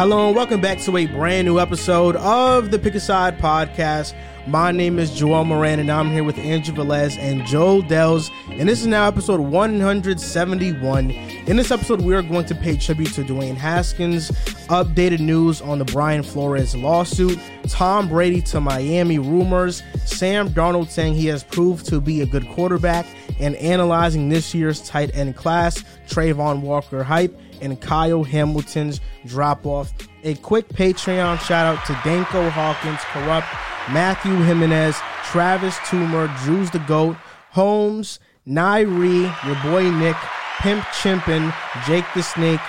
Hello and welcome back to a brand new episode of the Pick a Side podcast. My name is Joel Moran and I'm here with Andrew Velez and Joel Dells. And this is now episode 171. In this episode, we are going to pay tribute to Dwayne Haskins, updated news on the Brian Flores lawsuit, Tom Brady to Miami rumors, Sam Darnold saying he has proved to be a good quarterback, and analyzing this year's tight end class, Trayvon Walker hype, and Kyle Hamilton's drop off. A quick Patreon shout out to Danko Hawkins, Corrupt, Matthew Jimenez, Travis Toomer, Drews the Goat, Holmes, Nairi, your boy Nick, Pimp Chimpin, Jake the Snake,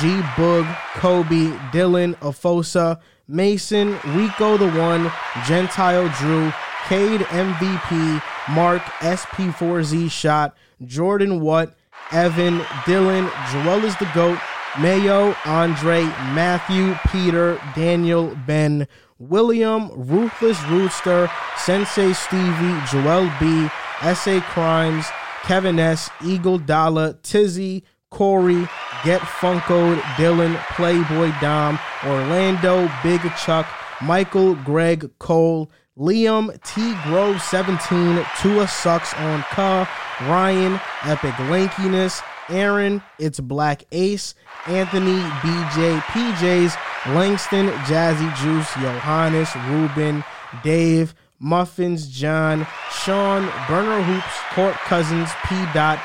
G Boog, Kobe, Dylan, Afosa, Mason, Rico the One, Gentile Drew, Cade MVP, Mark SP4Z Shot, Jordan Watt, Evan, Dylan, Joel is the GOAT, Mayo, Andre, Matthew, Peter, Daniel, Ben, William, Ruthless Rootster, Sensei Stevie, Joel B, SA Crimes, Kevin S, Eagle Dollar, Tizzy, Corey, Get Funkoed, Dylan, Playboy Dom, Orlando, Big Chuck, Michael, Greg, Cole, Liam, T Grove 17, Tua Sucks on Ka, Ryan, Epic Lankiness, Aaron, It's Black Ace, Anthony, BJ, PJs, Langston, Jazzy Juice, Johannes, Ruben, Dave, Muffins, John, Sean, Burner Hoops, Court Cousins, P. Dot,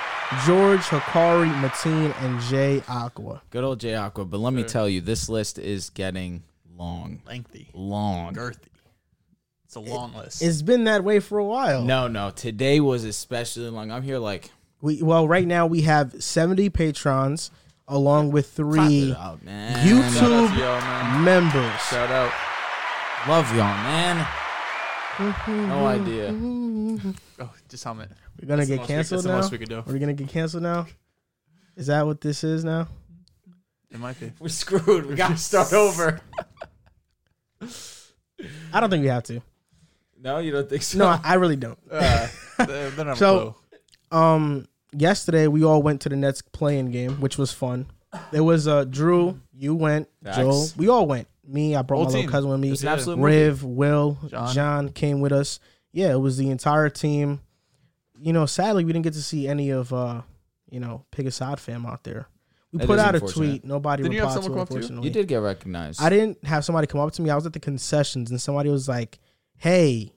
George, Hikari, Mateen, and Jay Aqua. Good old J Aqua, but let me tell you, this list is getting long, lengthy, long. girthy. It's a long list. It's been that way for a while. No, no, today was especially long. I'm here like We well, right now we have 70 patrons along with three oh, man. Shout out YouTube to y'all, man. members. Shout out, love y'all, man. No idea. oh, just hum it. We're gonna get the most we- canceled that's the now. most we could do. We're gonna get canceled now. Is that what this is now? It might be. We're screwed. We gotta start over. I don't think we have to. No, you don't think so. No, I, I really don't. Uh, they, they don't have So- a clue. Um, yesterday we all went to the Nets playing game, which was fun. There was uh Drew, you went, Facts. Joel, we all went. Me, I brought Whole my little team. cousin with me. It's an absolute movie. Riv, Will, John. John. came with us. Yeah, it was the entire team. You know, sadly, we didn't get to see any of uh, you know, Pig Aside fam out there. We That put is out a unfortunate. tweet. Nobody Didn't you have replied to. someone come up to you? Unfortunately, You did get recognized. I didn't have somebody come up to me. I was at the concessions, and somebody was like, "Hey,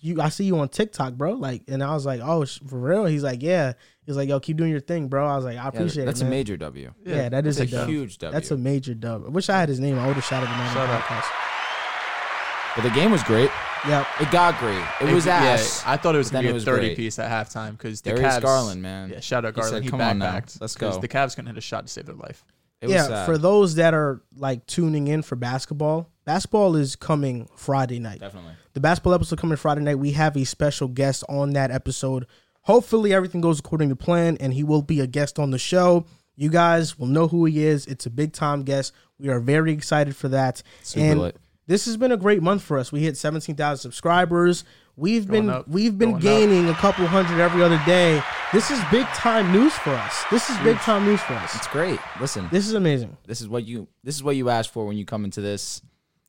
you, I see you on TikTok, bro." Like, and I was like, "Oh, sh- for real?" He's like, "Yeah." He's like, "Yo, keep doing your thing, bro." I was like, "I Yeah, appreciate That's it." a man." major W. Yeah, that is It's a, a dub. huge W. That's a major dub. I wish I had his name. I would have shouted him out on Shout the out. podcast. But the game was great. Yep. It got great. It, was yeah, ass. I thought it was but then gonna be it a was thirty great. piece at halftime because the Darius Cavs. Garland, man. Yeah, shout out He said, Garland. He, "Come on now. backpacked. Let's 'cause go." The Cavs couldn't hit a shot to save their life. It was yeah, sad. for those that are like tuning in for basketball, basketball is coming Friday night. definitely. The basketball episode coming Friday night. We have a special guest on that episode. Hopefully, everything goes according to plan, and he will be a guest on the show. You guys will know who he is. It's a big time guest. We are very excited for that. Super and lit. this has been a great month for us. We hit seventeen thousand subscribers. We've been up, we've been going up. gaining a couple hundred every other day. This is big time news for us. This is big time news for us. It's great. Listen, This is amazing. this is what you this is what you asked for when you come into this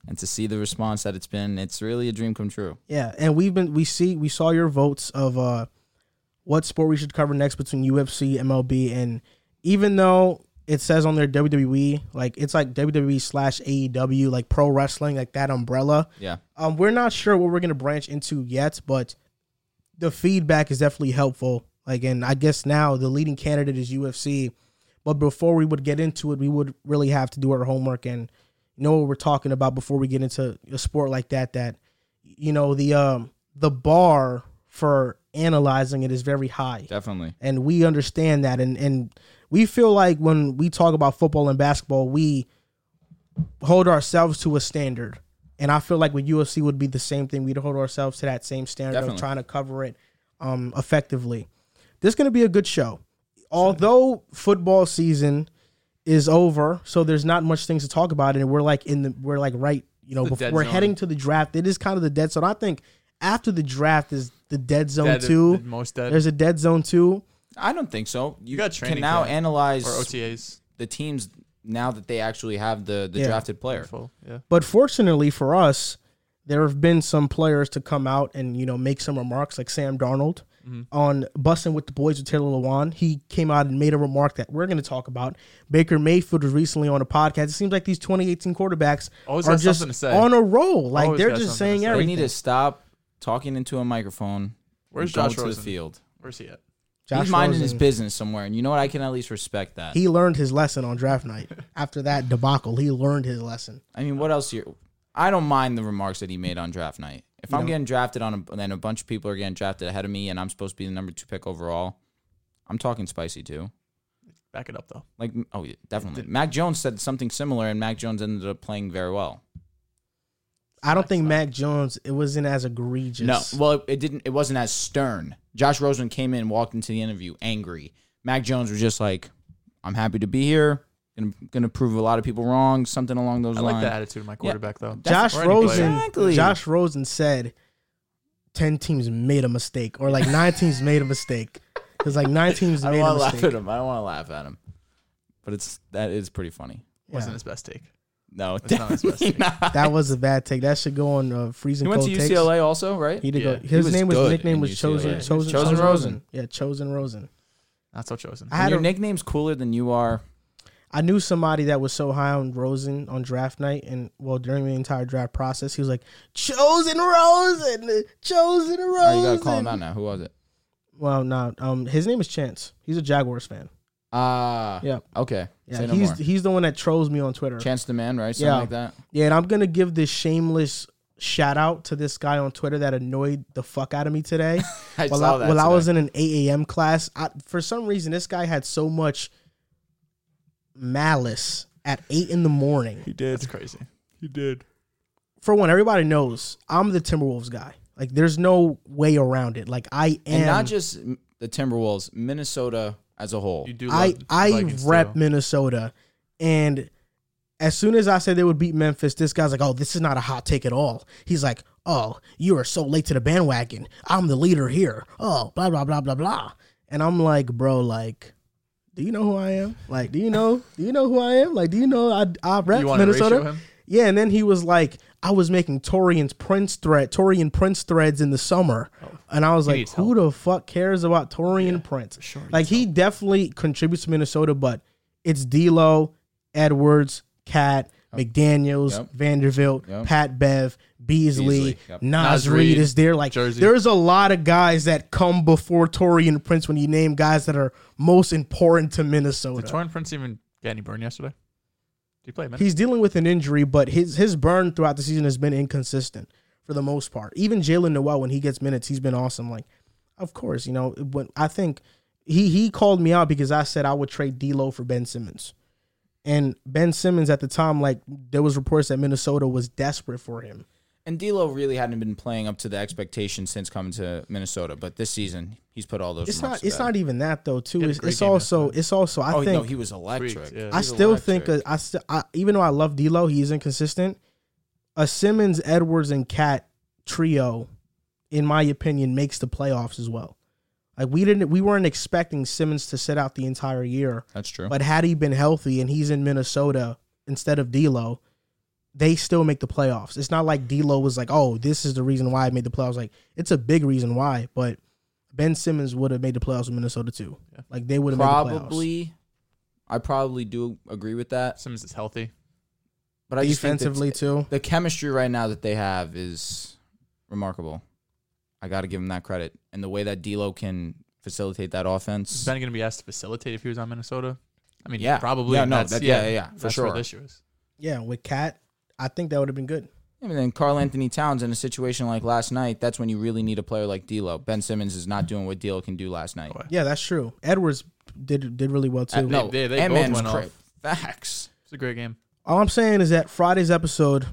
and to see the response that it's been it's really a dream come true Yeah, and we've been we see we saw your votes of uh what sport we should cover next between UFC, MLB, and even though it says on there WWE, E, like it's like WWE slash AEW, like pro wrestling, like that umbrella. yeah Um, we're not sure what we're gonna branch into yet, but the feedback is definitely helpful. Like, and I guess now the leading candidate is UFC, but before we would get into it, we would really have to do our homework and know what we're talking about before we get into a sport like that. That you know the um the bar for analyzing it is very high definitely and we understand that and and we feel like when we talk about football and basketball we hold ourselves to a standard and i feel like with ufc would be the same thing we'd hold ourselves to that same standard of Definitely. trying to cover it um effectively this is going to be a good show although football season is over so there's not much things to talk about and we're like in the we're like right you know The before, dead we're zone. heading to the draft it is kind of the dead zone i think after the draft is the dead zone Dead- too the most dead there's a dead zone too i don't think so you, got can training now camp analyze or OTAs. the teams now that they actually have the the Yeah. drafted player. Full, yeah. But fortunately for us, there have been some players to come out and you know make some remarks, like Sam Darnold Mm-hmm. on busting with the boys with Taylor Lewan. He came out and made a remark that we're going to talk about. Baker Mayfield was recently on a podcast. It seems like these 2018 quarterbacks Always are got just something to say. on a roll. Like Always they're got just something to saying say. They everything. need to stop talking into a microphone. Where's and going Josh to the Rosen? field? Where's he at? Josh He's minding his Rosen, business somewhere, and you know what? I can at least respect that. He learned his lesson on draft night. After that debacle, he learned his lesson. I mean, what else? You? I don't mind the remarks that he made on draft night. If I'm getting drafted on, a, then a bunch of people are getting drafted ahead of me, and I'm supposed to be the number two pick overall. I'm talking spicy too. Back it up though. Like, oh, yeah, definitely. Mac Jones said something similar, and Mac Jones ended up playing very well. I don't think Mac Jones. It wasn't as egregious. No, well, it, it didn't. It wasn't as stern. Josh Rosen came in, walked into the interview angry. Mac Jones was just like, "I'm happy to be here. Gonna gonna prove a lot of people wrong. Something along those I lines." like the attitude of my quarterback though. Josh Or any player. Rosen. Exactly. Josh Rosen said, 10 teams made a mistake, or like nine teams made a mistake. It's like nine teams I made don't a want to laugh mistake. at him. I don't want to laugh at him. But it's that is pretty funny. Wasn't Yeah. his best take. No, That's not his best definitely not. That was a bad take. That should go on uh, freezing he went to cold takes. UCLA also, right? He did Yeah. go. He His was name was good nickname in was UCLA. chosen, chosen Chosen Chosen Rosen. Yeah, chosen Rosen. Not so chosen. I When had your a, nickname's cooler than you are. I knew somebody that was so high on Rosen on draft night, and well during the entire draft process, he was like chosen Rosen, chosen Rosen. Oh, you gotta call him out now. Who was it? Well, no, um, his name is Chance. He's a Jaguars fan. Ah, Yeah, okay. yeah. Say no he's more. he's the one that trolls me on Twitter. Chance the man, right? Something Yeah. like that. Yeah, and I'm gonna give this shameless shout out to this guy on Twitter that annoyed the fuck out of me today. I while saw I, that. while I today. was in an 8 a.m. class, I, for some reason this guy had so much malice at eight in the morning. he did. That's crazy. He did. For one, everybody knows I'm the Timberwolves guy. Like, there's no way around it. Like, I am. and not just m- the Timberwolves, Minnesota as a whole. You do. I love I Vikings, rep too. Minnesota, and as soon as I said they would beat Memphis, this guy's like, "Oh, this is not a hot take at all." He's like, "Oh, you are so late to the bandwagon. I'm the leader here." Oh, blah blah blah blah blah. And I'm like, bro, like, do you know who I am? Like, do you know? Do you know who I am? Like, do you know I I rep You wanna Minnesota? ratio him? Yeah, and then he was like, I was making Torian's Prince thread, Torian Prince threads in the summer, Oh, and I was like, needs who the fuck cares about Torian Prince? sure he like he definitely contributes to Minnesota, but it's D'Lo, Edwards, Cat, McDaniel's, Yep. Vanderbilt, Yep. Pat Bev, Beasley, Beasley, yep. Nas, Nas Reed Reed, is there. Like Jersey. there's a lot of guys that come before Torian Prince when you name guys that are most important to Minnesota. Did Torrin Prince even get any burn yesterday? Did he play a minute? He's dealing with an injury, but his his burn throughout the season has been inconsistent for the most part. Even Jalen Noel, when he gets minutes, he's been awesome. Like, of course, you know, when I think he he called me out because I said I would trade D'Lo for Ben Simmons, and Ben Simmons at the time, like there was reports that Minnesota was desperate for him. and D'Lo really hadn't been playing up to the expectation since coming to Minnesota, but this season he's put all those. It's remarks not to it's bed. not even that though. Too, had a it's, great it's game last also it's also I Oh think no, he was electric. Freaked, yeah. I He's still electric. think a, I, st- I even though I love D'Lo, he's inconsistent. A Simmons, Edwards, and Cat trio, in my opinion, makes the playoffs as well. Like we didn't, we weren't expecting Simmons to sit out the entire year, that's true. but had he been healthy and he's in Minnesota instead of D'Lo, they still make the playoffs. It's not like D'Lo was like, "Oh, this is the reason why I made the playoffs." Like it's a big reason why, but Ben Simmons would have made the playoffs with Minnesota too. Like they would have Made probably, I probably do agree with that. Simmons is healthy. But the I playoffs. just think that defensively too. the chemistry right now that they have is remarkable. I got to give him that credit, and the way that D'Lo can facilitate that Is offense. Ben going to be asked to facilitate if he was on Minnesota? I mean, Yeah. probably. Yeah, no, that's, that- yeah, yeah, yeah, yeah, for that's sure. Where the issue is. Yeah, with Cat, I think that would have been good. And then Carl Anthony Towns in a situation like last night, that's when you really need a player like D'Lo. Ben Simmons is not doing what D'Lo can do last night. Uh, Boy. Yeah, that's true. Edwards did did really well too. no, they- they that both man's went cra- off. Facts. It's a great game. All I'm saying is that Friday's episode,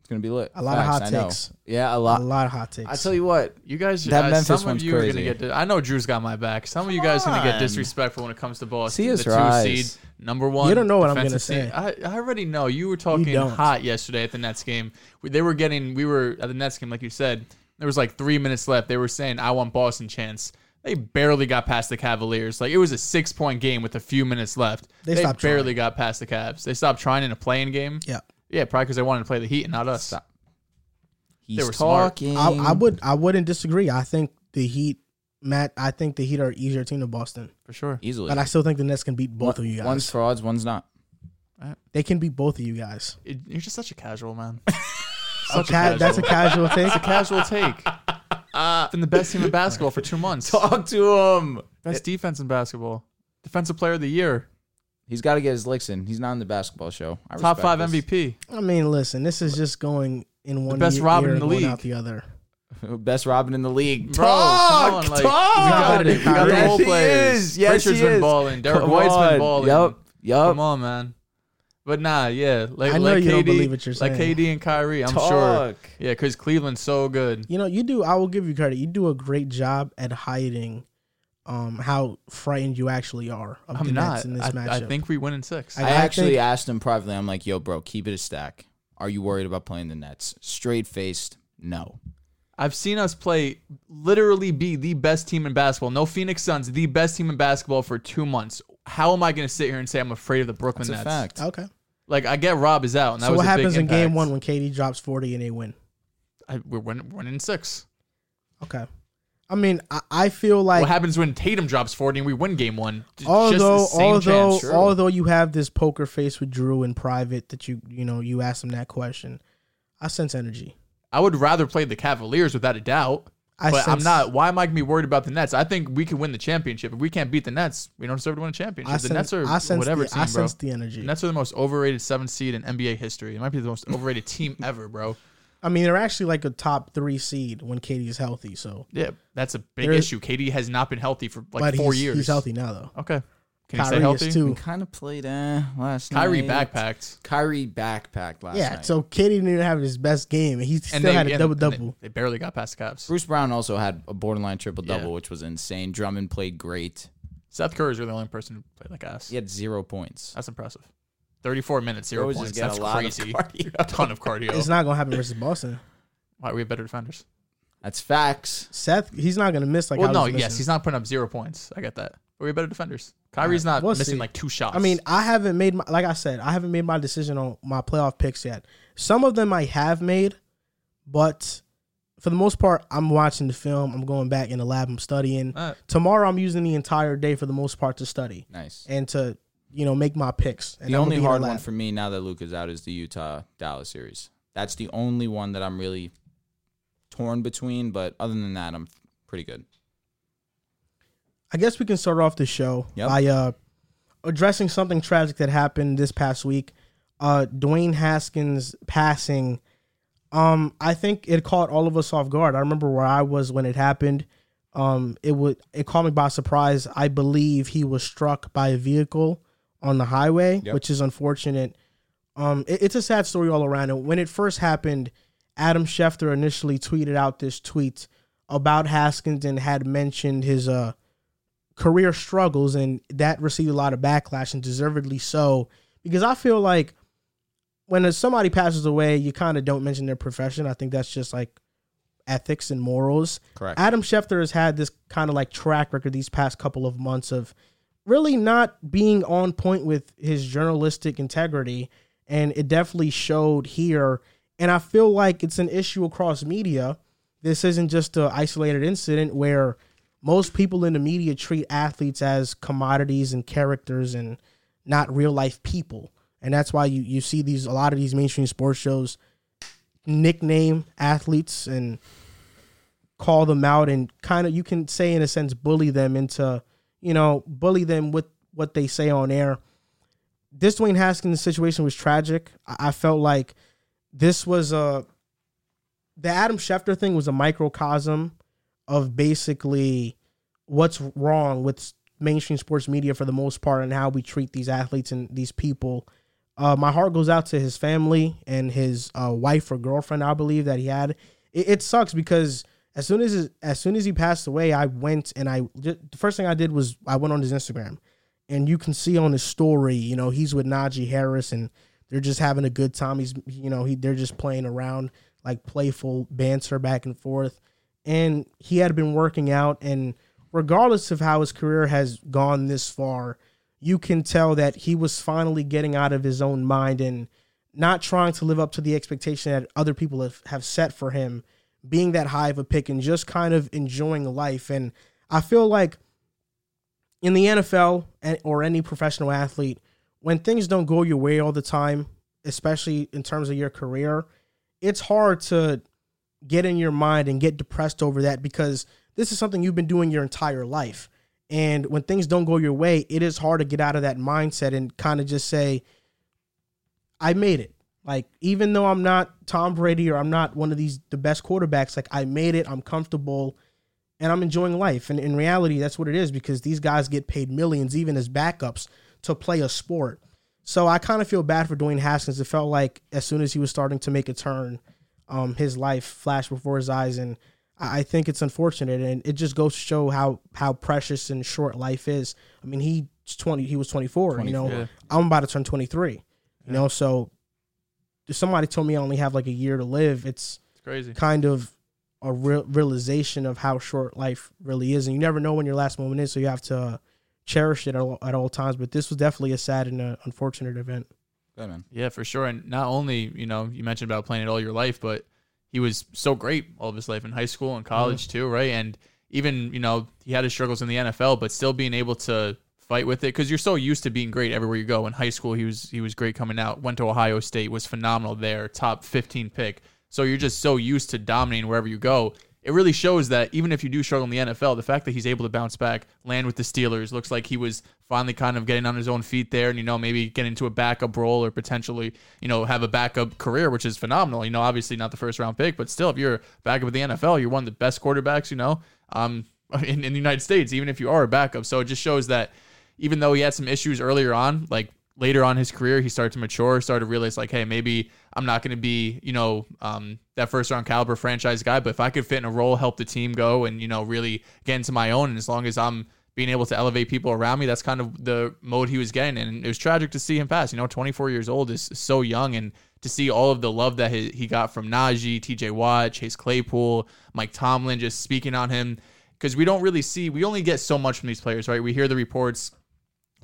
It's gonna be lit. A lot of Facts, hot I know. takes. Yeah, a a lot. lot of hot takes. I tell you what, You guys, That uh, Memphis some of one's you are crazy. gonna get. I know Drew's got my back. Some of you guys are gonna get on. disrespectful when it comes to Boston. See us the rise. two seed, number one. You don't know what I'm defensive gonna seed. I, I already know. You were talking don't. hot yesterday at the Nets game. We, they were getting. We were at the Nets game, like you said. There was like three minutes left. They were saying, "I want Boston chance." They They barely got past the Cavaliers. Like it was a six point game with a few minutes left. They They, stopped barely got past the Cavs. They stopped trying in a playing game. Yeah. Yeah, probably because they wanted to play the Heat and not us. Stop. He's were smart. talking. I, I would I wouldn't disagree. I think the Heat, Matt. I think the Heat are an easier team than Boston, For sure. easily. but I still think the Nets can beat both One- of you guys. One's frauds, one's not. they can beat both of you guys. It- you're just such a casual man. A such ca- that's a casual take. casual take. Been the best team in basketball for two months. Talk to him. Best defense in basketball. Defensive player of the year. He's got to get his licks in. He's not in the basketball show. I Top respect five this. MVP. I mean, listen, this is just going in one best ye- Robin ear in the and going league. out the other. Best Robin in the league. Bro, talk, come on, like, talk. we got it. We got the role players. He is. Yes, Pritchard's he been is. balling. Derek Come White's been on. balling. Yup, yup. Come on, man. But nah, yeah. Like, I know like you KD, don't believe what you're Like saying. KD and Kyrie, I'm sure. Talk. Yeah, because Cleveland's so good. You know, you do. I will give you credit. You do a great job at hiding um, how frightened you actually are of the Nets I'm not. in this I, matchup. I think we win in six. I- I actually think- asked him privately. I'm like, yo, bro, keep it a stack. Are you worried about playing the Nets? Straight faced, no. I've seen us play literally be the best team in basketball. No Phoenix Suns, the best team in basketball for two months. How am I going to sit here and say I'm afraid of the Brooklyn That's a Nets? fact. Okay. Like I get Rob is out, and that So was what a big happens in game impact. one when KD drops forty and they win? I, we're winning, winning six. Okay. I mean, I, I feel like what happens when Tatum drops forty and we win game one? J- although although sure. although you have this poker face with Drew in private that you you know you asked him that question, I sense energy. I would rather play the Cavaliers without a doubt. I but I'm sense- not. Why am I gonna be worried about the Nets? I think we can win the championship. If we can't beat the Nets, we don't deserve to win a championship. I the sense, Nets are I sense whatever the, team, I bro. sense the energy. The Nets are the most overrated seventh seed in NBA history. It might be the most overrated team ever, bro. I mean, they're actually like a top three seed when KD is healthy. So, Yeah, that's a big There is- issue. KD has not been healthy for like but four he's, years. he's healthy now though. Okay, can he Kyrie stay healthy? is We too. kind of played eh, last Kyrie night. backpacked. Kyrie backpacked last Yeah, night. so KD didn't even have his best game, and he still had a and- double and they- double. They, barely got past the Cavs. Bruce Brown also had a borderline triple double, Yeah. which was insane. Drummond played great. Seth Curry's really the only person who played like us. He had zero points. That's impressive. 34 minutes, zero Bros just points. get a That's lot of crazy. cardio. A ton of cardio. It's not gonna happen versus Boston. Why we have better defenders? That's facts. Seth, he's not gonna miss like. well, I no, was yes, missing. he's not putting up zero points. I get that. But we have better defenders. Kyrie's not We'll missing see. like two shots. I mean, I haven't made my like I said, I haven't made my decision on my playoff picks yet. Some of them I have made, but for the most part, I'm watching the film. I'm going back in the lab. I'm studying. Alright. Tomorrow, I'm using the entire day for the most part to study Nice. and to you know make my picks. And I'm the gonna only be in the hard one lab. for me now that Luca's out is the Utah Dallas series. That's the only one that I'm really torn between. But other than that, I'm pretty good. I guess we can start off the show Yep. by uh, addressing something tragic that happened this past week. Uh, Dwayne Haskins passing. Um, I think it caught all of us off guard. I remember where I was when it happened. Um, it would it caught me by surprise. I believe he was struck by a vehicle on the highway, Yep. which is unfortunate. Um, it- it's a sad story all around. And when it first happened, Adam Schefter initially tweeted out this tweet about Haskins and had mentioned his uh career struggles, and that received a lot of backlash, and deservedly so. Because I feel like when somebody passes away, you kind of don't mention their profession. I think that's just like ethics and morals. Correct. Adam Schefter has had this kind of like track record these past couple of months of really not being on point with his journalistic integrity. And it definitely showed here. And I feel like it's an issue across media. This isn't just an isolated incident where most people in the media treat athletes as commodities and characters and not real life people. And that's why you, you see these a lot of these mainstream sports shows nickname athletes and call them out and kind of you can say in a sense bully them into you know bully them with what they say on air this dwayne haskins situation was tragic i, I felt like this was a the adam schefter thing was a microcosm of basically what's wrong with mainstream sports media for the most part and how we treat these athletes and these people uh, my heart goes out to his family and his uh, wife or girlfriend, I believe that he had. It, it sucks because as soon as as soon as he passed away, I went and I the first thing I did was I went on his Instagram, and you can see on his story, you know, he's with Najee Harris and they're just having a good time. He's you know he they're just playing around like playful banter back and forth, and he had been working out and regardless of how his career has gone this far, you can tell that he was finally getting out of his own mind and not trying to live up to the expectation that other people have, have set for him, being that high of a pick and just kind of enjoying life. And I feel like in the NFL and- or any professional athlete, when things don't go your way all the time, especially in terms of your career, it's hard to get in your mind and get depressed over that because this is something you've been doing your entire life. And when things don't go your way, it is hard to get out of that mindset and kind of just say, I made it. Like, even though I'm not Tom Brady or I'm not one of these, the best quarterbacks, like, I made it, I'm comfortable, and I'm enjoying life. And in reality, that's what it is because these guys get paid millions, even as backups, to play a sport. So I kind of feel bad for Dwayne Haskins. It felt like as soon as he was starting to make a turn, um, his life flashed before his eyes, and I I think it's unfortunate. And it just goes to show how how precious and short life is. I mean, he's twenty. He was twenty four. You know, Yeah. I'm about to turn twenty three. You know, so if somebody told me I only have like a year to live, it's It's crazy. kind of a real realization of how short life really is, and you never know when your last moment is, so you have to cherish it at all, at all times. But this was definitely a sad and uh unfortunate event. Go ahead, man. Yeah, for sure. And not only, you know, you mentioned about playing it all your life, but he was so great all of his life in high school and college too, right? And even, you know, he had his struggles in the NFL, but still being able to fight with it because you're so used to being great everywhere you go. In high school, he was he was great coming out. Went to Ohio State, was phenomenal there, top 15 pick. So you're just so used to dominating wherever you go. It really shows that even if you do struggle in the NFL, the fact that he's able to bounce back, land with the Steelers, looks like he was finally kind of getting on his own feet there, and you know maybe get into a backup role or potentially you know have a backup career, which is phenomenal. You know, obviously not the first round pick, but still, if you're backup in the NFL, you're one of the best quarterbacks. You know, um, in, in the United States, even if you are a backup, so it just shows that even though he had some issues earlier on, like later on in his career, he started to mature, started to realize like, hey, maybe I'm not going to be, you know, um, that first round caliber franchise guy, but if I could fit in a role, help the team go, and you know, really get into my own, and as long as I'm being able to elevate people around me, that's kind of the mode he was getting, and it was tragic to see him pass. You know, 24 years old is so young, and to see all of the love that he, he got from Najee, T.J. Watt, Chase Claypool, Mike Tomlin, just speaking on him. Because we don't really see, we only get so much from these players, right? We hear the reports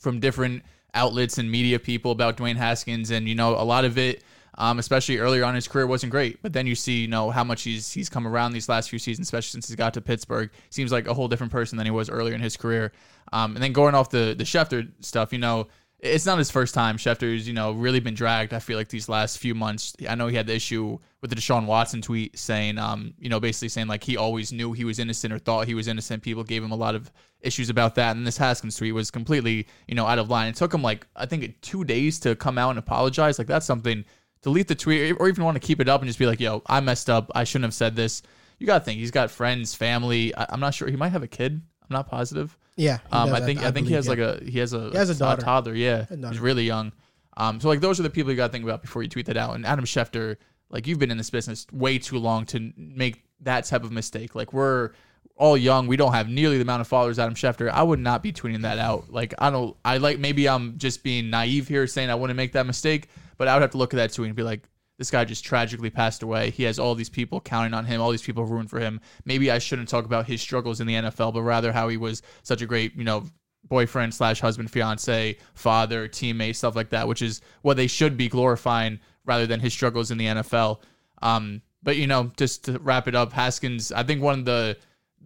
from different outlets and media people about Dwayne Haskins, and you know a lot of it, um, especially earlier on in his career, wasn't great. But then you see, you know, how much he's he's come around these last few seasons, especially since he's got to Pittsburgh. Seems like a whole different person than he was earlier in his career. Um, and then going off the the Schefter stuff, you know. It's not his first time. Schefter's, you know, really been dragged. I feel like these last few months. I know he had the issue with the Deshaun Watson tweet saying, um, you know, basically saying like he always knew he was innocent or thought he was innocent. People gave him a lot of issues about that. And this Haskins tweet was completely, you know, out of line. It took him like I think two days to come out and apologize. Like that's something. Delete the tweet, or even want to keep it up and just be like, "Yo, I messed up. I shouldn't have said this." You got to think he's got friends, family. I, I'm not sure he might have a kid. I'm not positive. Yeah, Um, I think I, think he has like a he has a, has a daughter. toddler. Yeah, he's daughter. really young. Um, so like those are the people you got to think about before you tweet that out. And Adam Schefter, like you've been in this business way too long to make that type of mistake. Like we're all young, we don't have nearly the amount of followers Adam Schefter. I would not be tweeting that out. Like I don't. I like maybe I'm just being naive here, saying I wouldn't make that mistake, but I would have to look at that tweet and be like. This guy just tragically passed away. He has all these people counting on him, all these people ruined for him. Maybe I shouldn't talk about his struggles in the NFL, but rather how he was such a great, you know, boyfriend slash husband, fiance, father, teammate, stuff like that, which is what they should be glorifying rather than his struggles in the NFL. Um, but you know, just to wrap it up, Haskins, I think one of the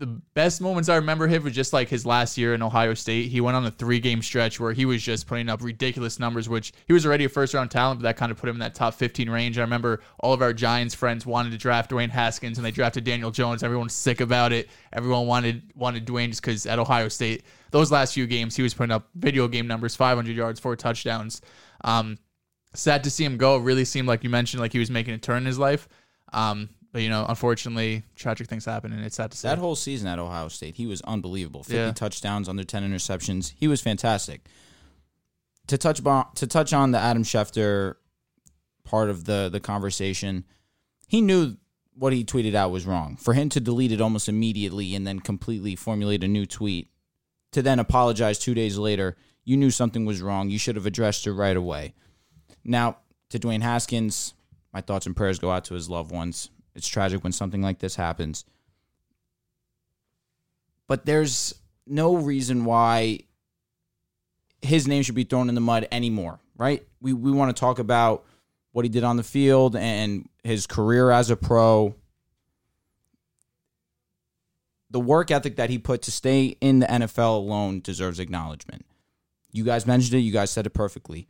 the best moments I remember him was just like his last year in Ohio State. He went on a three game stretch where he was just putting up ridiculous numbers, which he was already a first round talent, but that kind of put him in that top 15 range. I remember all of our Giants friends wanted to draft Dwayne Haskins and they drafted Daniel Jones. Everyone's sick about it. Everyone wanted wanted Dwayne just because at Ohio State, those last few games, he was putting up video game numbers 500 yards, four touchdowns. Um, sad to see him go. It really seemed like you mentioned, like he was making a turn in his life. Um, but you know, unfortunately, tragic things happen, and it's sad to see. That whole season at Ohio State, he was unbelievable. 50 Yeah. touchdowns, under 10 interceptions. He was fantastic. To touch bo- to touch on the Adam Schefter part of the the conversation, he knew what he tweeted out was wrong. For him to delete it almost immediately and then completely formulate a new tweet to then apologize 2 days later, you knew something was wrong. You should have addressed it right away. Now, to Dwayne Haskins, my thoughts and prayers go out to his loved ones. It's tragic when something like this happens but there's no reason why his name should be thrown in the mud anymore, right? We we want to talk about what he did on the field and his career as a pro. The work ethic that he put to stay in the NFL alone deserves acknowledgement. You guys mentioned it, you guys said it perfectly.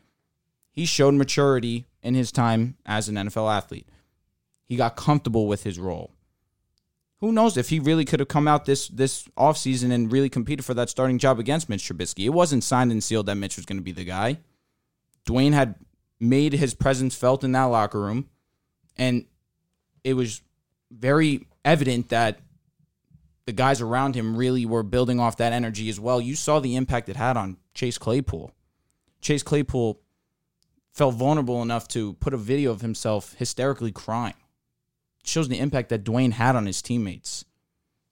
He showed maturity in his time as an NFL athlete. He got comfortable with his role who knows if he really could have come out this this offseason and really competed for that starting job against Mitch Trubisky. It wasn't signed and sealed that Mitch was going to be the guy. Dwayne had made his presence felt in that locker room, and it was very evident that the guys around him really were building off that energy as well. You saw the impact it had on Chase Claypool. Chase Claypool felt vulnerable enough to put a video of himself hysterically crying shows the impact that Dwayne had on his teammates.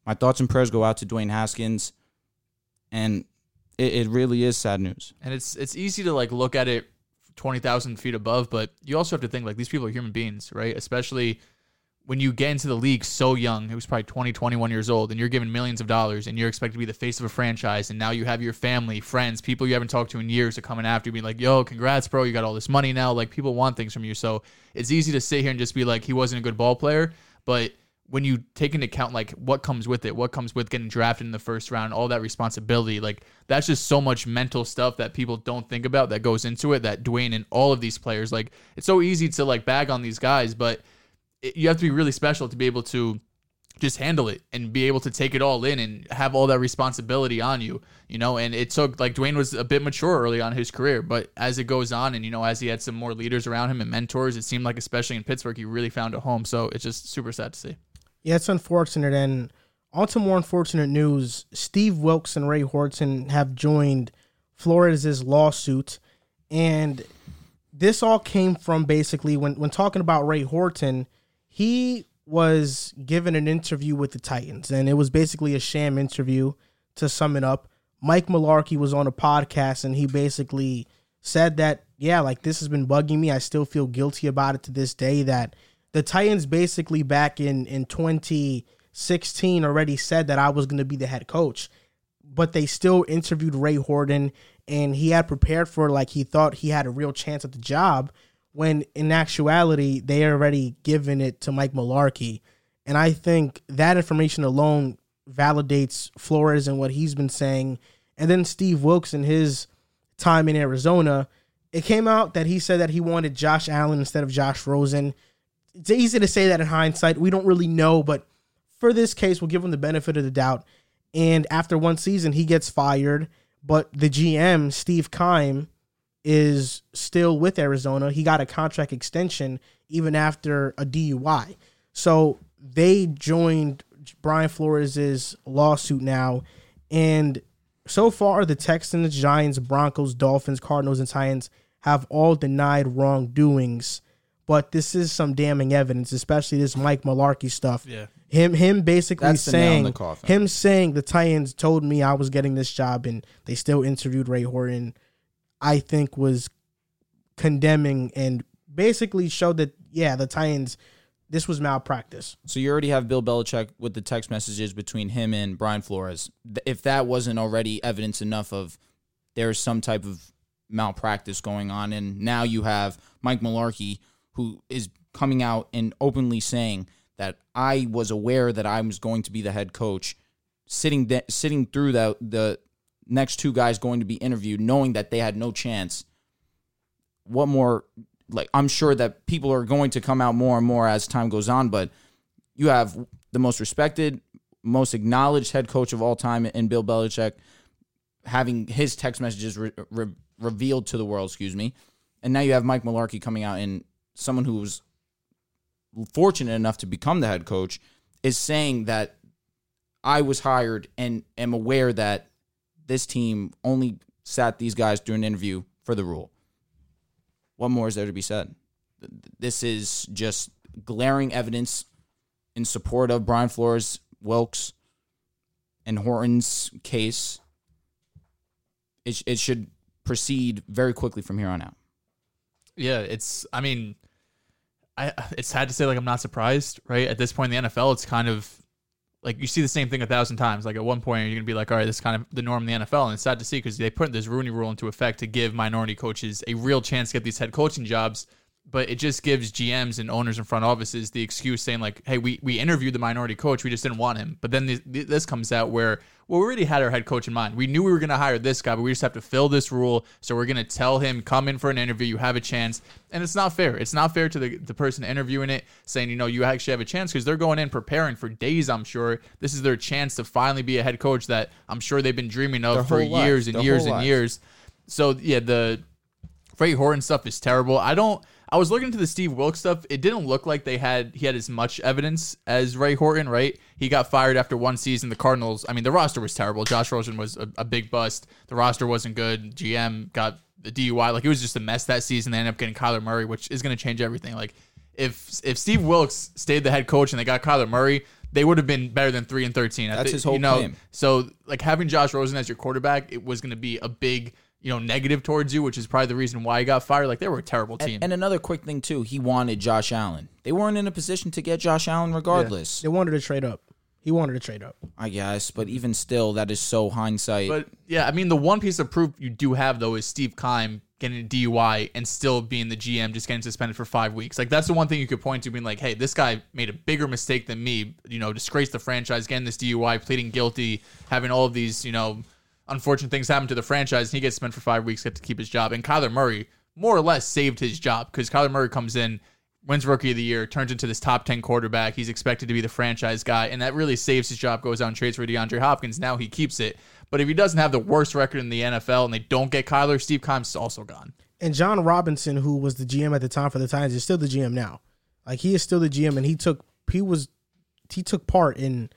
My thoughts and prayers go out to Dwayne Haskins, and it, it really is sad news. And it's it's easy to like look at it twenty thousand feet above, but you also have to think like these people are human beings, right? Especially when you get into the league so young, it was probably 20, 21 years old, and you're given millions of dollars and you're expected to be the face of a franchise, and now you have your family, friends, people you haven't talked to in years are coming after you, being like, yo, congrats, bro, you got all this money now. Like people want things from you. So it's easy to sit here and just be like, he wasn't a good ball player, but when you take into account like what comes with it, what comes with getting drafted in the first round, all that responsibility, like that's just so much mental stuff that people don't think about that goes into it. That Dwayne and all of these players, like it's so easy to like bag on these guys, but it, you have to be really special to be able to just handle it and be able to take it all in and have all that responsibility on you, you know. And it took like Dwayne was a bit mature early on in his career, but as it goes on and you know as he had some more leaders around him and mentors, it seemed like especially in Pittsburgh he really found a home. So it's just super sad to see. Yeah, it's unfortunate. And on to more unfortunate news Steve Wilkes and Ray Horton have joined Florida's lawsuit. And this all came from basically when, when talking about Ray Horton, he was given an interview with the Titans. And it was basically a sham interview to sum it up. Mike Malarkey was on a podcast and he basically said that, yeah, like this has been bugging me. I still feel guilty about it to this day that the Titans basically back in in 2016 already said that I was going to be the head coach, but they still interviewed Ray Horton and he had prepared for like he thought he had a real chance at the job when in actuality they already given it to Mike Malarkey. And I think that information alone validates Flores and what he's been saying. And then Steve Wilkes and his time in Arizona, it came out that he said that he wanted Josh Allen instead of Josh Rosen it's easy to say that in hindsight. We don't really know, but for this case, we'll give him the benefit of the doubt. And after one season, he gets fired, but the GM, Steve Kime, is still with Arizona. He got a contract extension even after a DUI. So they joined Brian Flores' lawsuit now. And so far, the Texans, Giants, Broncos, Dolphins, Cardinals, and Titans have all denied wrongdoings but this is some damning evidence, especially this Mike Malarkey stuff. Yeah. Him him basically That's the nail in saying the coffin. him saying the Titans told me I was getting this job and they still interviewed Ray Horton, I think was condemning and basically showed that yeah, the Titans this was malpractice. So you already have Bill Belichick with the text messages between him and Brian Flores. Th- If that wasn't already evidence enough of there is some type of malpractice going on, and now you have Mike Malarkey who is coming out and openly saying that I was aware that I was going to be the head coach, sitting th- sitting through the the next two guys going to be interviewed, knowing that they had no chance. What more? Like I'm sure that people are going to come out more and more as time goes on, but you have the most respected, most acknowledged head coach of all time in Bill Belichick having his text messages re- re- revealed to the world, excuse me. And now you have Mike Malarkey coming out and someone who was fortunate enough to become the head coach is saying that I was hired and am aware that this team only sat these guys through an interview for the rule. What more is there to be said? Th- th- This is just glaring evidence in support of Brian Flores, Wilkes, and Horton's case. It, sh- it should proceed very quickly from here on out. Yeah, it's. I mean, I it's sad to say like I'm not surprised, right? At this point in the NFL, it's kind of like you see the same thing a thousand times. Like at one point, you're gonna be like, all right, this is kind of the norm in the NFL, and it's sad to see because they put this Rooney Rule into effect to give minority coaches a real chance to get these head coaching jobs. But it just gives GMs and owners and front offices the excuse saying like, hey, we we interviewed the minority coach, we just didn't want him. But then th- th- this comes out where well, we already had our head coach in mind. We knew we were gonna hire this guy, but we just have to fill this rule. So we're gonna tell him come in for an interview, you have a chance, and it's not fair. It's not fair to the the person interviewing it saying you know you actually have a chance because they're going in preparing for days. I'm sure this is their chance to finally be a head coach that I'm sure they've been dreaming of Their for whole lives, years their and years whole and lives. years. So yeah, the Freddie Horton stuff is terrible. I don't. I was looking into the Steve Wilkes stuff. It didn't look like they had he had as much evidence as Ray Horton. Right? He got fired after one season. The Cardinals. I mean, the roster was terrible. Josh Rosen was a, a big bust. The roster wasn't good. GM got the DUI. Like it was just a mess that season. They ended up getting Kyler Murray, which is going to change everything. Like if if Steve Wilkes stayed the head coach and they got Kyler Murray, they would have been better than three and thirteen. I That's thi- his whole you know, claim. so like having Josh Rosen as your quarterback, it was going to be a big you know negative towards you, which is probably the reason why he got fired. Like they were a terrible team. And another quick thing too, he wanted Josh Allen. They weren't in a position to get Josh Allen regardless. They wanted to trade up. He wanted to trade up. I guess, but even still, that is so hindsight. but yeah, I mean the one piece of proof you do have though is Steve Kime getting a DUI and still being the GM, just getting suspended for five weeks. Like that's the one thing you could point to, being like, hey, this guy made a bigger mistake than me. You know, disgraced the franchise, getting this DUI, pleading guilty, having all of these you know unfortunate things happen to the franchise, and he gets spent for five weeks, get to keep his job. And Kyler Murray more or less saved his job because Kyler Murray comes in. wins rookie of the year, turns into this top 10 quarterback. He's expected to be the franchise guy, and that really saves his job, goes out and trades for DeAndre Hopkins. Now he keeps it. But if he doesn't have the worst record in the NFL and they don't get Kyler, Steve Kime's also gone. And John Robinson, who was the GM at the time for the Titans, is still the GM now. Like he is still the GM, and he took he was he took part in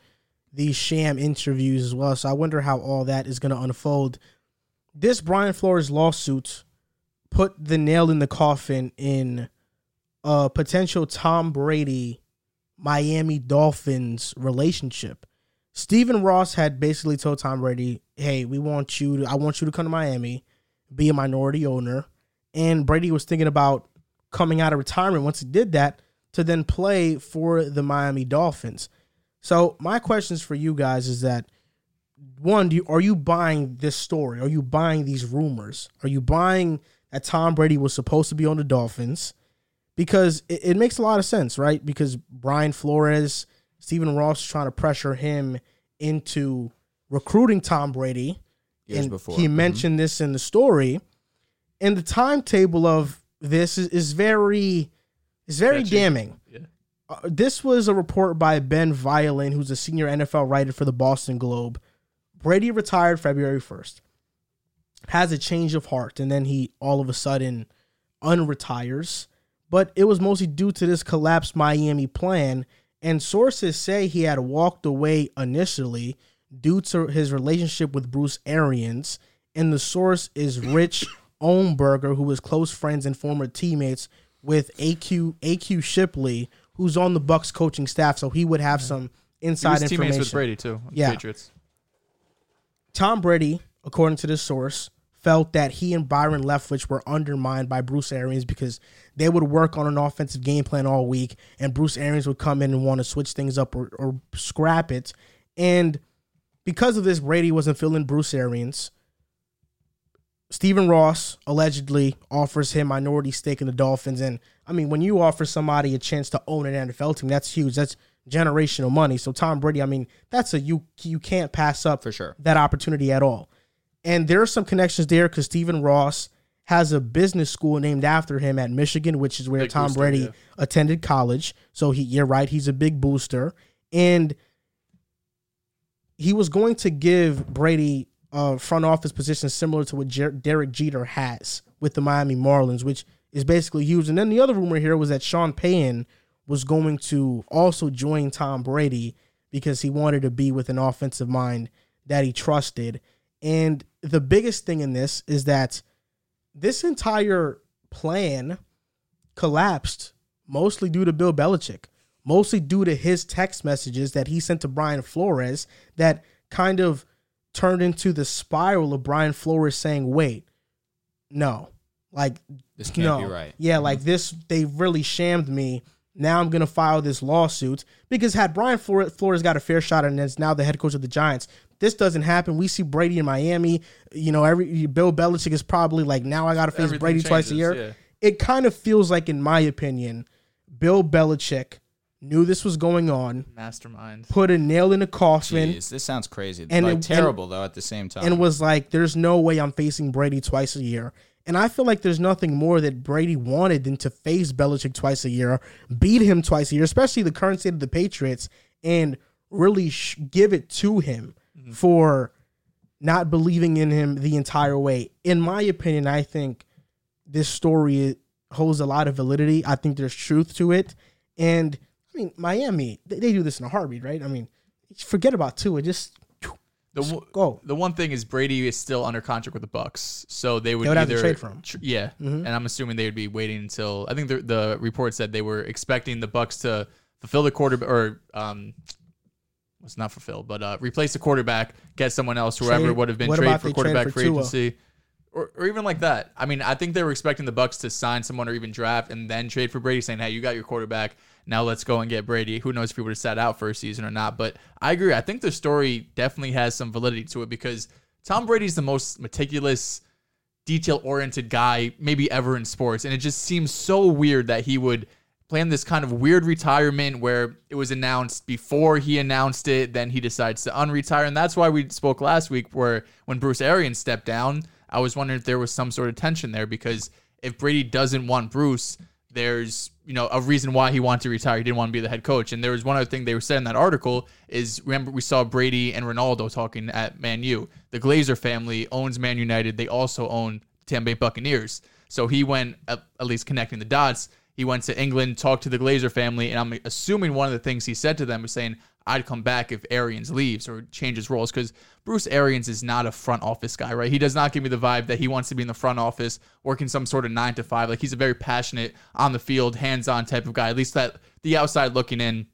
these sham interviews as well. So I wonder how all that is going to unfold. This Brian Flores lawsuit put the nail in the coffin in a potential Tom Brady Miami Dolphins relationship. Stephen Ross had basically told Tom Brady, "Hey, we want you to I want you to come to Miami, be a minority owner." And Brady was thinking about coming out of retirement once he did that to then play for the Miami Dolphins. So, my questions for you guys is that one, do you, are you buying this story? Are you buying these rumors? Are you buying that Tom Brady was supposed to be on the Dolphins? Because it, it makes a lot of sense, right? Because Brian Flores, Stephen Ross trying to pressure him into recruiting Tom Brady. Years and before. Mm-hmm. He mentioned this in the story. And the timetable of this is, is very is very Sketchy. damning Yeah. uh, this was a report by Ben Violin, who's a senior NFL writer for the Boston Globe. Brady retired February 1st, has a change of heart, and then he all of a sudden unretires. But it was mostly due to this collapsed Miami plan. And sources say he had walked away initially due to his relationship with Bruce Arians. And the source is Rich Ohnberger, who was close friends and former teammates with AQ AQ Shipley, who's on the Bucks coaching staff. So he would have some He was inside teammates information. with Brady, too, on Yeah. the Patriots. Tom Brady, according to this source, felt that he and Byron Leftwich were undermined by Bruce Arians because they would work on an offensive game plan all week, and Bruce Arians would come in and want to switch things up or, or scrap it. And because of this, Brady wasn't feeling Bruce Arians. Stephen Ross allegedly offers him minority stake in the Dolphins, and I mean, when you offer somebody a chance to own an NFL team, that's huge. That's generational money. So Tom Brady, I mean, that's a you you can't pass up For sure. that opportunity at all. And there are some connections there because Stephen Ross has a business school named after him at Michigan, which is where Tom booster, Brady yeah. attended college. So he, you're right, he's a big booster, and he was going to give Brady a front office position similar to what Jer- Derek Jeter has with the Miami Marlins, which is basically huge. And then the other rumor here was that Sean Payton was going to also join Tom Brady because he wanted to be with an offensive mind that he trusted. And the biggest thing in this is that this entire plan collapsed mostly due to Bill Belichick, mostly due to his text messages that he sent to Brian Flores that kind of turned into the spiral of Brian Flores saying, wait, no, like this can't no. be right. Mm-hmm. Yeah, like this, they really shammed me. Now I'm going to file this lawsuit because had Brian Flor- Flores got a fair shot and is now the head coach of the Giants, this doesn't happen. We see Brady in Miami. You know, every Bill Belichick is probably like, now I got to face Everything Brady twice a year. changes, yeah. It kind of feels like, in my opinion, Bill Belichick knew this was going on, Mastermind. put a nail in the coffin, Jeez, this sounds crazy. And like it- terrible though at the same time. and was like, "There's no way I'm facing Brady twice a year." And I feel like there's nothing more that Brady wanted than to face Belichick twice a year, beat him twice a year, especially the current state of the Patriots, and really sh- give it to him for not believing in him the entire way. In my opinion, I think this story holds a lot of validity. I think there's truth to it. And I mean, Miami, they, they do this in a heartbeat, right? I mean, forget about Tua, just The w- go. The one thing is Brady is still under contract with the Bucks, so they would, They would have either to trade for him. Mm-hmm. tr- yeah, and I'm assuming they would be waiting until I think the, the report said they were expecting the Bucks to fulfill the quarter or um, was not fulfill, but uh, replace the quarterback, get someone else, whoever Trade- would have been what traded about for they trade quarterback for free Tua? agency, or, or even like that. I mean, I think they were expecting the Bucks to sign someone or even draft and then trade for Brady, saying, "Hey, you got your quarterback." Now let's go and get Brady. Who knows if he would have sat out for a season or not? But I agree. I think the story definitely has some validity to it because Tom Brady's the most meticulous, detail oriented guy maybe ever in sports. And it just seems so weird that he would plan this kind of weird retirement where it was announced before he announced it, then he decides to unretire. And that's why we spoke last week where when Bruce Arians stepped down, I was wondering if there was some sort of tension there because if Brady doesn't want Bruce, there's you know a reason why he wanted to retire. He didn't want to be the head coach. And there was one other thing they were said in that article is remember we saw Brady and Ronaldo talking at Man U. The Glazer family owns Man United. They also own Tampa Bay Buccaneers. So he went at at least connecting the dots. He went to England, talked to the Glazer family, and I'm assuming one of the things he said to them was saying, "I'd come back if Arians leaves or changes roles," because Bruce Arians is not a front office guy, right? He does not give me the vibe that he wants to be in the front office, working some sort of nine to five. Like he's a very passionate, on the field, hands-on type of guy. At least that the outside looking in,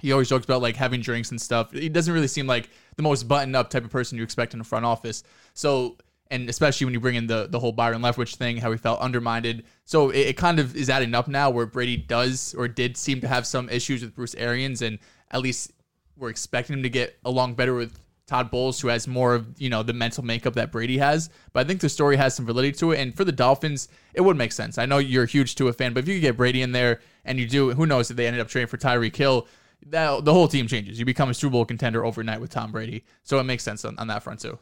he always jokes about like having drinks and stuff. He doesn't really seem like the most buttoned up type of person you expect in a front office. So, and especially when you bring in the the whole Byron Leftwich thing, how he felt undermined. So it, it kind of is adding up now where Brady does or did seem to have some issues with Bruce Arians, and at least we're expecting him to get along better with Todd Bowles, who has more of you know the mental makeup that Brady has. But I think the story has some validity to it, and for the Dolphins, it would make sense. I know you're a huge Tua fan, but if you could get Brady in there, and you do, who knows if they ended up trading for Tyreek Hill, that the whole team changes. You become a Super Bowl contender overnight with Tom Brady, so it makes sense on, on that front too.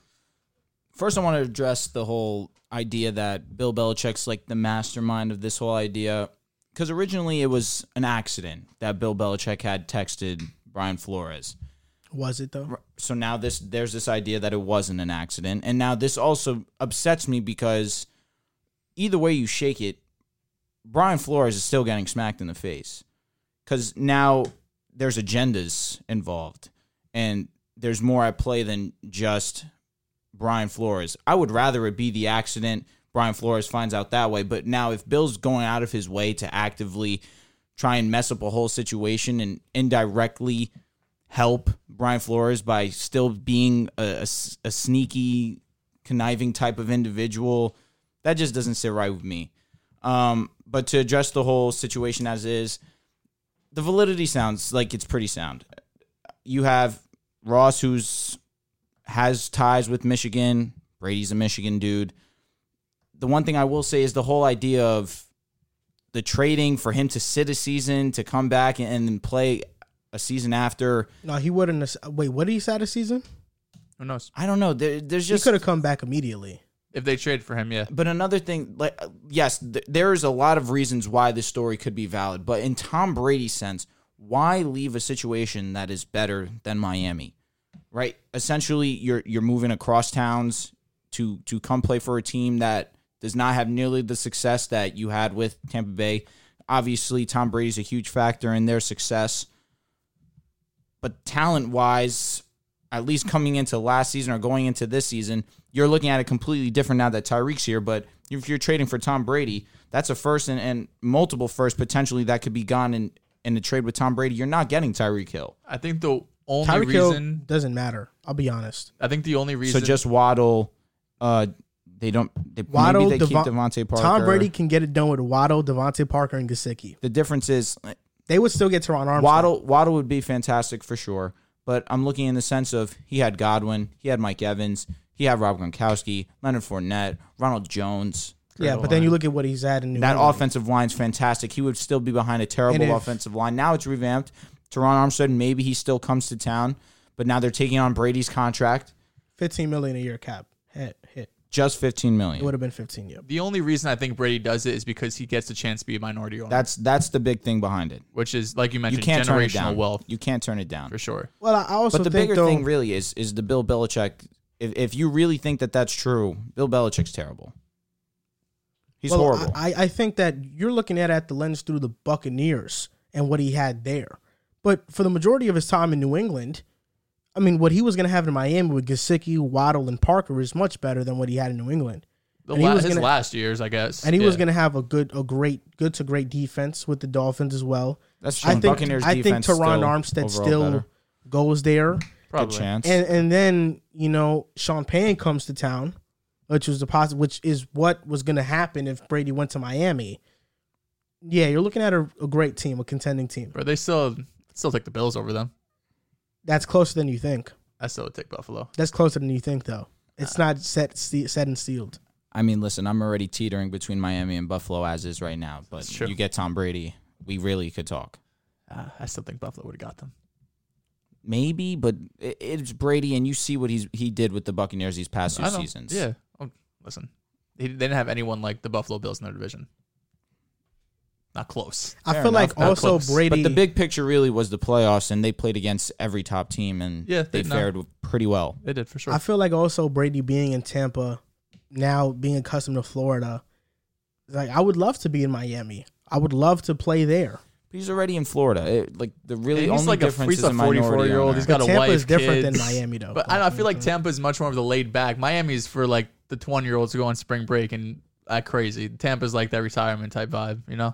First, I want to address the whole idea that Bill Belichick's like the mastermind of this whole idea. Because originally it was an accident that Bill Belichick had texted Brian Flores. Was it though? So now this there's this idea that it wasn't an accident, and now this also upsets me because either way you shake it, Brian Flores is still getting smacked in the face because now there's agendas involved, and there's more at play than just Brian Flores. I would rather it be the accident Brian Flores finds out that way. But now, if Bill's going out of his way to actively try and mess up a whole situation and indirectly help Brian Flores by still being a, a s- a sneaky, conniving type of individual, that just doesn't sit right with me. Um, but to address the whole situation as is, the validity sounds like it's pretty sound. You have Ross, who's has ties with Michigan. Brady's a Michigan dude. The one thing I will say is the whole idea of the trading for him to sit a season to come back and then play a season after. No, he wouldn't. Have, wait, what did he say this season? Who knows I don't know. There, there's He just could have come back immediately. if they trade for him? Yeah, But another thing, like uh, yes, th- there is a lot of reasons why this story could be valid. But in Tom Brady's sense, why leave a situation that is better than Miami, right? Essentially, you're you're moving across towns to to come play for a team that does not have nearly the success that you had with Tampa Bay. Obviously, Tom Brady's a huge factor in their success. But talent wise, at least coming into last season or going into this season, you're looking at it completely different now that Tyreek's here. But if you're trading for Tom Brady, that's a first and, and multiple first potentially that could be gone in, in a trade with Tom Brady. You're not getting Tyreek Hill. I think the only Tyreek Hill reason doesn't matter. I'll be honest. I think the only reason So just Waddle, uh, they don't. They, Waddle, maybe they Devon- keep Devontae Parker. Tom Brady can get it done with Waddle, Devontae Parker, and Gasicki. The difference is they would still get Teron Armstrong. Waddle Waddle would be fantastic for sure, but I'm looking in the sense of he had Godwin, he had Mike Evans, he had Rob Gronkowski, Leonard Fournette, Ronald Jones. yeah, but then you look at what he's at in New That England. offensive line's fantastic. He would still be behind a terrible And if- offensive line. Now it's revamped. Teron Armstead, maybe he still comes to town, but now they're taking on Brady's contract, fifteen million a year cap hit hit. just 15 It million. would have been fifteen. Yep. The only reason I think Brady does it is because he gets a chance to be a minority owner, That's that's the big thing behind it. which is like you You mentioned, can't turn it generational down. wealth You can't turn it down. for sure. Well, I also But the think bigger though, thing really is is the Bill Belichick. If, if you really think that that's true, Bill Belichick's terrible. He's well, horrible. I, I think that you're looking at it at the lens through the Buccaneers and what he had there. But for the majority of his time in New England, I mean, what he was going to have in Miami with Gasicki, Waddle, and Parker is much better than what he had in New England. The And he la- was his gonna- last years, I guess, And he was Yeah. going to have a good, a great, good to great defense with the Dolphins as well. That's true. I think Buccaneers I think defense Teron still overall Armstead still better. goes there, good probably. chance. and and then you know Sean Payne comes to town, which was the posi- which is what was going to happen if Brady went to Miami. Yeah, you're looking at a, a great team, a contending team. But they still still take the Bills over them. That's closer than you think. I still would take Buffalo. That's closer than you think, though. It's Uh, not set ste- set and sealed. I mean, listen, I'm already teetering between Miami and Buffalo as is right now. But true. you get Tom Brady, we really could talk. Uh, Ah, I still think Buffalo would have got them. Maybe, but it, it's Brady, and you see what he's he did with the Buccaneers these past two I don't- seasons. Yeah. Oh, listen, they, they didn't have anyone like the Buffalo Bills in their division. Not close. I Fair feel enough, like not also close. But Brady. But the big picture really was the playoffs, and they played against every top team, and Yeah, they they- no. fared pretty well. They did for sure. I feel like also Brady being in Tampa, now being accustomed to Florida, like I would love to be in Miami. I would love to play there. But he's already in Florida. It- like the really And only he's like a difference he's is a a forty four minority year old. owner. He's got a Tampa wife. is different than kids. Miami, though. But I, don't, know, I feel like Tampa is much more of the laid back. Miami's for like the twenty year olds who go on spring break and act crazy. Tampa's like that retirement type vibe, you know.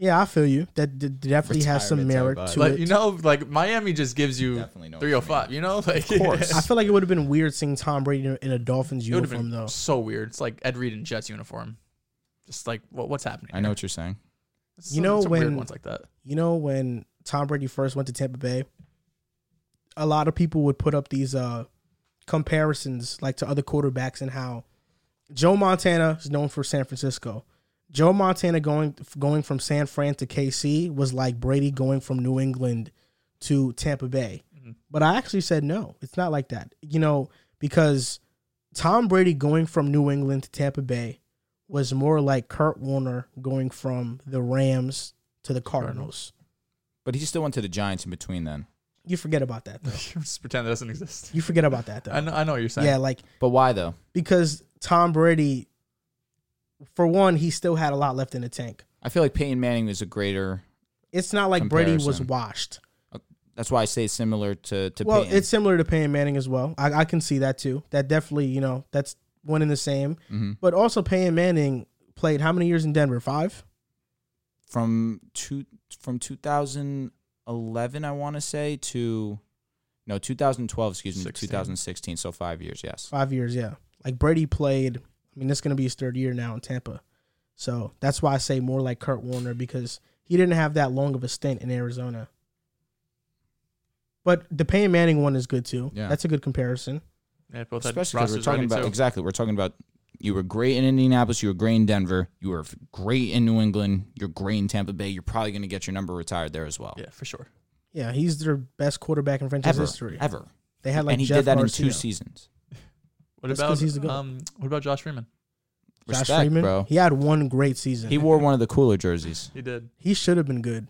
Yeah, I feel you. That d- d- definitely has some Retirement merit type to vibe. it. Like you know, like Miami just gives you Definitely know what you three oh five. You know, like I feel like it would have been weird seeing Tom Brady in a- in a Dolphins it would have uniform, been though. so weird. It's like Ed Reed in Jets uniform. Just like what what's happening? I know what you're saying. It's You so- know it's weird when- ones like that. You know, when Tom Brady first went to Tampa Bay, a lot of people would put up these uh, comparisons, like to other quarterbacks, and how Joe Montana is known for San Francisco. Joe Montana going going from San Fran to KC was like Brady going from New England to Tampa Bay. But I actually said no. It's not like that. You know, because Tom Brady going from New England to Tampa Bay was more like Kurt Warner going from the Rams to the Cardinals. But he still went to the Giants in between then. You forget about that though. just pretend that doesn't exist. You forget about that I though. know, I know what you're saying. Yeah, like But why though? because Tom Brady for one, he still had a lot left in the tank. I feel like Peyton Manning was a greater. It's not like Brady was Comparison. washed. That's why I say similar to to Well, Peyton. it's similar to Peyton Manning as well. I, I can see that too. That definitely, you know, that's one and the same. Mm-hmm. But also, Peyton Manning played how many years in Denver? Five. from two from 2011, I want to say to no 2012. Excuse me, 16. 2016. So five years. Yes. Five years, yeah. Like Brady played. I mean, this is going to be his third year now in Tampa, so that's why I say more like Kurt Warner because he didn't have that long of a stint in Arizona. But the Peyton Manning one is good too. Yeah. that's a good comparison. Yeah, both had Especially because we're rosters talking ready, about too. exactly. We're talking about you were great in Indianapolis. You were great in Denver. You were great in New England. You're great in Tampa Bay. You're probably going to get your number retired there as well. Yeah, for sure. Yeah, he's their best quarterback in franchise Ever, history. ever, They had like and he Jeff did that Garcia. in two seasons. What That's 'cause about he's the goat. um? What about Josh Freeman? Josh Respect, Freeman, bro. he had one great season. He wore one of the cooler jerseys. He did. He should have been good.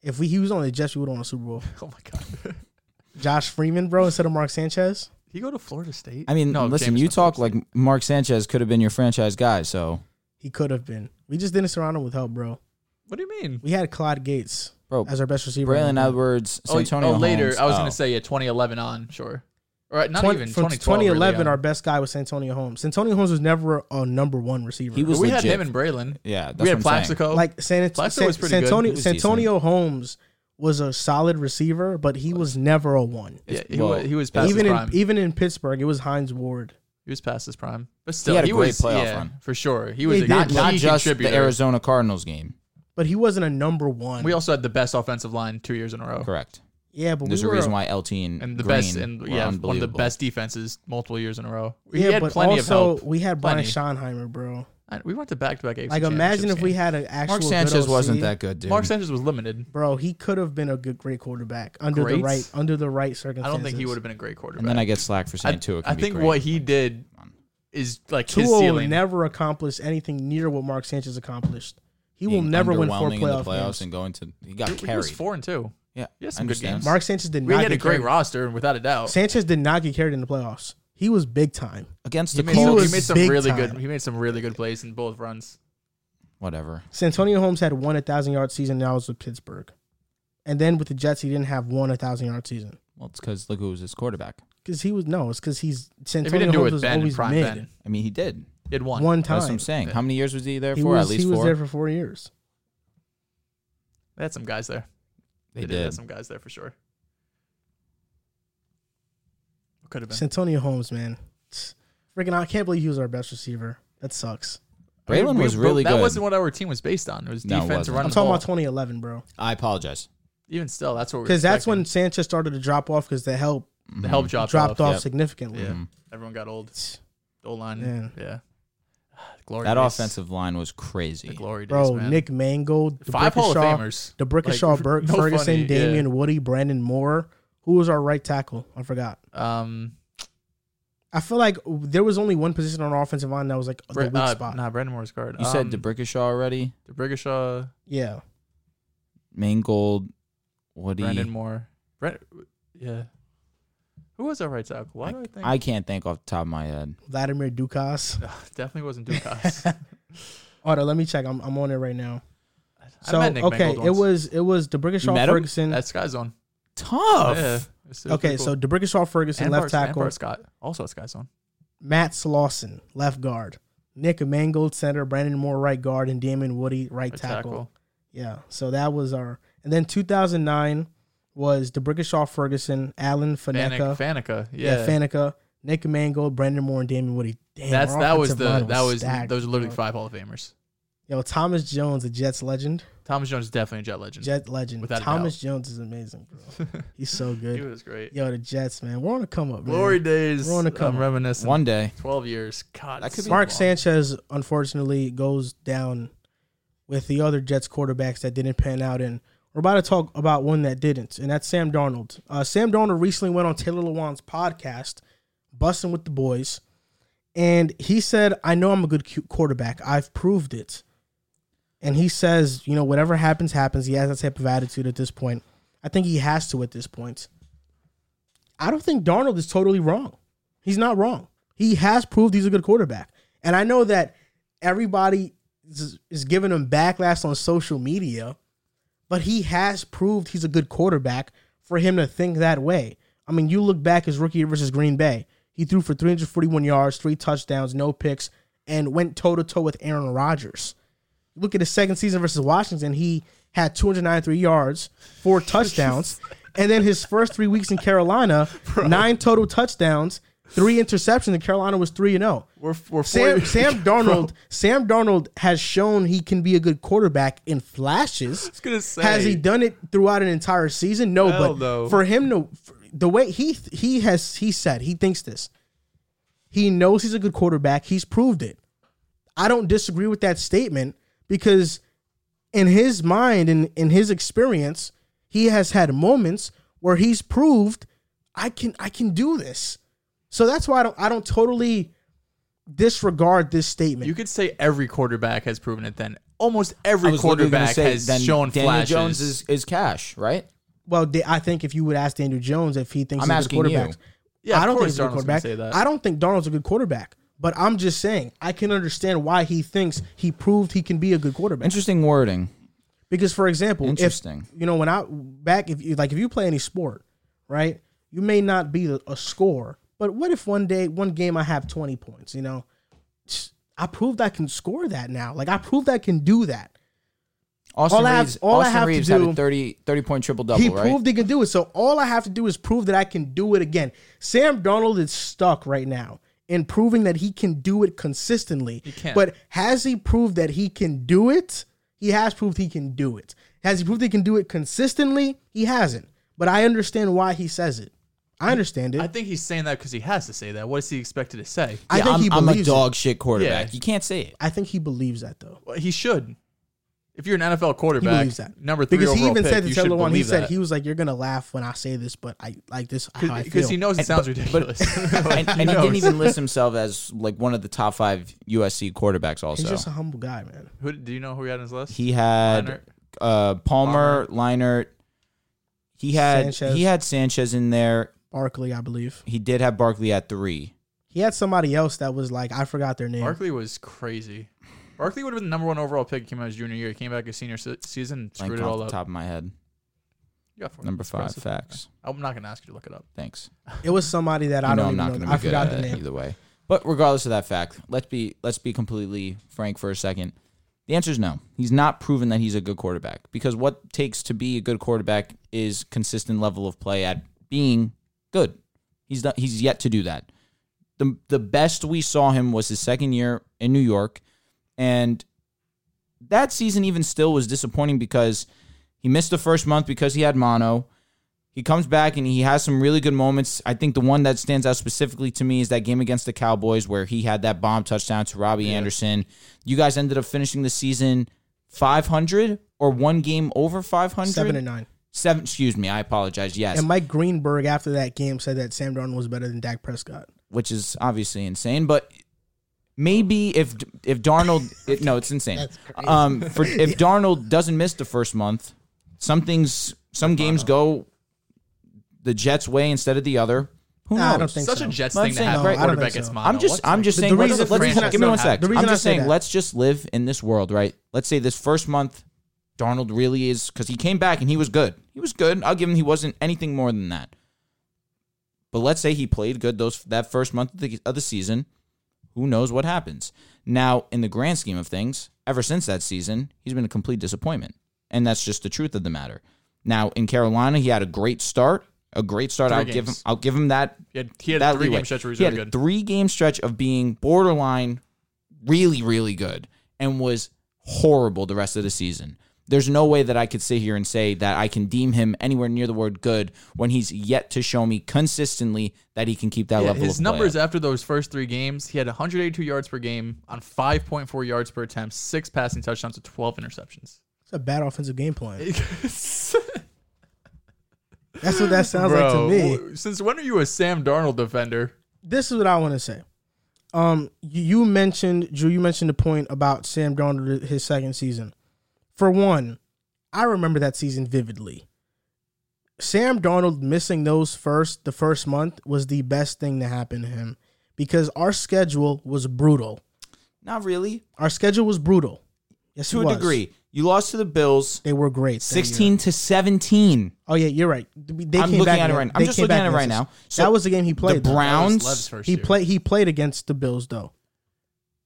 If we, he was on the Jets, we would have won a Super Bowl. Oh my god. Josh Freeman, bro, instead of Mark Sanchez. he go to Florida State. I mean, listen, Jameson you talk Florida like Mark Sanchez could have been your franchise guy. So, He could have been. We just didn't surround him with help, bro. State. What do you mean? We had Clyde Gates bro, as our best receiver. Braylon Edwards, Oh, Santonio oh, later. Holmes. I was Oh. gonna say yeah, 2011 on sure. All right, not Twen- even from 2012, 2011, Really, our best guy was Santonio Holmes. Santonio Holmes was never a number one receiver. He But was we legit. had him and Braylon. yeah, that's we had what I'm saying. Plaxico. like San, Plaxico San- was pretty good. Santonio, He was decent. Santonio Holmes was a solid receiver, but he was never a one. yeah, It's- he, well, was, he was past even his in e- prime. even in Pittsburgh, it was Heinz Ward. he was past his prime, but still, had a great was playoff yeah, run. for sure. He was He a did, Not, key not just the contributor. Arizona Cardinals game. but he wasn't a number one. We also had the best offensive line two years in a row, Correct. yeah, but There's we a were, reason why LT and, and the Green best and were yeah, one of the unbelievable. best defenses multiple years in a row. We Yeah, had but plenty of also help. we had Brian Plenty. Schottenheimer, bro. I- We went to back to back. Like, imagine if we had an actual Mark good Sanchez OC. wasn't that good, dude. Mark Sanchez was limited. bro. He could have been a good, great quarterback under the Great? right under the right I circumstances. don't think he would have been a great quarterback. and then I get slack for saying Tua can I be think great. what he did is like his Tua will ceiling. never accomplish anything near what Mark Sanchez accomplished. He will Being never win four underwhelming in the playoff playoffs games. and going to he got He- he carried. was four and two. Yeah, He had I some good understand. games. Mark Sanchez did We not had a get great carried. roster, and without a doubt, Sanchez did not get carried in the playoffs. He was big time. against he the made, some, Colts. he made some big really time. good. He made some really good plays in both runs. Whatever. Santonio Holmes had one 1,000 yard season. Now it's with Pittsburgh. And then with the Jets, he didn't have one 1,000 yard season. Well, it's because look who was his quarterback. Because he was, no, it's because he's, if he didn't Santonio do it Holmes with was Ben, always prime mid. Ben, I mean, he did. he had one. One That's what I'm time. saying. How many years was he there He for? was, At least he was four. there for four years. They had some guys there. they did have did. some guys there for sure. Could have been. Santonio Holmes, man. It's- Freaking, I can't believe he was our best receiver. That sucks. I mean, Braylon we- was but really that good. wasn't what our team was based on. It was No, it defense, wasn't. running I'm the talking ball. about 2011, bro. I apologize. Even still, that's what we Because that's when Sanchez started to drop off because the help the help Mm-hmm. dropped, Mm-hmm. dropped off Yep. significantly. Yeah, Mhm. everyone got old. It's- The old line. Man. Yeah, glory. That days. offensive line was The crazy. glory days, Bro, man. Nick Mangold, five Hall of Shaw, Famers. the Brick Like, Shaw Burke, no Ferguson, funny, yeah. Damian Woody, Brandon Moore. Who was our right tackle? I forgot. Um, I feel like there was only one position on our offensive line that was like Bre- the weak uh, spot. Nah, Brandon Moore's guard. You um, said DeBrickashaw already. DeBrickashaw, yeah. Mangold, Woody. Brandon Moore. Brent, yeah. Who was our right tackle? Why do I think? I can't think off the top of my head. Vladimir Dukas. definitely wasn't Dukas. Hold on, let me check. I'm, I'm on it right now. So I met Nick okay, Mangold it once. was it was DeBrickashaw You met him? Ferguson. That's Sky Zone. Tough. Yeah, it's- it was okay, pretty so cool. DeBrickashaw Ferguson, And left Bart- and tackle. Bart Scott also at Sky Zone. Matt Slauson, left guard. Nick Mangold, center. Brandon Moore, right guard, and Damon Woody, right Right tackle. Yeah. So that was our. And then 2009 was DeBrickashaw Ferguson, Alan Faneca, Faneca. Faneca. yeah. Yeah. Faneca, Nick Mangold, Brandon Moore, and Damon Woody. Damn, That's our that was offensive the line that was stacked, those are literally bro. five Hall of Famers. Yo, Thomas Jones, a Jets legend. Thomas Jones is definitely a Jet legend. Jet legend. Without a Thomas Jones is amazing, bro. He's so he good. was great. Yo, the Jets, man. We're on a come up, man. Glory days. We're on a come I'm up. reminiscing. One day. Twelve years. God, That could be Mark long. Sanchez, unfortunately, goes down with the other Jets quarterbacks that didn't pan out. And we're about to talk about one that didn't, and that's Sam Darnold. Uh, Sam Darnold recently went on Taylor Lewan's podcast, Busting with the Boys, and he said, I know I'm a good cu- quarterback. I've proved it. And he says, you know, whatever happens, happens. He has that type of attitude at this point. I think he has to at this point. I don't think Darnold is totally wrong. He's not wrong. He has proved he's a good quarterback. And I know that everybody is, is giving him backlash on social media, but he has proved he's a good quarterback for him to think that way. I mean, you look back his rookie year versus Green Bay. He threw for 341 yards, three touchdowns, no picks, and went toe to toe with Aaron Rodgers. Look at his second season versus Washington. He had 293 yards, four touchdowns, and then his first three weeks in Carolina, nine total touchdowns, three interceptions. And Carolina was three and oh. zero. We're, we're Sam four- Sam Darnold Sam Darnold has shown he can be a good quarterback in flashes. was gonna say. Has he done it throughout an entire season? No, Hell but no. for him to for- the way he th- he has he said he thinks this. He knows he's a good quarterback. He's proved it. I don't disagree with that statement because in his mind and in his experience, he has had moments where he's proved I can I can do this. So that's why I don't I don't totally disregard this statement. You could say every quarterback has proven it. Then almost every I was literally gonna quarterback say, has then shown Daniel flashes. Jones is, is cash, right? Well, they, I think if you would ask Daniel Jones if he thinks I'm he's a good asking you. quarterback, Yeah, I of don't think course he's a good Darnold's quarterback. gonna say that. I don't think Darnold's a good quarterback. But I'm just saying, I can understand why he thinks he proved he can be a good quarterback. Interesting wording. Because, for example, if Interesting. you know when I back if you like if you play any sport, right? You may not be a, a scorer, but what if one day, one game, I have 20 points? You know, I proved I can score that now. Like I proved I can do that. Austin All I have- Reeves, all I Austin have to Reeves had do- a 30, 30 point triple He double, right? proved he can do it. So all I have to do is prove that I can do it again. Sam Donald is stuck right now in proving that he can do it consistently. can't. But has he proved that he can do it? He has proved he can do it. Has he proved he can do it consistently? He hasn't. But I understand why he says it. I understand it. I think he's saying that because he has to say that. What is he expected to say? I Yeah, think I'm, he I'm a believes it. dog shit quarterback. Yeah. You can't say it. I think he believes that though. Well, he should. If you're an NFL He quarterback, believes that number three because overall he even pick, said to you Taylor should one. He believe said that. he was like, "You're gonna laugh when I say this, but I like this how I feel." because he knows it sounds ridiculous. And, Like, and he didn't knows. even list himself as like one of the top five USC quarterbacks. Also, He's just a humble guy, man. Who, do you know who he had on his list? He had Leinart? uh Palmer, Leinart. He had Sanchez. he had Sanchez in there. Barkley, I believe He did have Barkley at three. he had somebody else that was like I forgot their name. Barkley was crazy. Barkley would have been the number one overall pick. Came out his junior year. Came back his senior se- season. Blank Screwed it off all the up. top of my head. You got four. Number That's five impressive. facts. I'm not gonna ask you to look it up. Thanks. It was somebody that I I know don't I'm even not going know. to I be good forgot at the it name. either way. But regardless of that fact, let's be let's be completely frank for a second. The answer is no. He's not proven that he's a good quarterback because what takes to be a good quarterback is consistent level of play at being good. He's not, he's yet to do that. The the best we saw him was his second year in New York and that season even still was disappointing because he missed the first month because he had mono. He comes back and he has some really good moments. I think the one that stands out specifically to me is that game against the Cowboys where he had that bomb touchdown to Robbie Anderson. You guys ended up finishing the season 500 or one game over 500? Seven and nine. Seven- excuse me, I apologize. Yes. And Mike Greenberg after that game said that Sam Darnold was better than Dak Prescott. which is obviously insane, but maybe if if Darnold it, no, it's insane. Um, for if Darnold doesn't miss the first month, some things some games Uh-huh. go the Jets' way instead of the other. Who Nah, I knows? don't think Such so. a Jets Well, I'm thing to saying have no, a I don't think quarterback so. gets mono. I'm just What's I'm that? just The saying. reason- let's, the let's- reason I give me say one that- sec. the reason I'm I just say saying. that- Let's just live in this world, right? Let's say this first month, Darnold really is because he came back and he was good. He was good. I'll give him. He wasn't anything more than that. But let's say he played good those that first month of the, of the season. Who knows what happens? Now, in the grand scheme of things, ever since that season, he's been a complete disappointment, and that's just the truth of the matter. Now, in Carolina, he had a great start. A great start. Three I'll give him. games. I'll give him that He had, he had that a three leeway. game stretch where he was He had really a good. three game stretch of being borderline really, really good and was horrible the rest of the season. There's no way that I could sit here and say that I can deem him anywhere near the word good when he's yet to show me consistently that he can keep that Yeah, level his of numbers play. up. after those first three games, he had 182 yards per game on 5.4 yards per attempt, six passing touchdowns, to 12 interceptions. It's a bad offensive game plan. That's what that sounds Bro, like to me. w- since when are you a Sam Darnold defender? This is what I want to say. Um, you, you mentioned Drew. You mentioned the point about Sam Darnold uh, his second season. For one, I remember that season vividly. Sam Darnold missing those first the first month was the best thing to happen to him because our schedule was brutal. Not really. Our schedule was brutal. Yes, To it a was. degree. You lost to the Bills They were great. that year. 16 to 17. Oh yeah, you're right. They I'm came looking back at it and- right now. I'm they just came looking back at it and- right now. So that was the game he The played. though. Browns. That was Lev's first He year. played. He played against the Bills though.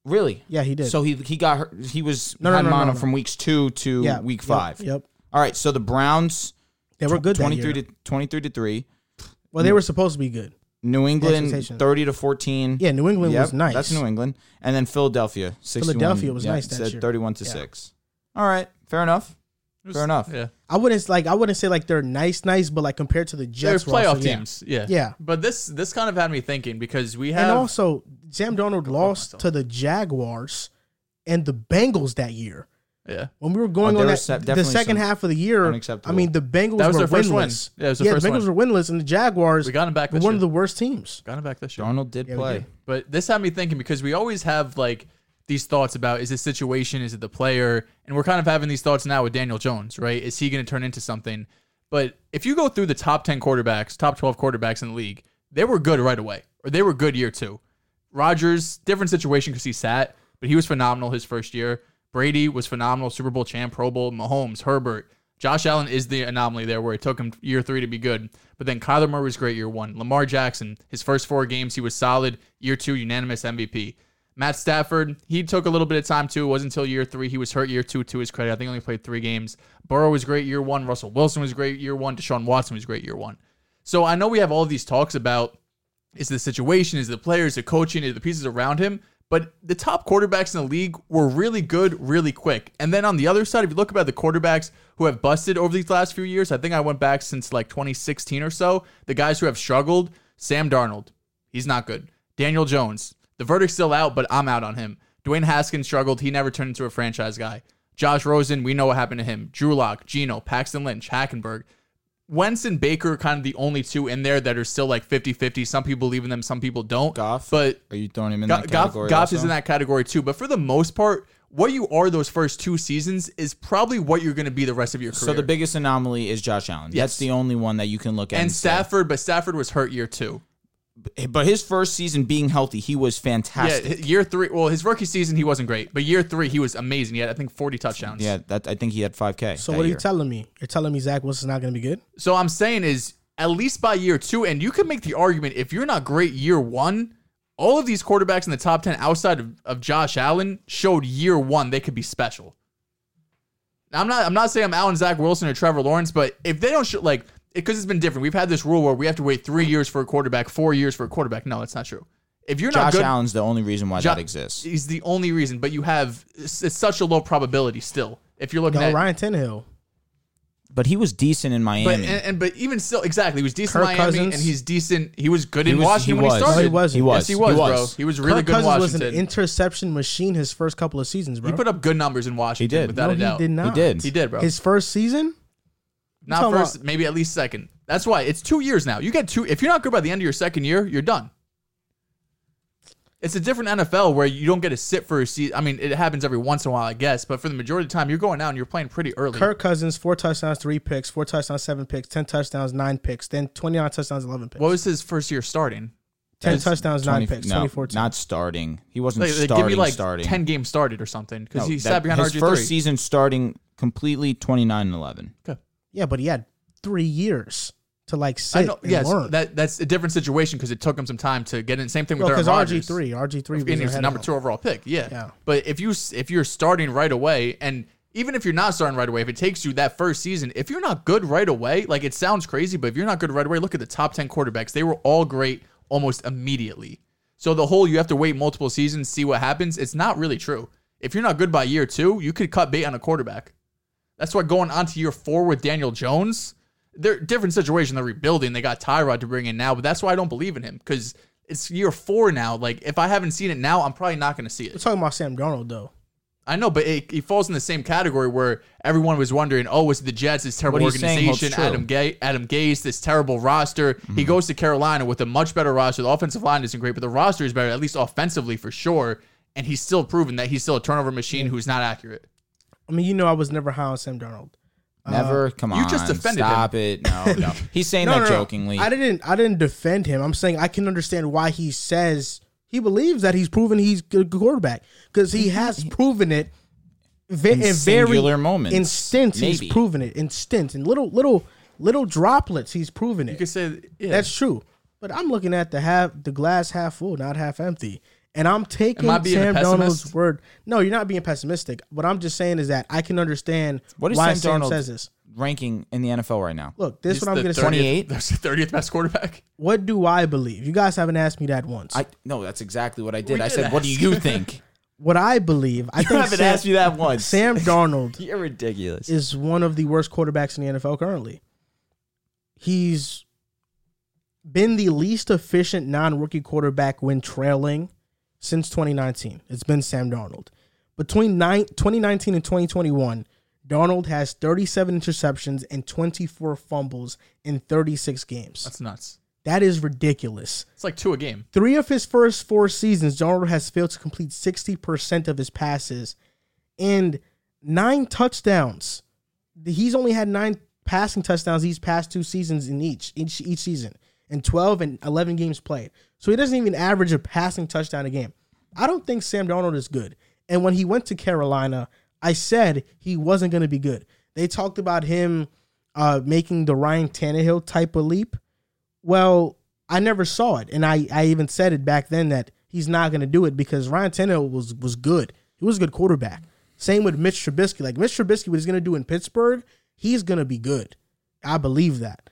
Really? Yeah, he did. So he he got hurt. He was No, no, no, no, no, mono no. from weeks two to yeah, week yep, five. Yep, All right. So the Browns. they were good. Twenty 23 three. to 23 to 3 Well, they were supposed to be good. new england Expectations. 30 to 14 Yeah, New England Yep, was nice. that's new england and then philadelphia 61, Philadelphia was yeah, nice that said year. 31 to Yeah. 6 all right fair enough It was- Fair enough. Yeah. I wouldn't like. I wouldn't say like they're nice, nice, but like compared to the Jets, They're were playoff also- yeah. teams. Yeah. Yeah. But this this kind of had me thinking because we have And also, Sam Donald lost to the Jaguars and the Bengals that year. yeah. When we were going Oh, on there that, was se- the definitely second some half of the year, I unacceptable- mean, the Bengals That was were their first win. winless. Yeah, it was their first the Bengals were winless, and the Jaguars We got 'em back were this one year. of the worst teams. Got him back this year. darnold did Yeah, we play did. But this had me thinking because we always have like these thoughts about is this situation, is it the player? And we're kind of having these thoughts now with Daniel Jones, right? Is he going to turn into something? But if you go through the top 10 quarterbacks, top 12 quarterbacks in the league, they were good right away, or they were good year two. Rodgers, different situation because he sat, but he was phenomenal his first year. Brady was phenomenal, Super Bowl champ, Pro Bowl, Mahomes, Herbert. Josh Allen is the anomaly there where it took him year three to be good. But then Kyler Murray was great year one. Lamar Jackson, his first four games, he was solid. Year two, unanimous MVP. Matt Stafford, he took a little bit of time too. It wasn't until year three. He was hurt year two to his credit. I think he only played three games. Burrow was great year one. Russell Wilson was great year one. Deshaun Watson was great year one. So I know we have all these talks about is the situation, is the players, the coaching, is the pieces around him. But the top quarterbacks in the league were really good, really quick. And then on the other side, if you look about the quarterbacks who have busted over these last few years, I think I went back since like 2016 or so. The guys who have struggled, Sam Darnold, he's not good. Daniel Jones, the verdict's still out, but I'm out on him. Dwayne Haskins struggled. He never turned into a franchise guy. Josh Rosen, we know what happened to him. Drew Lock, Geno, Paxton Lynch, Hackenberg. Wentz and Baker are kind of the only two in there that are still like 50 50. Some people believe in them, some people don't. Goff? But Are you throwing him in Go- that Goff, category? Goff is also? in that category too. But for the most part, what you are those first two seasons is probably what you're going to be the rest of your career. So the biggest anomaly is Josh Allen. That's Yes. the only one that you can look at. and say- Stafford, but Stafford was hurt year two. but his first season being healthy, he was Yeah, fantastic. h- year three. Well, his rookie season he wasn't great, but year three he was amazing. He had I think 40 touchdowns. Yeah, that I think he had five K. So what are you telling me? You're telling me Zach Wilson's not going to be good? So I'm saying is at least by year two, and you can make the argument if you're not great year one, all of these quarterbacks in the top ten outside of, of Josh Allen showed year one they could be special. Now, I'm not I'm not saying I'm Allen Zach Wilson or Trevor Lawrence, but if they don't show like because it's been different. We've had this rule where we have to wait three years for a quarterback, four years for a quarterback. No, that's not true. If you're not Josh good, Allen's the only reason why Jo- that exists. is the only reason. But you have it's, it's such a low probability still. If you're looking No, at Ryan Tannehill. But he was decent in Miami. But eh, and, and but even still, exactly, he was decent in Kirk Miami, Cousins? and he's decent. He was good in was- Washington he when he was. started. No, Oh, he wasn't. He was. Yes, he was, bro. He was really Kirk good in Cousins was Washington. an interception machine his first couple of seasons, bro. he put up good numbers in Washington, did. without no, a doubt. he did not. He did. He did, bro. His first season? not talking first, about- maybe at least second. That's why it's two years now. You get two. If you're not good by the end of your second year, you're done. It's a different NFL where you don't get to sit for a season. I mean, it happens every once in a while, I guess, but for the majority of the time, you're going out and you're playing pretty early. Kirk Cousins, four touchdowns, three picks, four touchdowns, seven picks, ten touchdowns, nine picks, then twenty nine touchdowns, eleven picks. what was his first year starting? ten That's touchdowns, nine 20 picks, no, twenty four touchdowns. Not starting. He wasn't Like, like, starting. give me like starting. ten games started or something because No, he that- sat behind his RG first three. season starting completely 29 and 11. Yeah, but he had three years to like I sit know, and yes, learn. that that's a different situation because it took him some time to get in. Same thing with because Aaron RG Rodgers. three, RG three was and he ahead was the of number him. two overall pick. Yeah. Yeah. but if you s- if you're starting right away, and even if you're not starting right away, if it takes you that first season, if you're not good right away, like it sounds crazy, but if you're not good right away, look at the top ten quarterbacks; they were all great almost immediately. So the whole you have to wait multiple seasons see what happens. It's not really true. If you're not good by year two, you could cut bait on a quarterback. That's why going on to year four with Daniel Jones, they're different situation. They're rebuilding. They got Tyrod to bring in now, but that's why I don't believe in him because it's year four now. Like if I haven't seen it now, I'm probably not going to see We're it. talking about Sam Darnold though. I know, but it, it falls in the same category where everyone was wondering, oh, was it the Jets? This terrible What he's saying holds organization, true. Mm-hmm. Adam Gay, Adam Gase, this terrible roster. He goes to Carolina with a much better roster. The offensive line isn't great, but the roster is better, at least offensively for sure. And he's still proven that he's still a turnover machine who's not accurate. I mean, you know, I was never high on Sam Darnold. Uh, Never. Come on. you just defended him. Stop it. No, no. He's saying that jokingly. I didn't. I didn't defend him. I'm saying I can understand why he says he believes that he's proven he's good quarterback because he has proven it. ve- In, singular moments, in stints, maybe. he's proven it. In stints, in little, little, little droplets, he's proven it. You could say yeah. That's true. But I'm looking at the half, the glass half full, not half empty. And I'm taking Am I being a Sam pessimist? Darnold's word. No, you're not being pessimistic. What I'm just saying is that I can understand What is why Sam Sam Darnold- says this. ranking in the NFL right now. Look, this is He's what I'm the going to say. 28? That's the 30th best quarterback. What do I believe? You guys haven't asked me that once. I no, that's exactly what I did. I did said, "What do ask. you think?" what I believe, I you think haven't Sam, asked me that once. Sam Darnold you're ridiculous. is one of the worst quarterbacks in the NFL currently. He's been the least efficient non-rookie quarterback when trailing since 2019. It's been Sam Darnold. Between nine, 2019 and 2021, Darnold has 37 interceptions and 24 fumbles in 36 games. That's nuts. That is ridiculous. It's like two a game. Three of his first four seasons, Darnold has failed to complete 60% of his passes and nine touchdowns. He's only had nine passing touchdowns these past two seasons in each, each, each season, and 12 and 11 games played. So he doesn't even average a passing touchdown a game. I don't think Sam Darnold is good. And when he went to Carolina, I said he wasn't going to be good. They talked about him uh, making the Ryan Tannehill type of leap. Well, I never saw it, and I, I even said it back then that he's not going to do it because Ryan Tannehill was was good. He was a good quarterback. Same with Mitch Trubisky. Like Mitch Trubisky, what he's going to do in Pittsburgh, he's going to be good. I believe that.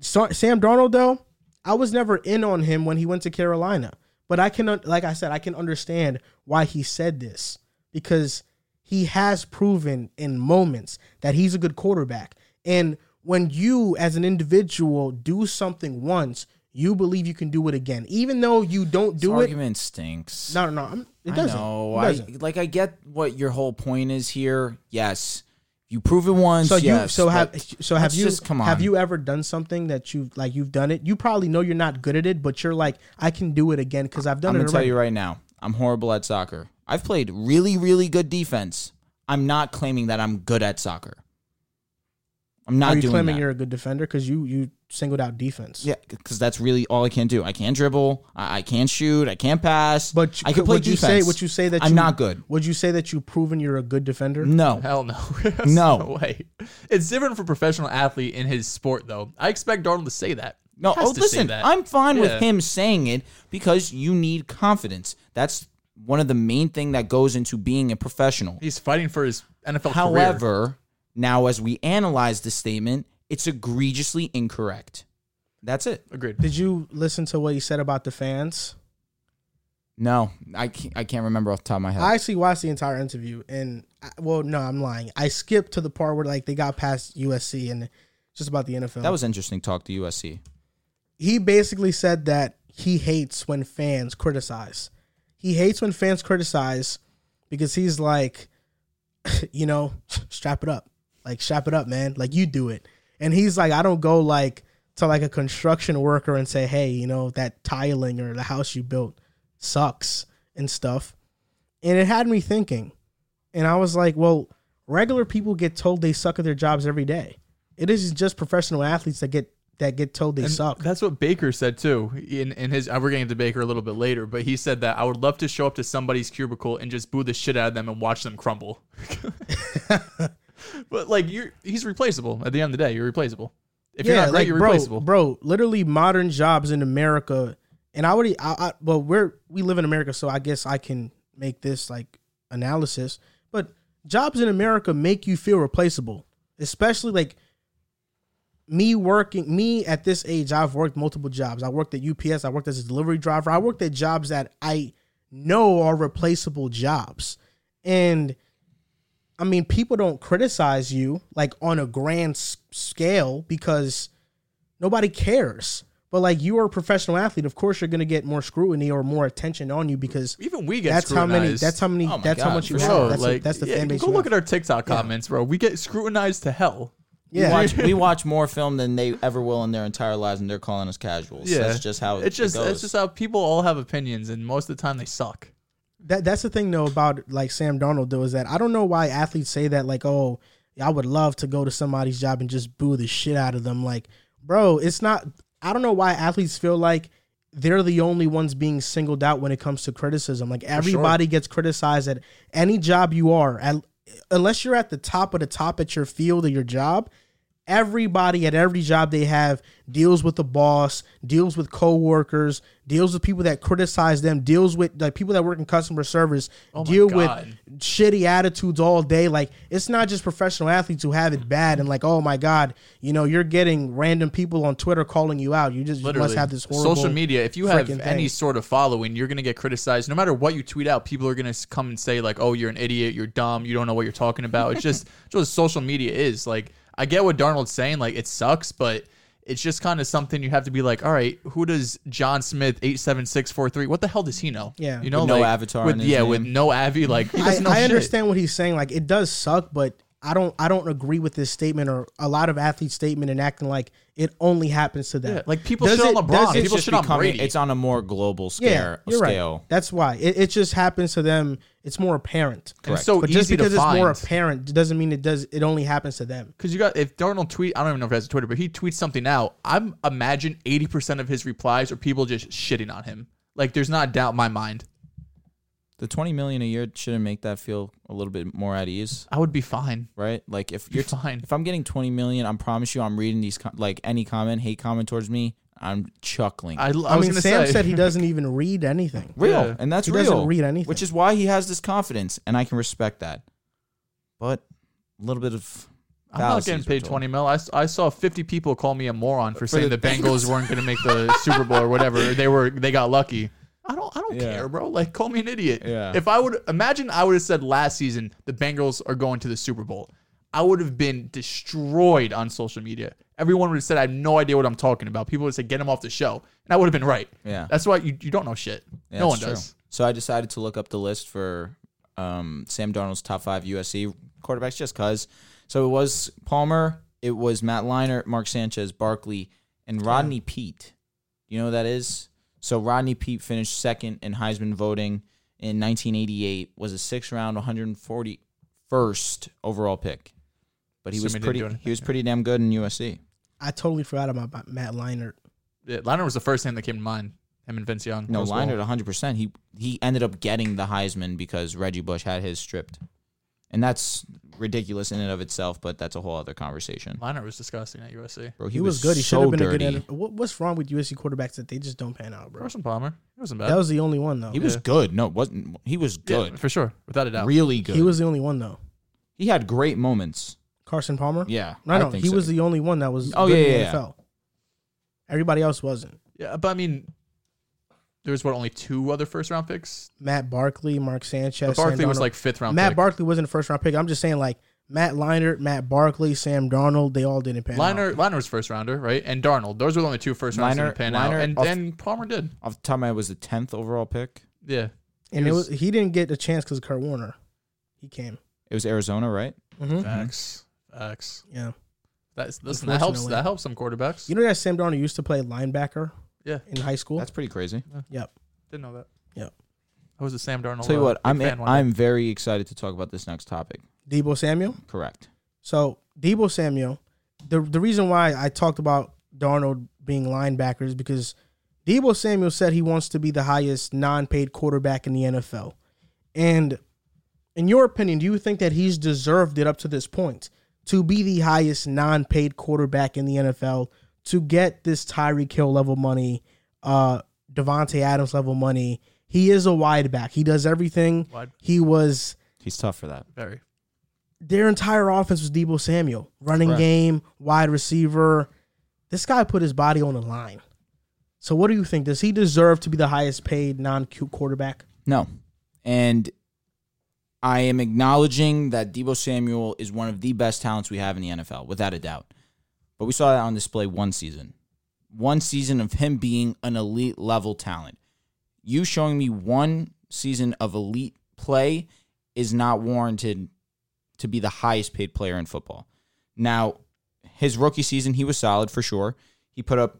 So, Sam Darnold, though, I was never in on him when he went to Carolina But I can, like I said, I can understand why he said this because he has proven in moments that he's a good quarterback. And when you, as an individual, do something once, you believe you can do it again, even though you don't This do it. argument stinks. No, no, no. I'm- It I doesn't. know. It I, doesn't. like I get what your whole point is here. Yes, you prove it once. So you yes, so have but so have let's you just come on. have you ever done something that you like you've done it? You probably know you're not good at it, but you're like I can do it again because I've I'm done gonna it. tell Already. you right now. I'm horrible at soccer. I've played really, really good defense. I'm not claiming that I'm good at soccer. I'm not Are you doing claiming that. you're a good defender because you you singled out defense? yeah, because that's really all I can do. I can't dribble. I, I can't shoot. I can't pass. But you, I can play would you defense. say would you say that I'm you- not good. Mm. Would you say that you've proven you're a good defender? No, Hell no. There's No. way. It's different for professional athlete in his sport, though. I expect Darnold to say that. He No, has oh, to say listen, that. I'm fine Yeah. with him saying it because you need confidence. That's one of the main thing that goes into being a professional. He's fighting for his NFL career. However, now as we analyze the statement, it's egregiously incorrect. That's it. Agreed. Did you listen to what he said about the fans? No, I can't, I can't remember off the top of my head. I actually watched the entire interview, and I, well, no, I'm lying. I skipped to the part where like they got past USC and just about the NFL. that was interesting talk to USC. he basically said that he hates when fans criticize. He hates when fans criticize because he's like, you know, strap it up. Like strap it up, man. Like you do it. And he's like, I don't go like to like a construction worker and say, hey, you know, that tiling or the house you built sucks and stuff. And it had me thinking. And I was like, well, regular people get told they suck at their jobs every day. It isn't just professional athletes that get that get told they And suck. That's what Baker said too. In in his, uh, we're getting to Baker a little bit later, but he said that I would love to show up to somebody's cubicle and just boo the shit out of them and watch them crumble. but like you're, he's replaceable. At the end of the day, you're replaceable. If you're not great, you're bro, replaceable. bro. Literally, modern jobs in America, and I already, I, I, well, we're we live in America, so I guess I can make this like analysis. But jobs in America make you feel replaceable, especially like me working. Me at this age, I've worked multiple jobs. I worked at UPS. I worked as a delivery driver. I worked at jobs that I know are replaceable jobs, and. I mean, people don't criticize you like on a grand s- scale because nobody cares. But like you are a professional athlete, of course you're going to get more scrutiny or more attention on you because Even we get that's how many. scrutinized. That's how many. Oh my that's how God, much you for have. sure. That's, like that's the yeah, fan base. Go you look have. at our TikTok comments, bro. We get scrutinized to hell. yeah. Watch, we watch more film than they ever will in their entire lives, and they're calling us casuals. Yeah, that's just how it's it just goes. it's just how people all have opinions, and most of the time they suck. that that's the thing though about like Sam Donald though is that I don't know why athletes say that like oh I would love to go to somebody's job and just boo the shit out of them like bro it's not I don't know why athletes feel like they're the only ones being singled out when it comes to criticism like everybody gets criticized at any job you are at, unless you're at the top of the top at your field or your job everybody at every job they have deals with the boss, deals with coworkers, deals with people that criticize them, deals with like people that work in customer service, deal Oh God. with shitty attitudes all day. Like it's not just professional athletes who have it bad and like, oh my god, you know, you're getting random people on Twitter calling you out. You just must have this horrible social media. If you have freaking any thing. sort of following, you're gonna get criticized. No matter what you tweet out, people are gonna s- come and say like, "Oh, you're an idiot. You're dumb. You don't know what you're talking about." It's just it's what social media is. Like, I get what Darnold's saying. Like, it sucks, but it's just kind of something you have to be like, "All right, who does John Smith eight seven six four three? What the hell does he know? Yeah. you know, With no like, avatar With, in his yeah, with name. no avi. Like, he I, doesn't know I shit. understand what he's saying. Like it does suck, but I don't I don't agree with this statement or a lot of athletes' statement and acting like it only happens to them. Yeah, like people Does shit on it- LeBron. does it- People just shit on becoming- Brady. It's on a more global scale. scale. That's why it, it just happens to them. It's more apparent. And it's so but easy just because to find. it's more apparent doesn't mean it does. It only happens to them. Because you got if Darnold tweet, I don't even know if he has a Twitter, but he tweets something out. I'm imagine eighty percent of his replies are people just shitting on him. Like there's not a doubt in my mind. The twenty million a year shouldn't make that feel a little bit more at ease, I would be fine. right? Like if you're You're fine. If I'm getting 20 million, I promise you, I'm reading these, com- like any comment, hate comment towards me, I'm chuckling. I, I, was I, mean, gonna Sam say, said he doesn't even read anything. real. Yeah. And that's He real. doesn't read anything. Which is why he has this confidence, and I can respect that. But a little bit of. I'm not getting paid twenty mil. I, s- I saw fifty people call me a moron for, saying the the Bengals weren't gonna make the Super Bowl or whatever. They were they got lucky. I don't I don't Yeah. care, bro. Like call me an idiot. Yeah. If I would imagine I would have said last season the Bengals are going to the Super Bowl, I would have been destroyed on social media. Everyone would have said I have no idea what I'm talking about. People would say get him off the show. And I would have been right. Yeah. That's why you, you don't know shit. Yeah, no one that's true. does. So I decided to look up the list for um, Sam Darnold's top five USC quarterbacks just because. So it was Palmer, it was Matt Leinart, Mark Sanchez, Barkley, and Rodney Pete. You know who that is? So Rodney Pete finished second in Heisman voting in 1988, was a six round, 141st overall pick. But he was Assuming he didn't pretty do anything, he was pretty damn good in USC. I totally forgot about Ma- Matt Leinart. Yeah, Leonard was the first name that came to mind. Him and Vince Young. No, Rose Bowl. Leinart 100%. He he ended up getting the Heisman because Reggie Bush had his stripped. And that's ridiculous in and of itself, but that's a whole other conversation. Leonard was disgusting at USC. Bro, He, was, good. He should so have been dirty. a good. What, what's wrong with USC quarterbacks that they just don't pan out, bro? Carson Palmer. He wasn't bad. That was the only one though. He was good. No, it wasn't he was Yeah, good. for sure. Without a doubt. Really good. He was the only one though. he had great moments. Carson Palmer. Yeah. No, no, I think he so. was the only one that was. Oh, good yeah, in the yeah, yeah. NFL. Everybody else wasn't. Yeah, but I mean, there was what only two other first round picks. Matt Barkley, Mark Sanchez. But Barkley Sam was Darnold. like fifth round. Matt pick. Barkley wasn't a first round pick. I'm just saying like Matt Leinart, Matt Barkley, Sam Darnold. They all didn't pan out. Liner, Liner was first rounder, right? And Darnold. Those were the only two first rounders Liner- to pan Liner out. And off- then Palmer did. off the top of my head was the tenth overall pick. Yeah. and he it was- was he didn't get a chance because Kurt Warner. He came. It was Arizona, right? hmm Mm-hmm. Facts. Facts. Yeah. That's listen, that helps. Unfortunately. That helps some quarterbacks. You know that Sam Darnold used to play linebacker yeah. in high school. That's pretty crazy. yep. Didn't know that. Yep. I was a Sam Darnold. Tell you uh, what, big I'm fan one day. I'm very excited to talk about this next topic. Debo Samuel. Correct. So Debo Samuel, the the reason why I talked about Darnold being linebacker is because Debo Samuel said he wants to be the highest non-paid quarterback in the NFL. And in your opinion, do you think that he's deserved it up to this point to be the highest non-paid quarterback in the NFL to get this Tyreek Hill level money, uh Devontae Adams level money? He is a wide back. He does everything. Wide. He was He's tough for that. very. their entire offense was Debo Samuel, running Correct. game, wide receiver. This guy put his body on the line. So, what do you think? Does he deserve to be the highest paid non Q quarterback? No. And I am acknowledging that Debo Samuel is one of the best talents we have in the NFL, without a doubt. But we saw that on display one season. One season of him being an elite level talent. You showing me one season of elite play is not warranted to be the highest paid player in football. Now, his rookie season, he was solid for sure. He put up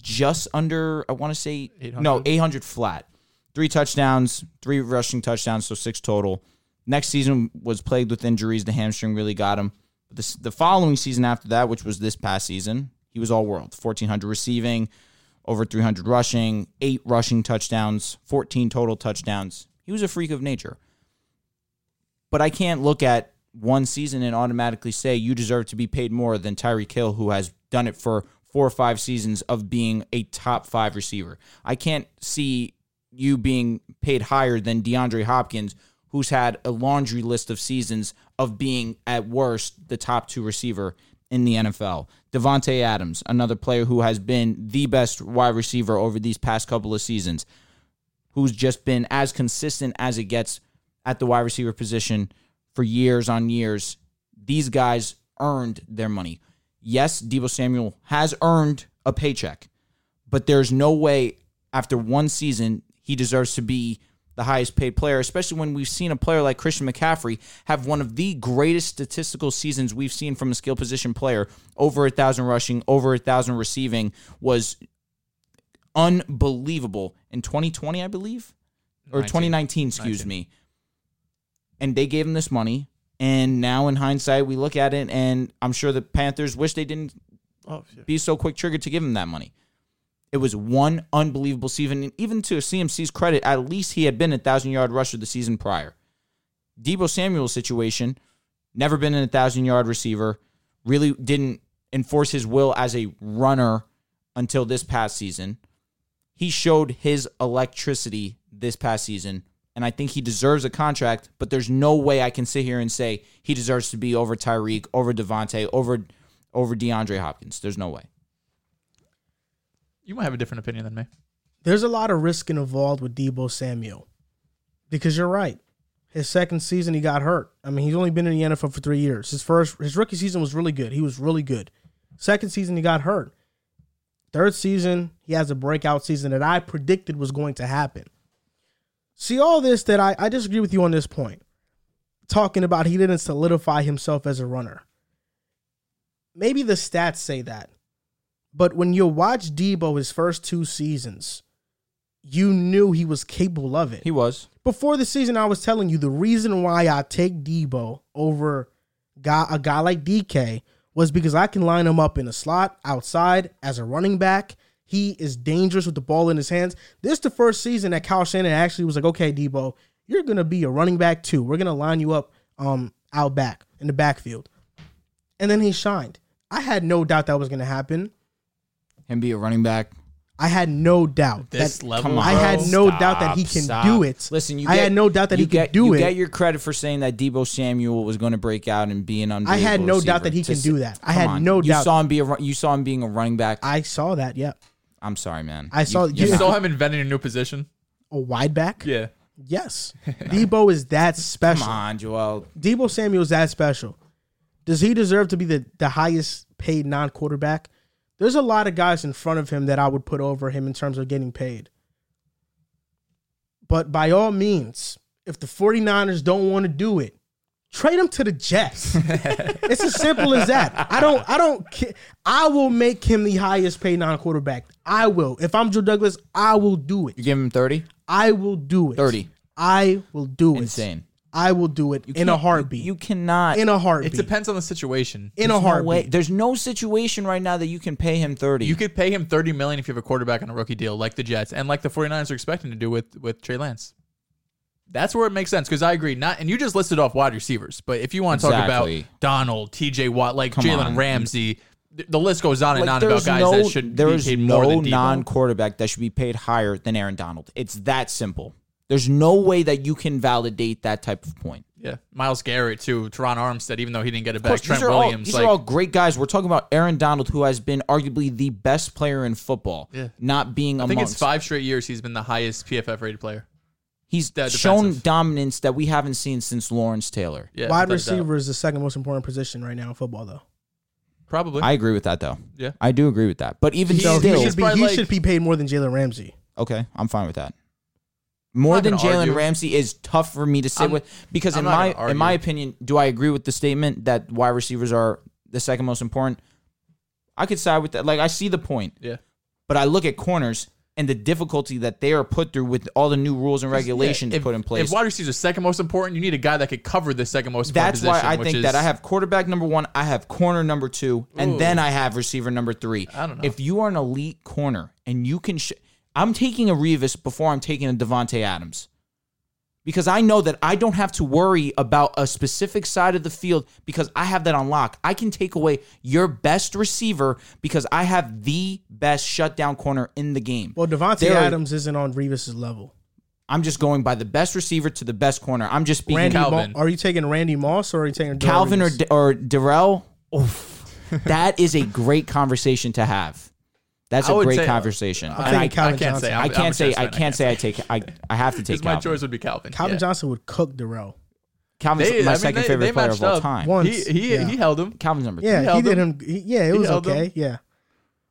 just under, I want to say, no, 800. 800 flat. Three touchdowns, three rushing touchdowns, so six total. Next season was plagued with injuries. The hamstring really got him. But this, the following season after that, which was this past season, he was all world 1,400 receiving, over 300 rushing, eight rushing touchdowns, 14 total touchdowns. He was a freak of nature but I can't look at one season and automatically say you deserve to be paid more than Tyreek Hill, who has done it for four or five seasons of being a top five receiver. I can't see you being paid higher than DeAndre Hopkins, who's had a laundry list of seasons of being at worst the top two receiver in the NFL. Devontae Adams, another player who has been the best wide receiver over these past couple of seasons who's just been as consistent as it gets at the wide receiver position for years on years. These guys earned their money. Yes, Debo Samuel has earned a paycheck, but there's no way after one season he deserves to be the highest paid player, especially when we've seen a player like Christian McCaffrey have one of the greatest statistical seasons we've seen from a skill position player. Over a thousand rushing, over a thousand receiving was unbelievable in 2020, I believe, or 2019, excuse me. And they gave him this money. And now, in hindsight, we look at it, and I'm sure the Panthers wish they didn't Oh, yeah. be so quick triggered to give him that money. It was one unbelievable season. And even to CMC's credit, at least he had been a thousand yard rusher the season prior. Debo Samuel's situation, never been a thousand yard receiver, really didn't enforce his will as a runner until this past season. He showed his electricity this past season, and I think he deserves a contract, but there's no way I can sit here and say he deserves to be over Tyreek, over Devontae, over over DeAndre Hopkins. There's no way. You might have a different opinion than me. there's a lot of risk involved with Debo Samuel because you're right. His second season, he got hurt. I mean, he's only been in the NFL for three years. His first, his rookie season was really good. He was really good. Second season, he got hurt. Third season, he has a breakout season that I predicted was going to happen. See, all this that I, I disagree with you on this point, talking about he didn't solidify himself as a runner. Maybe the stats say that, but when you watch Debo his first two seasons, you knew he was capable of it. He was. Before the season, I was telling you the reason why I take Debo over guy, a guy like DK was because I can line him up in a slot outside as a running back. He is dangerous with the ball in his hands. This the first season that Kyle Shannon actually was like, okay, Debo, you're gonna be a running back too. We're gonna line you up um out back in the backfield. And then he shined. I had no doubt that was gonna happen. Him be a running back. I had no doubt. This that, level, come on, I bro. had no doubt that he can Stop, do stop. it. Listen, you I get- had no doubt that you he get, could do you it. get your credit for saying that Debo Samuel was going to break out and be an unbelievable I had no doubt receiver. that he To can s- do that. I come had on. no You doubt. saw him be a run- you saw him being a running back. I, I saw that. Yeah, am sorry, man. I saw- you. You Yeah. saw him inventing a new position. a wide back. Yeah. Yes, Debo is that Come special. on, Joel. Debo Samuel's that special. Does he deserve to be the, the highest paid non quarterback? There's a lot of guys in front of him that I would put over him in terms of getting paid. But by all means, if the 49ers don't want to do it, trade him to the Jets. it's as simple as that. I don't I don't ca- I will make him the highest paid non quarterback. I will. If I'm Joe Douglas, I will do it. You give him thirty. I will do it. 30. I will do it. Insane. I will do it in can't- a you- heartbeat. You cannot. in a It heartbeat. depends on the situation. in a there's no way- heartbeat. there's no situation right now that you can pay him thirty. You could pay him thirty million if you have a quarterback on a rookie deal, like the Jets and like the 49ers are expecting to do with with Trey Lance. That's where it makes sense because I agree. Not and you just listed off wide receivers, but if you want to Exactly. talk about Donald, T.J. Watt, like Come Jalen on. Ramsey, th- the list goes on and Like, on about there's guys no, that should there be is paid more no than Debo. non-quarterback that should be paid higher than Aaron Donald. It's that simple. There's no way that you can validate that type of point. yeah, Miles Garrett too. Teron Armstead, even though he didn't get Of it course, back. Trent these are Williams, all these like are all great guys. We're talking about Aaron Donald, who has been arguably the best player in football. Yeah. Not being I amongst, think it's five straight years he's been the highest PFF rated player. he's that shown defensive. dominance that we haven't seen since Lawrence Taylor. Yeah, Wide without a doubt. receiver is the second most important position right now in football, though. probably. I agree with that though. Yeah. I do agree with that. But even He- So still, he Still. should be, He's probably he like- should be paid more than Jalen Ramsey. Okay, I'm fine with that. More not than gonna Jalen argue. Ramsey is tough for me to sit I'm- with because I'm in not my gonna in my argue. opinion, do I agree with the statement that wide receivers are the second most important? I could side with that. Like I see the point, yeah, but I look at corners and the difficulty that they are put through with all the new rules and regulations Yeah, if- put in place. If wide receiver is second most important, you need a guy that could cover the second most important That's why position. I which think is, that I have quarterback number one, I have corner number two, and then I have receiver number three. I don't know. If you are an elite corner and you can, sh- I'm taking a Revis before I'm taking a Devonte Adams, because I know that I don't have to worry about a specific side of the field because I have that on lock. I can take away your best receiver because I have the best shutdown corner in the game. Well, Devontae There are- Adams isn't on Revis's level. I'm just going by the best receiver to the best corner. I'm just speaking Randy Mo- Calvin. are you taking Randy Moss or are you taking Darrell Calvin or Revis? D- or Darrell, oof, that is a great conversation to have. That's I a would great say- uh, conversation. And I'm I, thinking Calvin I can't Johnson. say. I I'm, I'm a can't say Jets I fan, can't say I take I I have to take Because my Calvin. choice would be Calvin. Calvin yeah. Johnson would cook Darrell. Calvin's They- my I mean, second they- favorite they player matched of all up. time. Once, He he, yeah. he held him. Calvin's number three. Yeah, he, held did him. him. he- yeah, it was held okay. him. Yeah,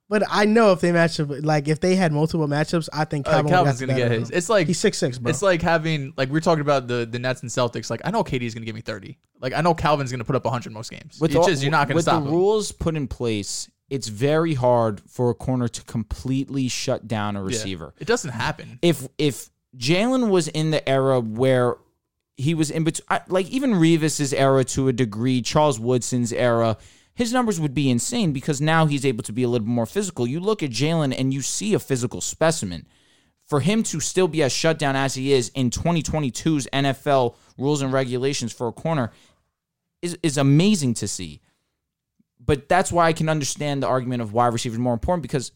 but I know if they match up, like if they had multiple matchups, I think Uh, Calvin would Calvin's have gonna the get better of his. him. It's like He's six six, bro. It's like having like we we're talking about the the Nets and Celtics. Like I know KD's gonna give me thirty. Like I know Calvin's gonna put up hundred most games. With all- just, you're not gonna with stop the him. rules put in place. It's very hard for a corner to completely shut down a Yeah. receiver. It doesn't happen. if if Jalen was in the era where he was in between, I, like even Revis's era to a degree, Charles Woodson's era, his numbers would be insane because now he's able to be a little more physical. You look at Jalen and you see a physical specimen. For him to still be as shut down as he is in 2022's NFL rules and regulations for a corner is, is amazing to see. But that's why I can understand the argument of why receivers are more important because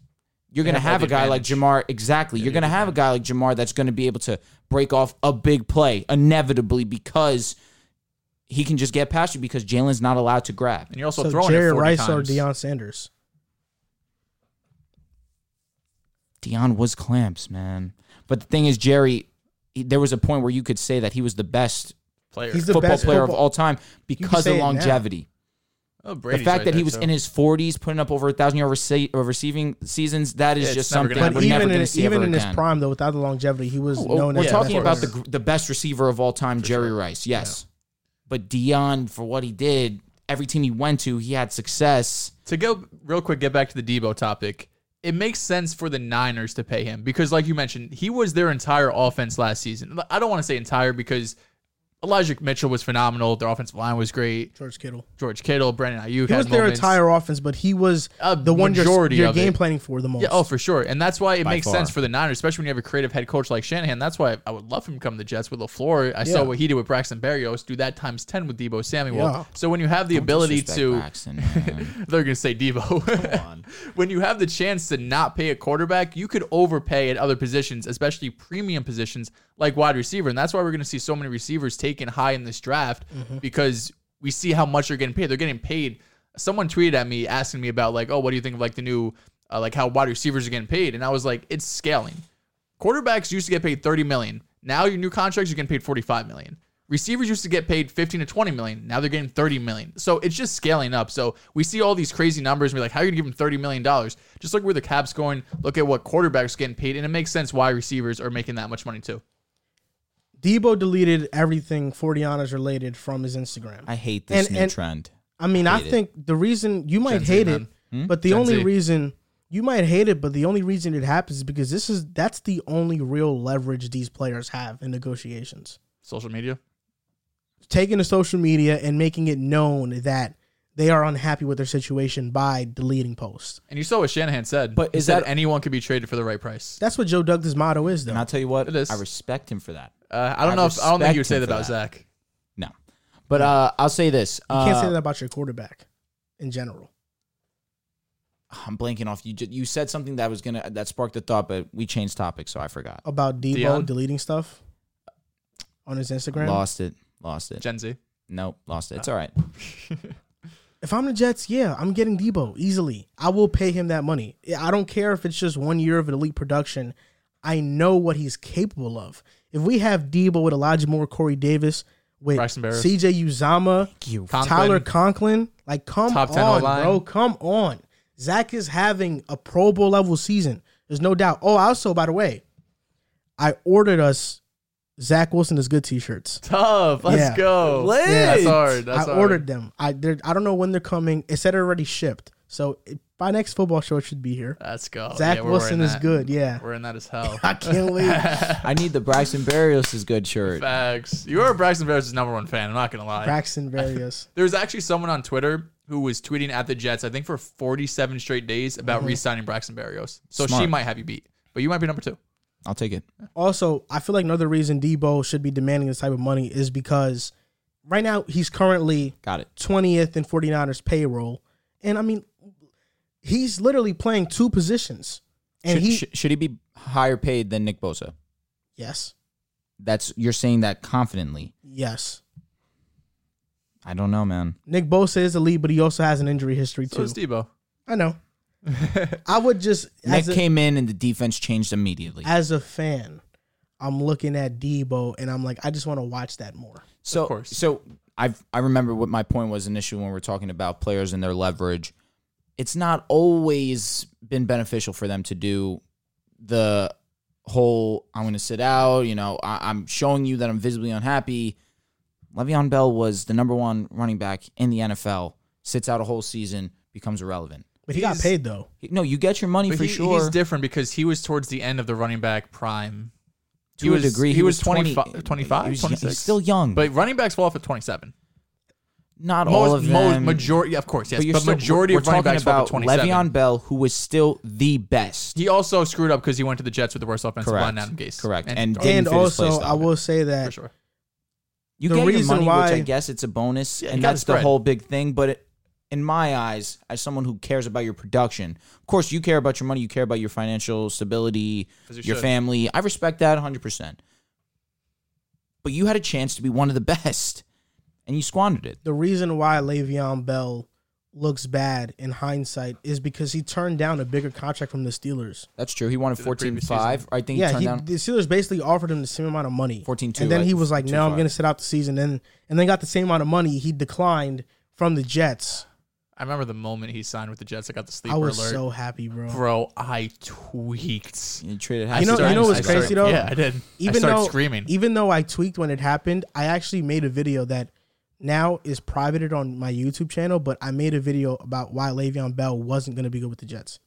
you're going to have have all a the guy like advantage. Jamar. Exactly. You're going to have a guy like Jamar that's going to be able to break off a big play inevitably because he can just get past you because Jalen's not allowed to grab. And you're also so throwing Jerry it 40 Rice times. or Deion Sanders. Dion was clamps, man. But the thing is, Jerry, he, there was a point where you could say that he was the best player. He's the football best player of football- all time because say it of now. longevity. oh, The Brady's fact right that he there, was so. in his 40s, putting up over a thousand yard rece- uh, receiving seasons, that is Yeah, it's just never something gonna we're happen. but never even in going to his, see even ever in his again. prime though, without the longevity, he was Oh, known we're as of talking about course. the gr- the best receiver of all time, Jerry Rice. Yes, but Dion for what he did, every team he went to, he had success. to go real quick, get back to the Debo topic. It makes sense for the Niners to pay him because, like you mentioned, he was their entire offense last season. I don't want to say entire because Elijah Mitchell was phenomenal. Their offensive line was great. George Kittle. George Kittle, Brandon Ayuk. He was had their moments. entire offense, but he was A the one you're, majority you're of game it. planning for the most. Yeah, oh, for sure. And that's why it By makes far. sense for the Niners, especially when you have a creative head coach like Shanahan. That's why I would love him to come to the Jets with LaFleur. I Yeah. saw what he did with Braxton Berrios. Do that times 10 with Debo Samuel. Yeah. So when you have the ability Disrespect Braxton, to. man. They're going to say Debo. when you have the chance to not pay a quarterback, you could overpay at other positions, especially premium positions like wide receiver. And that's why we're going to see so many receivers taken high in this draft because we see how much they're getting paid. They're getting paid. Someone tweeted at me asking me about, like, oh, what do you think of like the new, uh, like how wide receivers are getting paid? And I was like, it's scaling. Quarterbacks used to get paid 30 million. Now your new contracts are getting paid 45 million. Receivers used to get paid 15 to 20 million. Now they're getting 30 million. So it's just scaling up. So we see all these crazy numbers and we're like, how are you gonna give them 30 million dollars? Just look where the cap's going, look at what quarterbacks are getting paid, and it makes sense why receivers are making that much money too. Debo deleted everything 40 related from his Instagram. I hate this And- new and- trend. I mean, I Hate it. think the reason you might Gen Z, hate it, man. but the Gen only Z. reason you might hate it, but the only reason it happens is because this is that's the only real leverage these players have in negotiations. Social media. Taking to social media and making it known that they are unhappy with their situation by deleting posts. And you saw what Shanahan said. But He is said that- anyone could be traded for the right price? That's what Joe Douglas' motto is, though. And I'll tell you what, It is. I respect him for that. Uh, I don't I know if I don't think you would respect say him that for about that. Zach. No, but uh, I'll say this. you can't say uh, that about your quarterback in general. I'm blanking off. You ju- you said something that was gonna that sparked the thought, but we changed topics, so I forgot. About Debo Deion? deleting stuff on his Instagram. Lost it. Lost it. Gen Z. Nope. Lost Uh. it. It's all right. If I'm the Jets, yeah, I'm getting Debo easily. I will pay him that money. I don't care if it's just one year of elite production. I know what he's capable of. If we have Debo with Elijah Moore, Corey Davis, with Braxton Berrios. CJ Uzama, You. Conklin. Tyler Conklin, like come Top 10 on, O-line. bro, come on. Zach is having a Pro Bowl level season. There's no doubt. Oh, also, by the way, I ordered us Zach Wilson is good T-shirts. Tough. Let's Yeah. go. Yeah, that's hard. That's I hard. ordered them. I they're- I don't know when they're coming. It said it already shipped. So it, by next football show, it should be here. Let's go. Zach Yeah, we're Wilson wearing is that. good. Yeah, We're in that as hell. I can't wait. I need the Braxton Berrios is good shirt. Facts. You are Braxton Berrios' number one fan. I'm not gonna lie. Braxton Berrios. There was actually someone on Twitter who was tweeting at the Jets, I think for 47 straight days about re-signing Braxton Berrios. So she Smart. might have you beat, but you might be number two. I'll take it. Also, I feel like another reason Debo should be demanding this type of money is because right now he's currently Got it. 20th and 49ers payroll, and I mean, he's literally playing two positions, and Should, he sh- should he be higher paid than Nick Bosa? yes, That's you're saying that confidently. yes. I don't know, man. Nick Bosa is the lead, but he also has an injury history So too. is Debo. I know. I would just Nick as a, came in and the defense changed immediately. as a fan, I'm looking at Debo and I'm like, I just want to watch that more. So, Of course. so I I remember what my point was initially when we are talking about players and their leverage. It's not always been beneficial for them to do the whole I'm going to sit out. You know, I, I'm showing you that I'm visibly unhappy. Le'Veon Bell was the number one running back in the NFL. Sits out a whole season, becomes irrelevant. But he got He's- paid though. He- No, you get your money But for he- sure. he's different because he was towards the end of the running back prime. to he a was- degree, he was 20 25 25, he was- 26. He's still young, but But running backs fall off at 27. not Most, all of them. most majority, of course, yes. But, you're still- majority we're of running talking backs fall off about at 27. Le'Veon Bell, who was still the best. He also screwed up because he went to the Jets with the worst offensive Correct. line. Adam Gase. Correct. and And Darnold, didn't And fit his play also, style I will say for that sure. You The get your reason money, which why- I guess it's a bonus, Yeah, you and gotta that's the spread. whole big thing. But it, in my eyes, as someone who cares about your production, of course, you care about your money, you care about your financial stability, As you your should. family. I respect that 100%. But you had a chance to be one of the best, and you squandered it. the reason why Le'Veon Bell looks bad in hindsight is because he turned down a bigger contract from the Steelers. That's true. He wanted the previous 14-5. I think he Yeah, turned he, down the Steelers basically offered him the same amount of money, 14-2, and then right? he was like, "No, I'm 2-5. going to sit out the season." And and then got the same amount of money. He declined from the Jets. I remember the moment he signed with the Jets. I got the sleeper I was alert. so happy, bro. Bro, I tweaked. he traded I half know- the you know started- what's I crazy, started- though? Yeah, I did. I even started though e- screaming. even though I tweaked when it happened, I actually made a video that now is privated on my YouTube channel, but I made a video about why Le'Veon Bell wasn't going to be good with the Jets.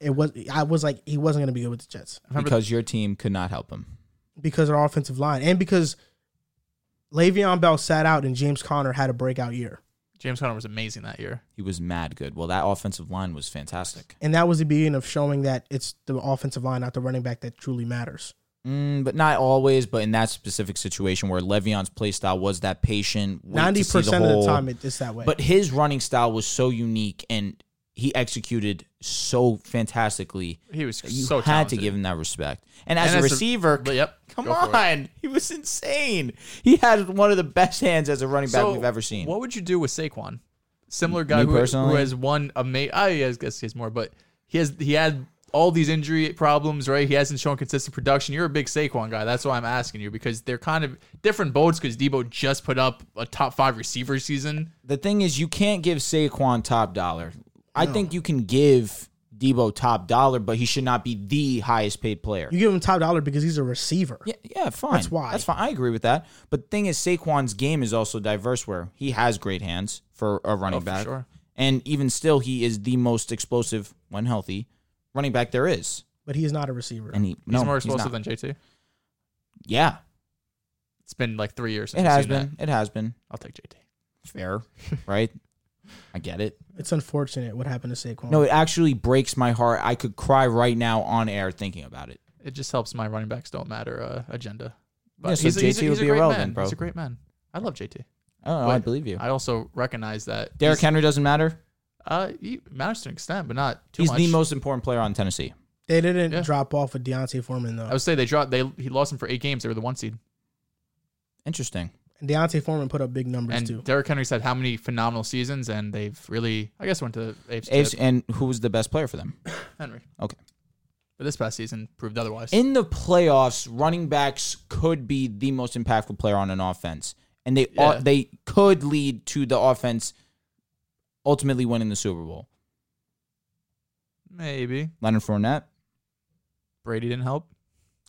It was I was like he wasn't going to be good with the Jets remember- because your team could not help him. because of our offensive line and because Le'Veon Bell sat out and James Conner had a breakout year, James Conner was amazing that year. He was mad good. Well, that offensive line was fantastic. and that was the beginning of showing that it's the offensive line, not the running back, that truly matters. Mm, but not always. But in that specific situation where Le'Veon's play style was that patient, Ninety percent of the time, it- it's that way. But his running style was so unique, and he executed so fantastically. He was You so had talented. to give him that respect. And as And a as a- receiver, But yep. come go for it. on, he was insane. He had one of the best hands as a running back So, we've ever seen. What would you do with Saquon? Similar guy who, personally? who has won a ma- I guess he has more, but he has he had all these injury problems, right? He hasn't shown consistent production. You're a big Saquon guy. That's why I'm asking you because they're kind of different boats because Debo just put up a top five receiver season. The thing is, you can't give Saquon top dollar. I think you can give Debo top dollar, but he should not be the highest paid player. you give him top dollar because he's a receiver. Yeah, yeah, fine. That's why. That's fine. I agree with that. But the thing is, Saquon's game is also diverse, where he has great hands for a running Oh, for back, sure. and even still, he is the most explosive when healthy running back there is. But he is not a receiver. And he, He's no, more he's explosive not. than JT. yeah. It's been like three years. Since It I've has seen that. been. It has been I'll take JT. fair, right? I get it. It's unfortunate what happened to Oh. Saquon. No, it actually breaks my heart. I could cry right now on air thinking about it. It just helps my running backs don't matter uh, agenda. But Yeah, so he's, a- he's, a- JT would he's a be great irrelevant, man. bro. He's a great man. I love JT. I don't know. Oh, I But believe you. I also recognize that Derrick he's- Henry doesn't matter. uh, he matters to an extent, but not too He's much. the most important player on Tennessee. They didn't Yeah. drop off with Deontay Foreman though. I would say they dropped. They he lost him for eight games. They were the one seed, Interesting. And Deontay Foreman put up big numbers and too. Derrick Henry's had how many phenomenal seasons, and they've really, I guess, went to AFC Aves- and who was the best player for them? Henry. Okay. But this past season proved otherwise. In the playoffs, running backs could be the most impactful player on an offense, and they Yeah. ought- they could lead to the offense ultimately winning the Super Bowl. Maybe Leonard Fournette. Brady didn't help.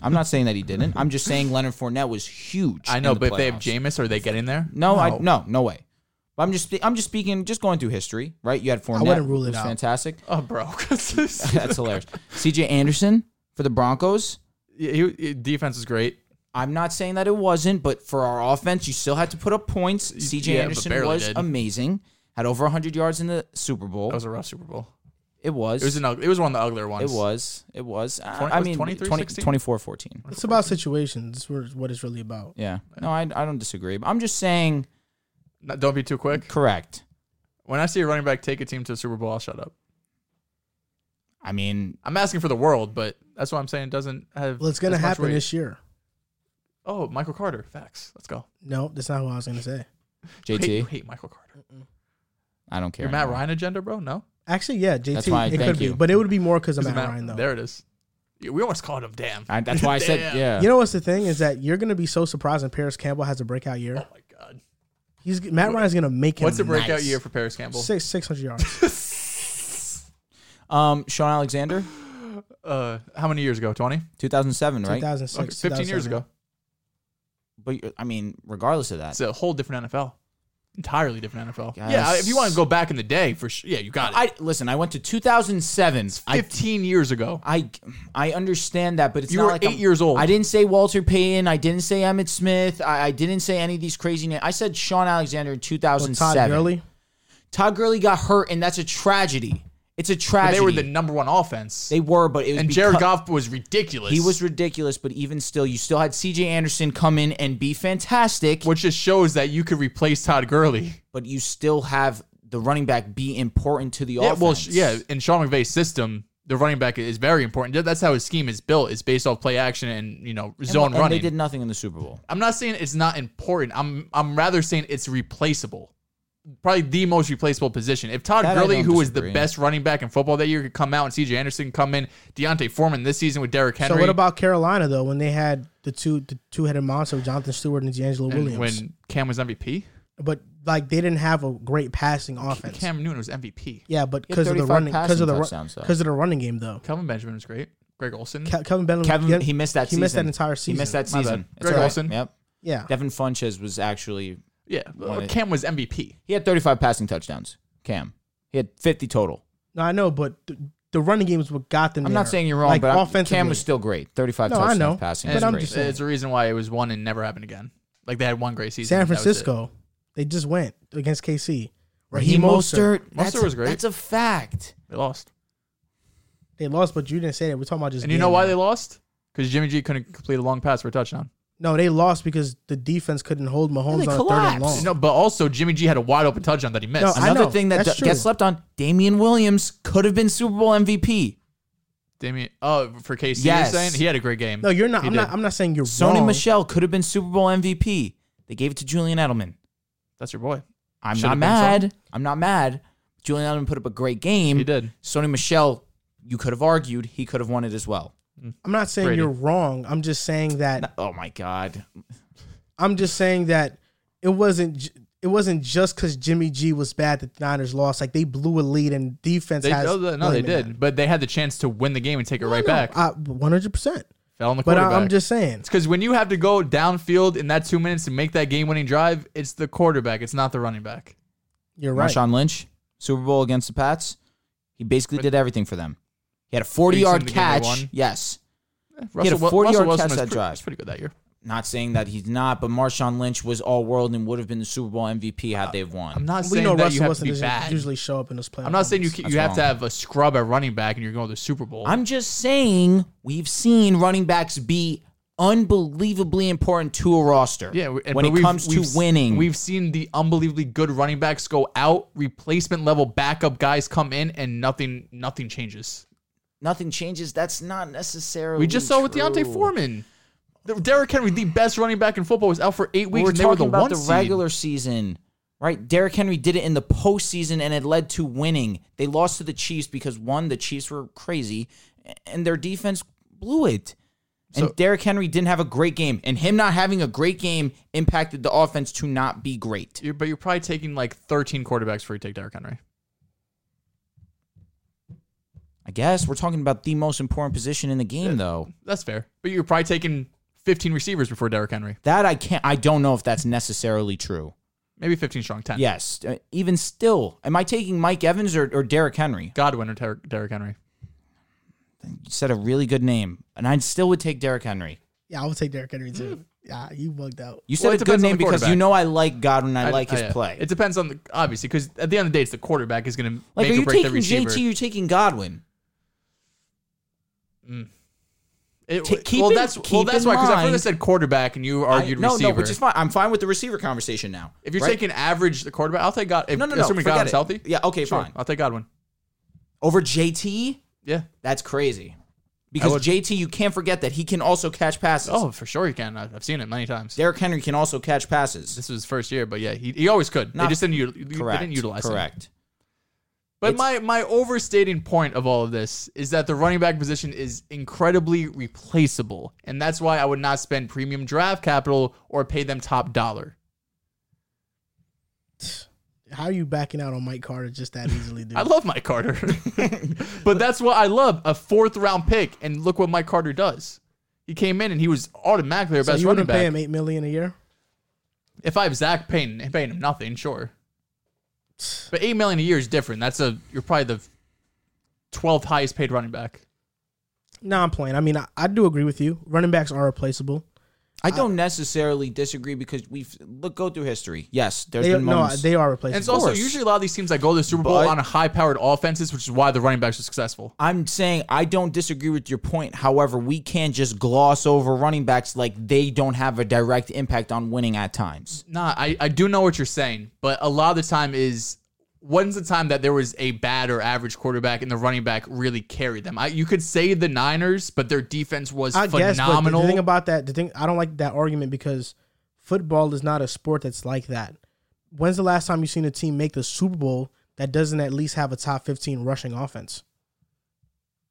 I'm not saying that he didn't. I'm just saying Leonard Fournette was huge. I in know, the but if they have playoffs. Jameis, are they getting there? No, I no no way. But I'm just I'm just speaking, just going through history, right? You had Fournette. wouldn't rule who it was out. Fantastic. Oh, bro, That's hilarious. C.J. Anderson for the Broncos. Yeah, he, he- defense is great. I'm not saying that it wasn't, but for our offense, you still had to put up points. CJ yeah, but Anderson barely was did. amazing. Had over 100 yards in the Super Bowl. That was a rough Super Bowl. it was. It was an ug- it was one of the uglier ones. It was. It was. I- 20 I was mean, 23, 20 16? 24 14. It's about situations. This is what it's really about. Yeah. No, I, I don't disagree. But I'm just saying, No, don't be too quick. correct. When I see a running back take a team to the Super Bowl, I'll shut up. I mean, I'm asking for the world, but that's what I'm saying. It doesn't have. Well, it's gonna as much happen weight. this year. Oh, Michael Carter. Facts. Let's go. No, that's not what I was gonna say. JT, Hate, you hate Michael Carter. I don't care. Your Matt anymore. Ryan agenda, bro? No. Actually, yeah, JT. That's why I it thank could you. be, but it would be more because of Is it Matt, Ryan though. There it is. Yeah, We almost called him damn. I, that's why I said, Damn. yeah. You know what's the thing is that you're gonna be so surprised when Paris Campbell has a breakout year. oh my god. He's Matt Ryan's gonna make him. What's a breakout nice. year for Paris Campbell? Six six hundred yards. um, Sean Alexander, Uh, how many years ago? 20? 2007, Two right? thousand Okay, six. 15 years ago. But I mean, regardless of that, It's a whole different NFL. Entirely different NFL. Yeah, Yes. if you want to go back in the day, for sure. Yeah, you got it. I listen. I went to 2007. I 15 years ago. I I understand that, but it's You not were like 8 I'm- years old. I didn't say Walter Payton. I didn't say Emmett Smith. I, I didn't say any of these crazy names. I said Sean Alexander in Todd 2007. Gurley. Todd Gurley got hurt, and that's a tragedy. It's a But tragedy. they were the number one offense. They were, but it was and Jared because- Goff was ridiculous. He was ridiculous, but even still, you still had C.J. Anderson come in and be fantastic. which just shows that you could replace Todd Gurley. But you still have the running back be important to the Yeah, offense. well, sh- yeah. In Sean McVay's system, the running back is very important. That- That's how his scheme is built. It's based off play action and you know And- zone and running. They did nothing in the Super Bowl. I'm not saying it's not important. I'm I'm rather saying it's replaceable. probably the most replaceable position. If Todd That I Gurley, don't who was the disagree. best running back in football that year, could come out and CJ Anderson could come in, Deontay Foreman this season with Derrick Henry. So what about Carolina though? When they had the two the two headed monster, of Jonathan Stewart and D'Angelo and Williams, when Cam was MVP? but like they didn't have a great passing offense. Cam Newton was MVP. yeah, but He had because of the 35 running, because of the passing touchdowns, though. because of the running game though. Kelvin Benjamin was great. Greg Olson. Ke- Kevin Benham, Kevin, he missed that. He missed that season. entire He season. missed that My bad. season. It's Greg all right. Olsen. Yep. Yeah, Devin Funches was actually yeah, Why- Cam was MVP. he had 35 passing touchdowns. Cam, he had 50 total. no, I know, but the, the running game is what got them. I'm there. not saying you're wrong, Like, but I'm, offensively, Cam was still great. 35 No, I touchdowns know. passing. But was I'm great. just saying- It's a reason why it was one and never happened again. Like they had one great season. San and that was it. Francisco. They just went against KC. Raheem Mostert. that's Mostert a- was great. That's a fact. They lost. They lost, but you didn't say that. We're talking about just. And you game know why now. they lost? Because Jimmy G couldn't complete a long pass for a touchdown. No, they lost because the defense couldn't hold Mahomes they on a third and collapsed. long. No, but also Jimmy G had a wide open touchdown that he missed. I Another know. thing that That's d- gets true. slept on: Damian Williams could have been Super Bowl MVP. Damian, oh, for KC, Yes. you're saying he had a great game. No, you're not. He I'm did. not. I'm not saying you're Sony wrong. Michelle could have been Super Bowl MVP. They gave it to Julian Edelman. That's your boy. I'm Should not have been mad. I'm not mad. Julian Edelman put up a great game. He did. Sony Michelle, you could have argued he could have won it as well. I'm not saying Brady. you're wrong. I'm just saying that. Oh my God. I'm just saying that it wasn't. j- It wasn't just because Jimmy G was bad that the Niners lost. Like they blew a lead and defense They, has. oh, no, they blame in did, that. but they had the chance to win the game and take it right No, back. I- 100. Uh, percent Fell on the But quarterback. I, I'm just saying. because when you have to go downfield in that two minutes to make that game-winning drive, it's the quarterback. It's not the running back. You're right. Marshawn Lynch, Super Bowl against the Pats. He basically did everything for them. He had a 40 Beats yard them to give them catch. one. Yes. Russell, had a Wil- 40-yard Russell Wilson catch was that pre- drive. was pretty good that year. Not saying that he's not, but Marshawn Lynch was all world and would have been the Super Bowl MVP had they won. I'm not We saying know that Russell you have to Wilson be doesn't bad. usually show up in this play. I'm not saying you That's you have to wrong. have a scrub at running back and you're going to the Super Bowl. I'm just saying we've seen running backs be unbelievably important to a roster. yeah, we- and- when but it we've- comes to we've- winning, we've seen the unbelievably good running backs go out, replacement level backup guys come in, and nothing nothing changes. nothing changes. That's not necessarily. We just saw with true. Deontay Foreman, The- Derrick Henry, the best running back in football, was out for eight We weeks. were and they were talking the about one the seed. regular season, right? Derrick Henry did it in the postseason, and it led to winning. They lost to the Chiefs because one, the Chiefs were crazy, and their defense blew it. And Derrick Henry didn't have a great game, and him not having a great game impacted the offense to not be great. You're- but you're probably taking like 13 quarterbacks before you take Derrick Henry. I guess we're talking about the most important position in the game, though. That's fair. But you're probably taking 15 receivers before Derrick Henry. That I can't. I don't know if that's necessarily true. Maybe 15 strong, 10. Yes, uh, even still, am I taking Mike Evans or, or Derrick Henry? Godwin or Ter- Derrick Henry. You said a really good name, and I still would take Derrick Henry. Yeah, I would take Derrick Henry Mm-hmm. too. Yeah, you bugged out. You said Well, it a good depends on name the because you quarterback. know I like Godwin. I, like his oh, yeah. play. It depends on the obviously because at the end of the day, it's the quarterback is going to like, make are or you break the taking receiver. JT? You're taking Godwin. It- T- keep well, in- that's well, keep that's in why because I mind- first said quarterback and you I- argued no, receiver. no, which is fine. I'm fine with the receiver conversation now. if you're right? taking average, the quarterback, I'll take God. If, no, no, no, assuming forget Godwin's it. healthy, Yeah, okay, sure, fine. I'll take Godwin. over JT, Yeah. that's crazy. Because would- JT, you can't forget that he can also catch passes. Oh, for sure he can. I- I've seen it many times. Derrick Henry can also catch passes. This was his first year, but yeah, he, he always could. Not- they just didn't, u- they Correct. didn't utilize him. Correct. But my my overstating point of all of this is that the running back position is incredibly replaceable, and that's why I would not spend premium draft capital or pay them top dollar. How are you backing out on Mike Carter just that easily, dude? I love Mike Carter, but that's what I love a fourth round pick, and look what Mike Carter does. He came in and he was automatically our so best you running wouldn't pay back. him eight million a year? If I have Zach Payne, paying him nothing, sure, but eight million a year is different. That's a you're probably the twelfth highest paid running back. No, I'm playing. I mean, I, I do agree with you. Running backs are replaceable. I don't necessarily disagree because we've look go through history. Yes, there's They been no, moments. they are And it's replaceable. also course. usually a lot of these teams that go to the Super Bowl But- on a high powered offenses, which is why the running backs are successful. I'm saying I don't disagree with your point. However, we can't just gloss over running backs like they don't have a direct impact on winning at times. Nah, I, I do know what you're saying, but a lot of the time is when's the time that there was a bad or average quarterback and the running back really carried them? I, you could say the Niners, but their defense was I guess. But phenomenal. the thing about that, the thing I don't like that argument because football is not a sport that's like that. when's the last time you've seen a team make the Super Bowl that doesn't at least have a top 15 rushing offense?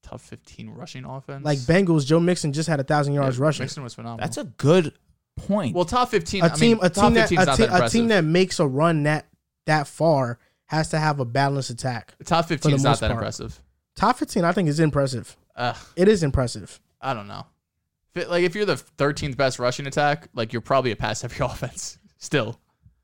Top 15 rushing offense. Like Bengals, Joe Mixon just had a thousand Yeah, yards rushing. Mixon was phenomenal. That's a good point. well, top 15. a team, I mean, a top team that, 15 's a, not te- that a team impressive. that makes a run that that far has to have a balanced attack. top 15 is most not that part. impressive. Top 15, I think, is impressive. Ugh, It is impressive. I don't know. If it- Like if you're the 13th best rushing attack, like you're probably a pass heavy offense still.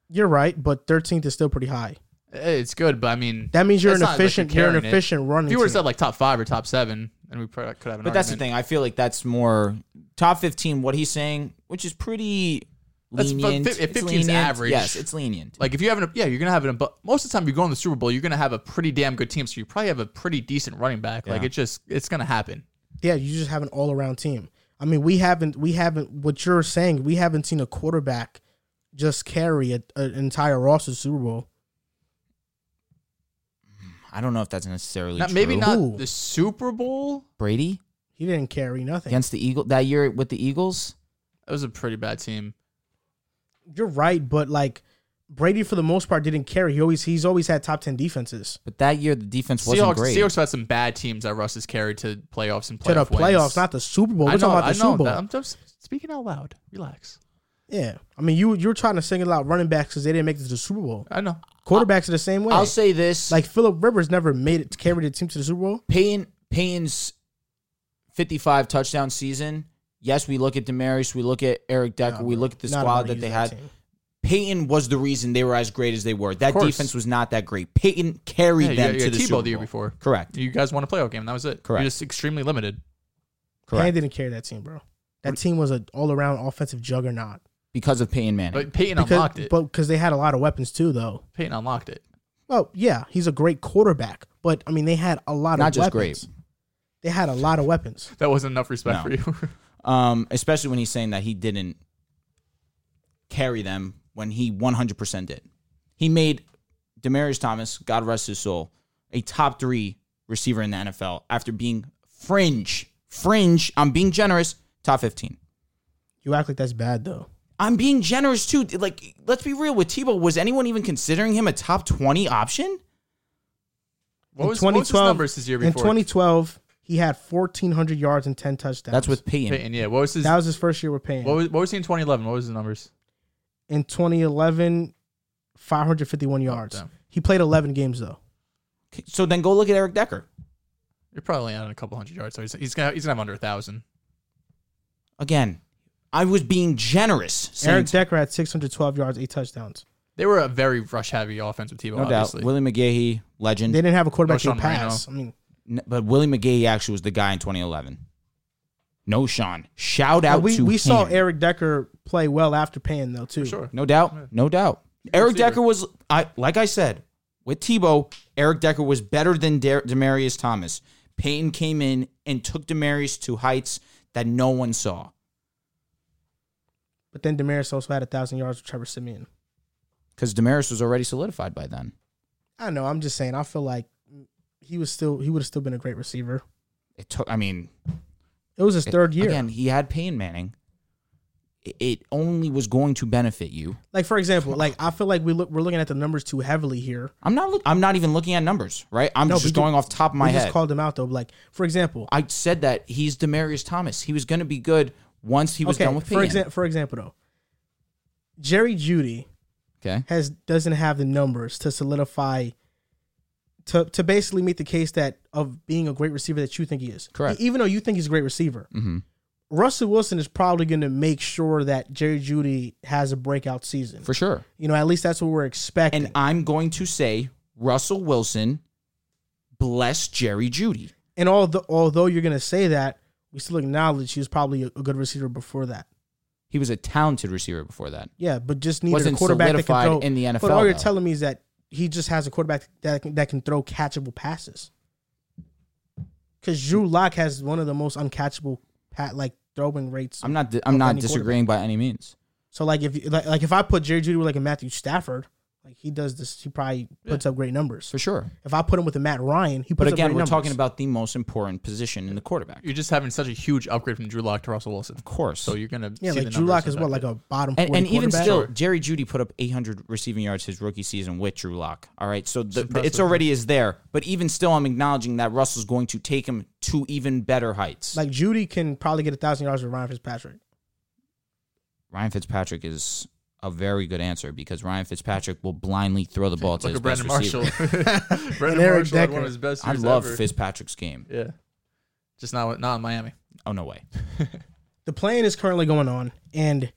You're right, but 13th is still pretty high. Eh, It's good, but I mean, That means you're That's an not like you're efficient, you're an carrying it. efficient running. if you were to team. said like top five or top seven, then we probably could have an but that's the thing. I feel like that's more top 15, what he's saying, which is pretty That's- but lenient. fif- if It's 15 is lenient. average- Yes, it's lenient. Like if you have an yeah, you're gonna have an but most of the time you go in the Super Bowl, you're gonna have a pretty damn good team. So you probably have a pretty decent running back. Like Yeah. it just it's gonna happen. yeah, you just have an all around team. I mean, we haven't, we haven't. What you're saying, we haven't seen a quarterback just carry a, a- an entire roster to the Super Bowl. I don't know if that's necessarily Not, true. maybe not Ooh. the Super Bowl. Brady He didn't carry nothing. against the Eagle that year with the Eagles. That was a pretty bad team. You're right, but like Brady, for the most part, didn't carry. He always, he's always had top ten defenses But that year the defense wasn't Seahawks, great. Seahawks have had some bad teams that Russ has carried to playoffs and playoff to the playoffs, wins. not the Super Bowl. We're I know, talking about the I know Super Bowl. that. I'm just speaking out loud. Relax. Yeah, I mean, you you're trying to single out running backs because they didn't make it to the Super Bowl. I know. Quarterbacks are the same way. I'll say this: like like Philip Rivers never made it to carry the team to the Super Bowl. Peyton Peyton's fifty-five touchdown season. Yes, we look at Demarius, we look at Eric Decker, we look at the Not squad about that using they had. team. Peyton was the reason they were as great as they were. That course. defense was not that great. Peyton carried Yeah, you them had- you to had the Tebow Super the year Bowl. before. Correct. You guys won a playoff game. and That was it. Correct. You're just extremely limited. Payne Correct. didn't carry that team, bro. That team was an all around offensive juggernaut. Because of Peyton Manning. But Peyton Because, unlocked it. but because they had a lot of weapons too, though. Peyton unlocked it. Well, yeah, he's a great quarterback, but I mean, they had a lot not of just weapons. great. They had a lot of weapons. That wasn't enough respect No. for you. Um, especially when he's saying that he didn't carry them when he 100% did. He made Demarius Thomas, God rest his soul, a top three receiver in the NFL after being fringe, fringe. I'm being generous, top 15. You act like that's bad, though. I'm being generous too. Like, let's be real with Tebow. Was anyone even considering him a top 20 option? What was, what was his numbers his year in before? 2012, he had 1,400 yards and 10 touchdowns. That's with Peyton. Peyton, yeah. What was his? that was his first year with Payne. what was, what was he in 2011? What was his numbers? in 2011, 551 yards. damn. he played 11 games though. So then go look at Eric Decker. You're probably on a couple hundred yards, so he's, he's gonna he's gonna have under a thousand. Again, I was being generous. saying Eric Decker had 612 yards, eight touchdowns. They were a very rush heavy offense with Tebow, No obviously. doubt. Willie McGahee, legend. They didn't have a quarterback No, to Sean Marino. pass. I mean, N- But Willie McGahee actually was the guy in 2011. No, Sean. Shout Uh, out we, to we him. saw Eric Decker play well after paying though too. sure. No doubt. No doubt. Eric receiver. Decker was, I like I said, with Tebow, Eric Decker was better than Dar- Demarius Thomas. Peyton came in and took Demarius to heights that no one saw. But then Damaris also had a thousand yards with Trevor Simeon. Because Demarius was already solidified by then. I know. I'm just saying. I feel like he was still he would have still been a great receiver. It took, I mean, It was his third year. again, he had Peyton Manning. It- It only was going to benefit you. Like for example, like I feel like we look we're looking at the numbers too heavily here. I'm not. Look, I'm not even looking at numbers, right? I'm No, we just do- going off top of my we head. just called him out though. Like for example, I said that he's Demarius Thomas. He was going to be good once he was okay. done with for Peyton. example, for example though, Jerry Judy okay, has doesn't have the numbers to solidify to to basically make the case that of being a great receiver that you think he is. Correct. Even though you think he's a great receiver. Mm-hmm. Russell Wilson is probably going to make sure that Jerry Judy has a breakout season. for sure. you know, at least that's what we're expecting. And And, I'm going to say Russell Wilson bless Jerry Judy. although although you're going to say that, we still acknowledge he was probably a, a good receiver before that. He was a talented receiver before that. Yeah, but just needed a Wasn't quarterback that can solidified throw in the But NFL all you're though. telling me is that he just has a quarterback that can, that can throw catchable passes. Because Drew Lock has one of the most uncatchable pat like throwing rates. I'm not. di- I'm Of not any disagreeing by any means. so like if you- like, like if I put Jerry Judy with like a Matthew Stafford, Like he does this, he probably puts up great numbers. for sure. If I put him with a Matt Ryan, he puts But up again, great we're numbers. talking about the most important position in the quarterback. You're just having such a huge upgrade from Drew Lock to Russell Wilson. Of course. So you're gonna yeah, see like the Drew numbers Lock is what affected. like a bottom and, 40 and even quarterback? still, Sure. Jerry Judy put up 800 receiving yards his rookie season with Drew Lock. All right, so the, the, it's impressive. already is there. But even still, I'm acknowledging that Russell's going to take him to even better heights. like Judy can probably get a thousand yards with Ryan Fitzpatrick. Ryan Fitzpatrick is a very good answer because Ryan Fitzpatrick will blindly throw the ball to Look his best at Brandon receiver. Marshall. Brandon Eric Marshall had one Decker. of his best I years love ever. Fitzpatrick's game. Yeah, just not not in Miami. Oh no way! the plan is currently going on, and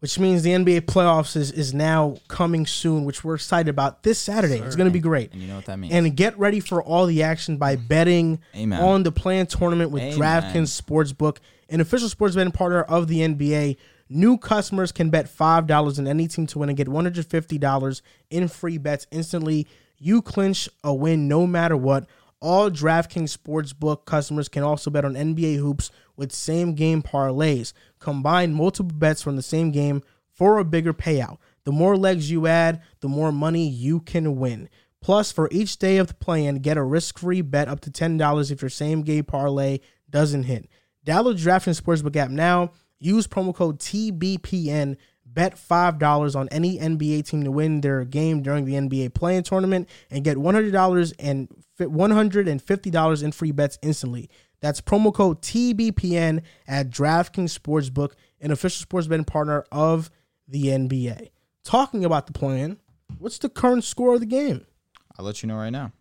which means the NBA playoffs is, is now coming soon, which we're excited about this Saturday. It's going to be great. And you know what that means? And get ready for all the action by betting Mm-hmm. Amen. on the planned tournament with Amen. DraftKings Sportsbook, an official sports betting partner of the NBA. New customers can bet $5 on any team to win and get $150 in free bets instantly. You clinch a win no matter what. All DraftKings Sportsbook customers can also bet on NBA hoops with same game parlays. Combine multiple bets from the same game for a bigger payout. The more legs you add, the more money you can win. Plus, for each day of the play-in, get a risk-free bet up to $10 if your same game parlay doesn't hit. Download DraftKings Sportsbook app now. Use promo code TBPN. Bet $5 on any NBA team to win their game during the NBA play-in tournament and get $100 and fi- $150 in free bets instantly. That's promo code TBPN at DraftKings Sportsbook, an official sports betting partner of the NBA. Talking about the plan, what's the current score of the game? I'll let you know right now.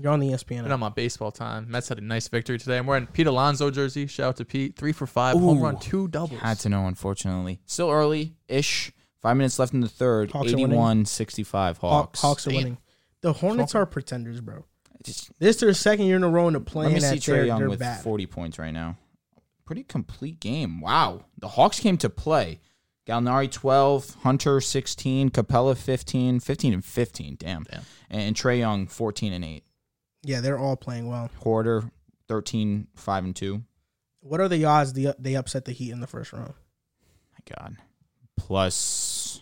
You're on the E ESPN. And app. I'm on baseball time. Mets had a nice victory today. I'm wearing Pete Alonso jersey. Shout out to Pete. Three for five, home Ooh. run, two doubles. Had to know, unfortunately. Still early ish. Five minutes left in the third. Hawks are winning. 81 65 Hawks, Hawks. Hawks are Damn. winning. The Hornets are pretenders, bro. Just- This their second year in a row in the Let plan me see at Trey their, Young their with bat. 40 points right now. Pretty complete game. Wow. The Hawks came to play. Gallinari 12, Hunter 16, Capella 15, 15 and 15. Damn. Damn. And Trey Young 14 and 8. Yeah, they're all playing well. Hoarder 13, 5 and 2. What are the odds the, they upset the Heat in the first round? My God. Plus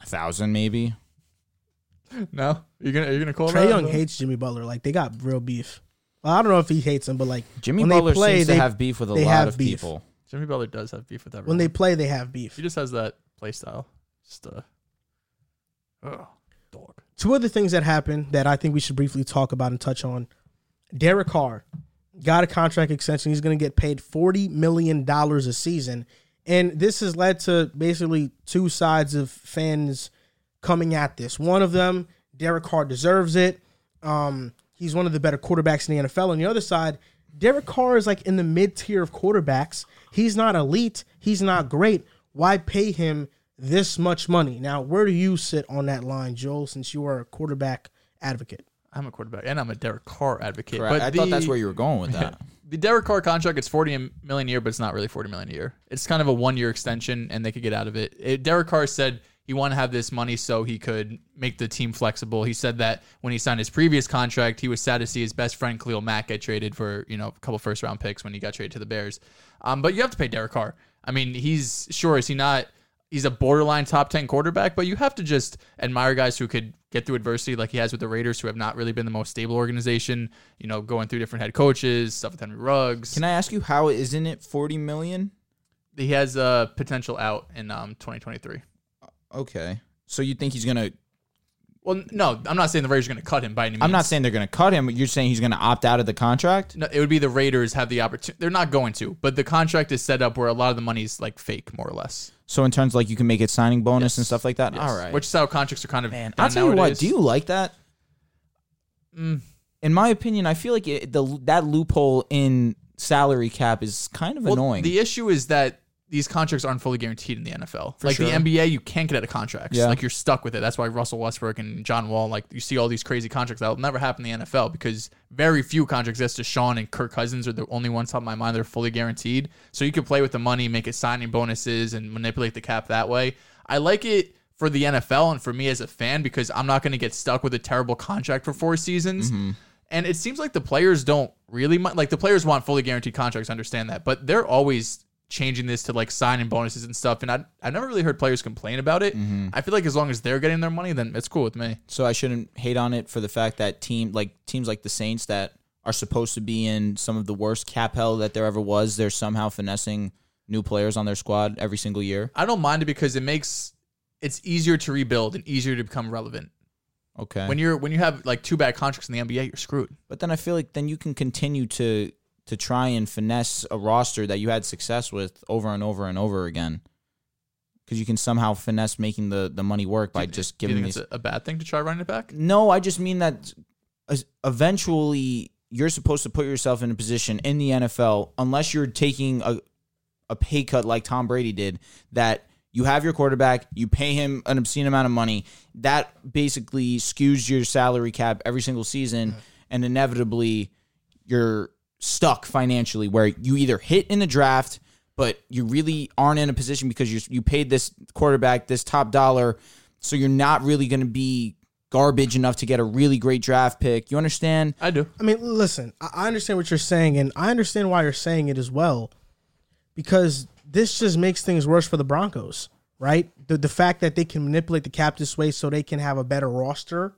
a thousand maybe. No, you're gonna you're gonna call Trey that? Young hates Jimmy Butler. Like they got real beef. Well, I don't know if he hates him, but like Jimmy when Butler they play, seems they to have beef with a they lot have of beef. people. Jimmy Butler does have beef with when everyone. they play they have beef. he just has that play style. Just uh, oh, dog. two other things that happened that I think we should briefly talk about and touch on. Derek Carr got a contract extension. He's going to get paid forty million dollars a season, and this has led to basically two sides of fans coming at this. One of them, Derek Carr deserves it. Um, he's one of the better quarterbacks in the NFL. On the other side, Derek Carr is like in the mid tier of quarterbacks. He's not elite. He's not great. Why pay him this much money? Now, where do you sit on that line, Joel? Since you are a quarterback advocate, I'm a quarterback and I'm a Derek Carr advocate. Correct. But I the, thought that's where you were going with that. the Derek Carr contract. It's 40 million a year, but it's not really 40 million a year. It's kind of a one year extension, and they could get out of it. it Derek Carr said he wanted to have this money so he could make the team flexible. He said that when he signed his previous contract, he was sad to see his best friend Khalil Mack get traded for you know a couple first round picks when he got traded to the Bears. Um, but you have to pay Derek Carr. I mean, he's sure is he not he's a borderline top 10 quarterback, but you have to just admire guys who could get through adversity like he has with the Raiders, who have not really been the most stable organization, you know, going through different head coaches, stuff with Henry Ruggs. Can I ask you how isn't it 40 million? he has a potential out in um, 2023. Okay. So you think he's going to Well, n- no, I'm not saying the Raiders are going to cut him by any means. I'm not saying they're going to cut him, but you're saying he's going to opt out of the contract? No, it would be the Raiders have the opportunity. They're not going to, but the contract is set up where a lot of the money is like fake, more or less. So in terms like you can make it signing bonus and Yes. stuff like that. Yes. All right. Which is how contracts are kind of. man, done I'll tell you what. nowadays. Do you like that? Mm. In my opinion, I feel like it, the that loophole in salary cap is kind of annoying. The issue is that these contracts aren't fully guaranteed in the NFL. like sure. the NBA, you can't get out of contracts. Yeah. Like you're stuck with it. That's why Russell Westbrook and John Wall, like you see all these crazy contracts that'll never happen in the NFL because very few contracts. That's to Sean and Kirk Cousins are the only ones top of my mind that are fully guaranteed. So you can play with the money, make it signing bonuses, and manipulate the cap that way. I like it for the NFL and for me as a fan because I'm not going to get stuck with a terrible contract for four seasons. Mm-hmm. And it seems like the players don't really mi- like the players want fully guaranteed contracts, understand that, but they're always changing this to like signing bonuses and stuff. And I I've never really heard players complain about it. Mm-hmm. I feel like as long as they're getting their money, then it's cool with me. So I shouldn't hate on it for the fact that team like teams like the Saints that are supposed to be in some of the worst cap hell that there ever was, they're somehow finessing new players on their squad every single year. I don't mind it because it makes it's easier to rebuild and easier to become relevant. Okay. When you're when you have like two bad contracts in the NBA, you're screwed. but then I feel like then you can continue to to try and finesse a roster that you had success with over and over and over again. Cuz you can somehow finesse making the the money work by just Do you giving think these it's a, a bad thing to try running it back? No, I just mean that as- eventually you're supposed to put yourself in a position in the NFL, unless you're taking a, a pay cut like Tom Brady did, that you have your quarterback, you pay him an obscene amount of money. That basically skews your salary cap every single season, and inevitably you're stuck financially where you either hit in the draft but you really aren't in a position because you you paid this quarterback this top dollar so you're not really going to be garbage enough to get a really great draft pick you understand I do. I mean, listen, I I understand what you're saying, and I understand why you're saying it as well, because this just makes things worse for the Broncos, right? The the fact that they can manipulate the cap this way so they can have a better roster,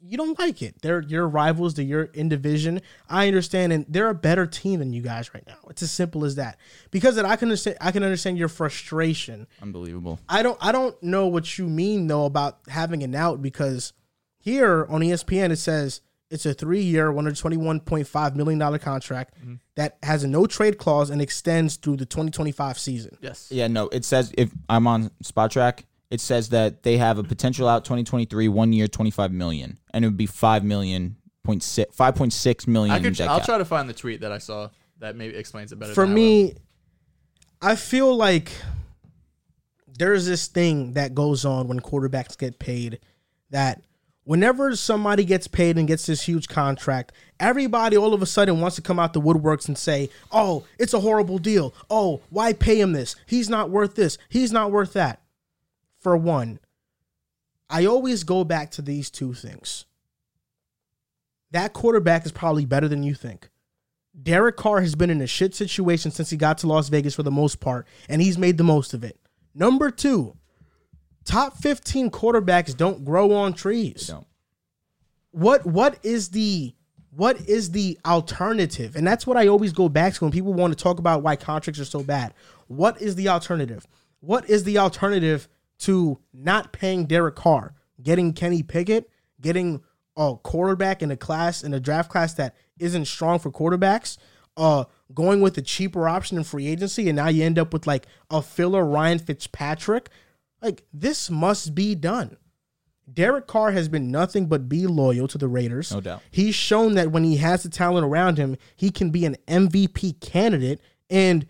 you don't like it. They're your rivals, they're your in division. I understand, and they're a better team than you guys right now. It's as simple as that. Because that I can understand, I can understand your frustration. unbelievable I don't I don't know what you mean though about having an out because here on E ESPN it says it's a three year, one hundred twenty one point five million dollar contract that has a no trade clause and extends through the twenty twenty five season. Yes. yeah no it says if i'm on spot track it says that they have a potential out 2023 one year 25 million and it would be 5 million point six, 5.6 million I in could. debt I'll cap. try to find the tweet that I saw that maybe explains it better. For than I will. me, I feel like there's this thing that goes on when quarterbacks get paid that whenever somebody gets paid and gets this huge contract, everybody all of a sudden wants to come out the woodworks and say, "Oh, it's a horrible deal. Oh, why pay him this? He's not worth this. He's not worth that." For one, I always go back to these two things. That quarterback is probably better than you think. Derek Carr has been in a shit situation since he got to Las Vegas for the most part, and he's made the most of it. Number two, top 15 quarterbacks don't grow on trees. don't. What what is the what is the alternative? And that's what I always go back to when people want to talk about why contracts are so bad. What is the alternative? What is the alternative to not paying Derek Carr, getting Kenny Pickett, getting a quarterback in a class in a draft class that isn't strong for quarterbacks, uh, going with a cheaper option in free agency, and now you end up with like a filler Ryan Fitzpatrick. Like this must be done. Derek Carr has been nothing but be loyal to the Raiders. No doubt. He's shown that when he has the talent around him, he can be an MVP candidate. And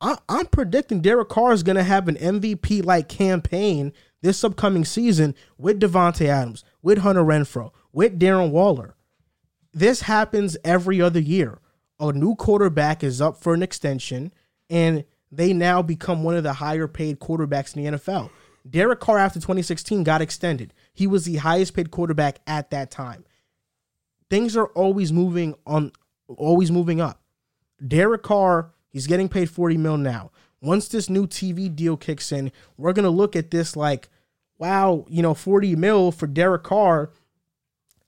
I, I'm predicting Derek Carr is going to have an MVP like campaign this upcoming season with Devontae Adams, with Hunter Renfro, with Darren Waller. This happens every other year. A new quarterback is up for an extension, and they now become one of the higher paid quarterbacks in the NFL. Derek Carr, after 2016, got extended. He was the highest paid quarterback at that time things are always moving on always moving up. Derek Carr, he's getting paid 40 mil now. Once this new TV deal kicks in, we're gonna look at this like, wow, you know, 40 mil for Derek Carr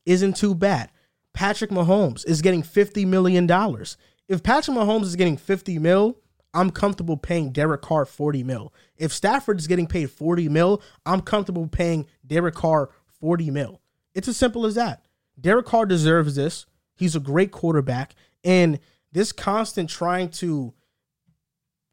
isn't too bad. Patrick Mahomes is getting 50 million dollars. If Patrick Mahomes is getting 50 mil, I'm comfortable paying Derek Carr 40 mil. If Stafford is getting paid 40 mil, I'm comfortable paying Derek Carr 40 mil. It's as simple as that. Derek Carr deserves this. He's a great quarterback. And this constant trying to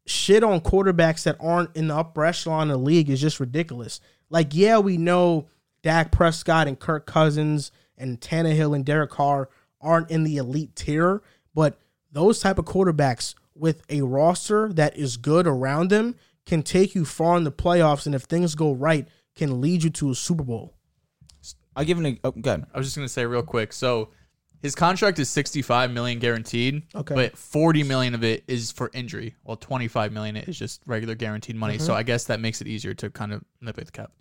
shit on quarterbacks that aren't in the upper echelon of the league is just ridiculous. Like, yeah, we know Dak Prescott and Kirk Cousins and Tannehill and Derek Carr aren't in the elite tier, but those type of quarterbacks with a roster that is good around them can take you far in the playoffs and if things go right, can lead you to a Super Bowl. i'll give it a oh, good I was just gonna say real quick. So his contract is sixty five million guaranteed. Okay. But forty million of it is for injury, while twenty five million is just regular guaranteed money. So I guess that makes it easier to kind of manipulate the cap.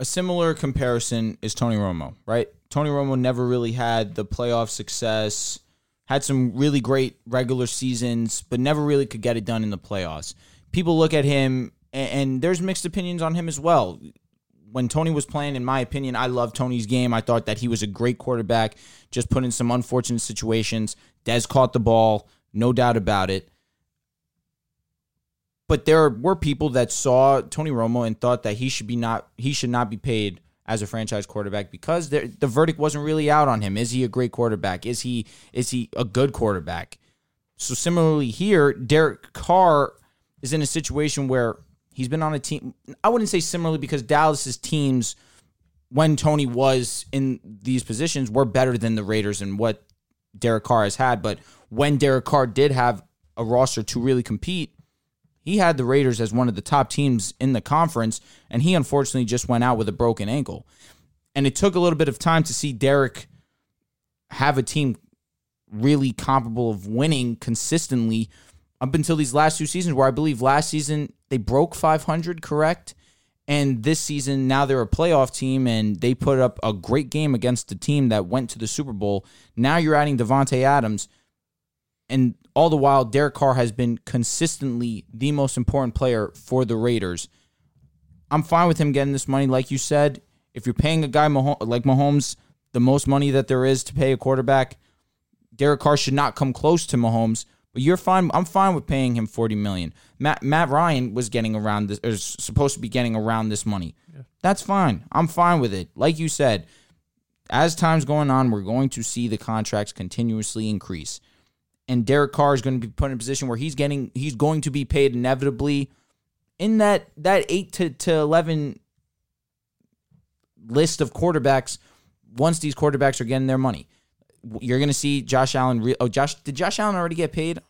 a similar comparison is Tony Romo, right? Tony Romo never really had the playoff success, had some really great regular seasons, but never really could get it done in the playoffs. People look at him, and, and there's mixed opinions on him as well. When Tony was playing, in my opinion, I loved Tony's game. I thought that he was a great quarterback, just put in some unfortunate situations. Des caught the ball, no doubt about it. But there were people that saw Tony Romo and thought that he should be not he should not be paid as a franchise quarterback because there, the verdict wasn't really out on him. Is he a great quarterback? Is he is he a good quarterback? So similarly here, Derek Carr is in a situation where he's been on a team. I wouldn't say similarly because Dallas's teams, when Tony was in these positions, were better than the Raiders and what Derek Carr has had. But when Derek Carr did have a roster to really compete, he had the Raiders as one of the top teams in the conference, and he unfortunately just went out with a broken ankle. And it took a little bit of time to see Derek have a team really comparable of winning consistently up until these last two seasons, where I believe last season they broke 500, correct? And this season, now they're a playoff team and they put up a great game against the team that went to the Super Bowl. Now you're adding Devontae Adams. And all the while, Derek Carr has been consistently the most important player for the Raiders. I'm fine with him getting this money. Like you said, if you're paying a guy Mah- like Mahomes the most money that there is to pay a quarterback, Derek Carr should not come close to Mahomes. But you're fine. I'm fine with paying him 40 million. Matt Matt Ryan was getting around this, or is supposed to be getting around this money. That's fine. I'm fine with it. Like you said, as time's going on, we're going to see the contracts continuously increase and Derek Carr is going to be put in a position where he's getting he's going to be paid inevitably in that that 8 to, to 11 list of quarterbacks once these quarterbacks are getting their money you're going to see Josh Allen re- oh Josh did Josh Allen already get paid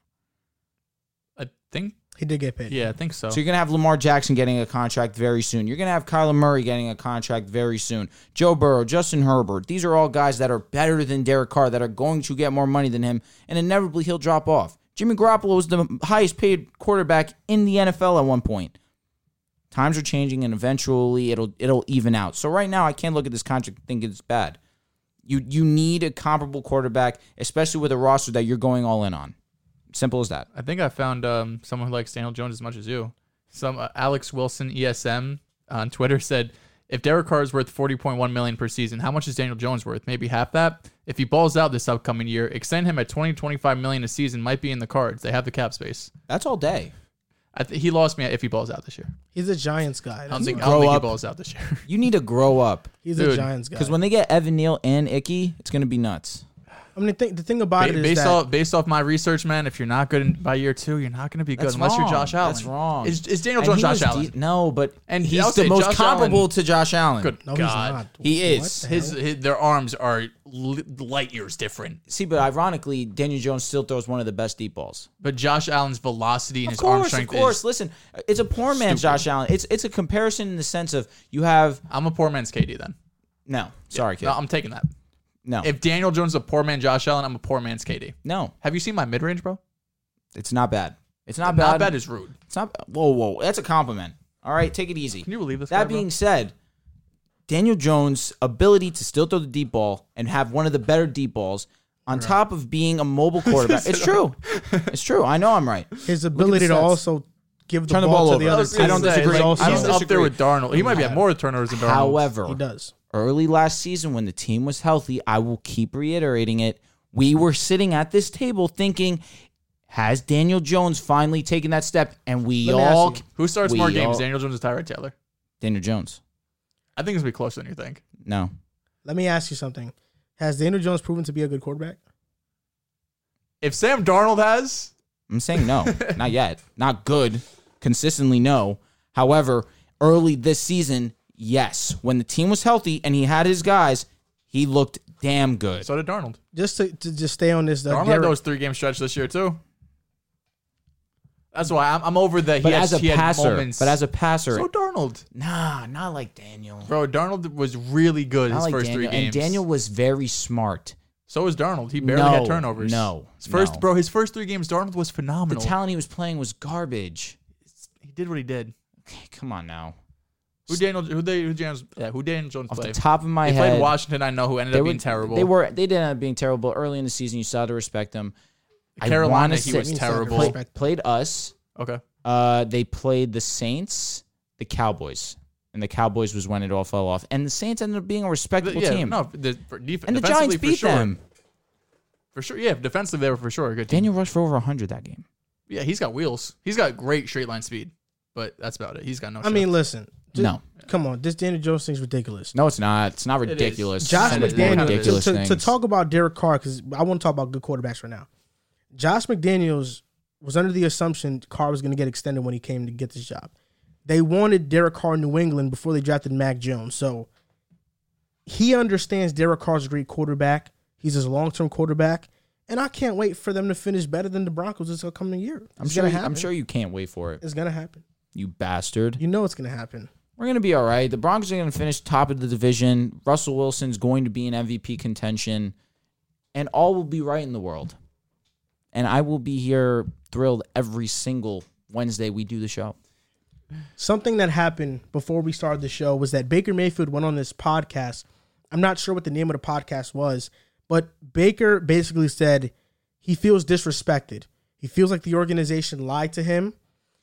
I think. He did get paid. Yeah, I think so. So you're gonna have Lamar Jackson getting a contract very soon. You're gonna have Kyler Murray getting a contract very soon. Joe Burrow, Justin Herbert. These are all guys that are better than Derek Carr that are going to get more money than him, and inevitably he'll drop off. Jimmy Garoppolo was the highest paid quarterback in the NFL at one point. Times are changing, and eventually it'll it'll even out. So right now, I can't look at this contract and think it's bad. You you need a comparable quarterback, especially with a roster that you're going all in on. Simple as that. I think I found um, someone who likes Daniel Jones as much as you. Some uh, Alex Wilson ESM on Twitter said, "If Derek Carr is worth 40.1 million per season, how much is Daniel Jones worth? Maybe half that. If he balls out this upcoming year, extend him at 20, 25 million a season might be in the cards. They have the cap space. That's all day. I th- he lost me at if he balls out this year. He's a Giants guy. I don't think, I grow don't think he up. balls out this year. You need to grow up. He's a Dude, Giants guy. Because when they get Evan Neal and Icky, it's going to be nuts. I mean, the thing, the thing about it is based that off based off my research, man, if you're not good in, by year two, you're not going to be good That's unless wrong. you're Josh Allen. That's wrong. Is, is Daniel And Jones he Josh was Allen? de- no, but and And he's I'll the say most Josh comparable Allen- to Josh Allen. Good no, God. he's not. He What is. the hell? His, his their arms are li- light years different. See, but ironically, Daniel Jones still throws one of the best deep balls. But Josh Allen's velocity Of and his arm course, of strength course. is. Listen, it's a poor man's Josh Allen. It's it's a comparison in the sense of you have I'm a poor man's KD then. no, sorry, kid, No, I'm taking that. no, If Daniel Jones is a poor man, Josh Allen, I'm a poor man's KD. no, Have you seen my mid range, bro? it's not bad. It's not bad. Not bad is rude. It's not. Whoa, whoa, that's a compliment. All right, take it easy. Can you believe this? guy, That bro? being said, Daniel Jones' ability to still throw the deep ball and have one of the better deep balls, on top of being a mobile quarterback, it's true. It's true. I know I'm right. his ability to stats. also give the, Turn the ball, to ball the over. other I don't team disagree. is Like, also- I he's don't up there disagree. with Darnold. He might be at more turnovers than Darnold. he However, does. early last season when the team was healthy, I will keep reiterating it. We were sitting at this table thinking, has Daniel Jones finally taken that step? And we Let me ask all you. who starts We more games, all- Daniel Jones or Tyrod Taylor? Daniel Jones. I think it's gonna be closer than you think. No. Let me ask you something. Has Daniel Jones proven to be a good quarterback? If Sam Darnold has, I'm saying no, not yet. Not good. Consistently, no. However, early this season, yes. When the team was healthy and he had his guys, he looked damn good. so did Darnold. Just to, to just stay on this, uh, though, Darnold had Derek, those three game stretch this year too. That's why I'm, I'm over the. He but, had- as a he had passer, moments. but as a passer, so Darnold, nah, not like Daniel. bro. Darnold was really good Not his like first Daniel. three games. And Daniel was very smart. So was Darnold. He barely No, had turnovers. no, His first no. bro, his first three games, Darnold was The phenomenal. talent he was playing was garbage. he did what he did. Okay, come on now. Who Daniel? Who they? Who Daniel? Yeah, who Daniel Jones off the played? top of my they head. played Washington. I know who ended they up were being terrible. They were they did end up being terrible early in the season. You still had to respect them. I Carolina. wanna He say- was Means that terrible. respect. Play, played us. Okay. Uh, they played the Saints, the Cowboys, and the Cowboys was when it all fell off. And the Saints ended up being a The- respectable yeah. team. No. The, for def- and the defensively, Giants for beat sure. them. for sure. Yeah. Defensively, they were for sure a good team. Daniel rushed for over hundred that game. Yeah. He's got wheels. He's got great straight line speed, but that's about it. He's got no. I mean, listen. ju- No. Come on. This Daniel Jones thing's ridiculous. No, it's not. It's not is. ridiculous. Josh Send It's us more kind of McDaniels. To, ridiculous to, to things. talk about Derek Carr, because I want to talk about good quarterbacks right now. Josh McDaniels was under the assumption Carr was going to get extended when he came to get this job. They wanted Derek Carr in New England before they drafted Mac Jones. So he understands Derek Carr's a great quarterback. He's his long term quarterback. And I can't wait for them to finish better than the Broncos this upcoming year. I'm It's sure. gonna You, I'm happen. sure you can't wait for it, it's going to happen. you bastard. You know it's going to happen. We're gonna be all right. The Broncos are gonna finish top of the division. Russell Wilson's going to be in MVP contention, and all will be right in the world. And I will be here thrilled every single Wednesday we do the show. something that happened before we started the show was that Baker Mayfield went on this podcast. I'm not sure what the name of the podcast was, but Baker basically said he feels disrespected. He feels like the organization lied to him.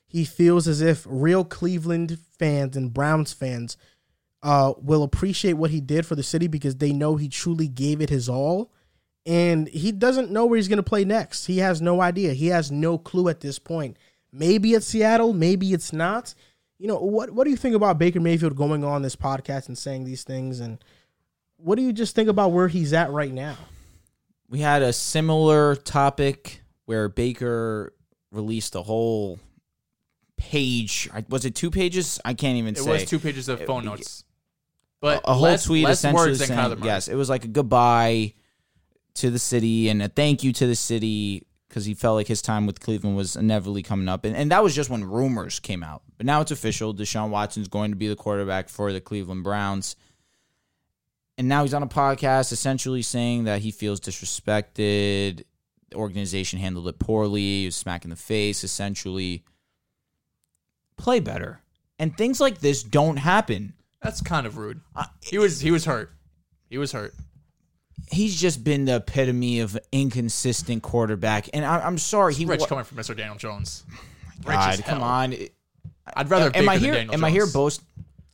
He feels as if real Cleveland fans and Browns fans uh, will appreciate what he did for the city because they know he truly gave it his all. And he doesn't know where he's going to play next. He has no idea. He has no clue at this point. Maybe it's Seattle, maybe it's not. You know, what what do you think about Baker Mayfield going on this podcast and saying these things and what do you just think about where he's at right now? we had a similar topic where Baker released a whole page. I- Was it two pages? I can't even It say. was two pages of phone notes, but a whole less, tweet less essentially words than saying, Kyler Murray. yes, it was like a goodbye to the city and a thank you to the city because he felt like his time with Cleveland was inevitably coming up. And, and that was just when rumors came out. But now it's official. Deshaun Watson's going to be the quarterback for the Cleveland Browns. And now he's on a podcast essentially saying that he feels disrespected. The organization handled it poorly. He was smack in the face, essentially. Play better. And things like this don't happen. That's kind of rude. I- He was he was hurt. He was hurt. he's just been the epitome of inconsistent quarterback. And I, I'm sorry, he Rich wa- Oh coming from Mr. Daniel Jones. Rich God, as come hell. on. I'd rather am Baker I than here? Daniel Am I here Jones. boast?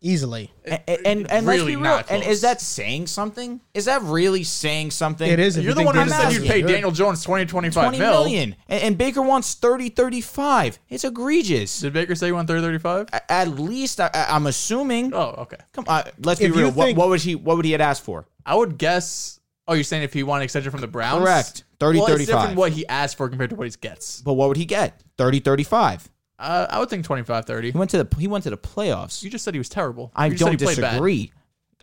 Easily. And and, and let's really be real. not And close. is that saying something? Is that really saying something? It is. if You're you the think one who Baker said Mayfield's you'd pay good. Daniel Jones 20, 25 twenty mil. million, and, and Baker wants 30, 35. It's egregious. Did Baker say you want 30, 35? A- At least I, I- I'm assuming. Oh, okay. Come on, let's be If you real. what, think- what would he? What would he had asked for? I would guess. Oh, you're saying if he wanted extension from the Browns? Correct. 30, well, It's 35. different what he asked for compared to what he gets. But what would he get? 30, 35. Uh, I would think 25, 30. He went to the. He went to the playoffs. You just said he was terrible. I You just said don't he played bad. disagree.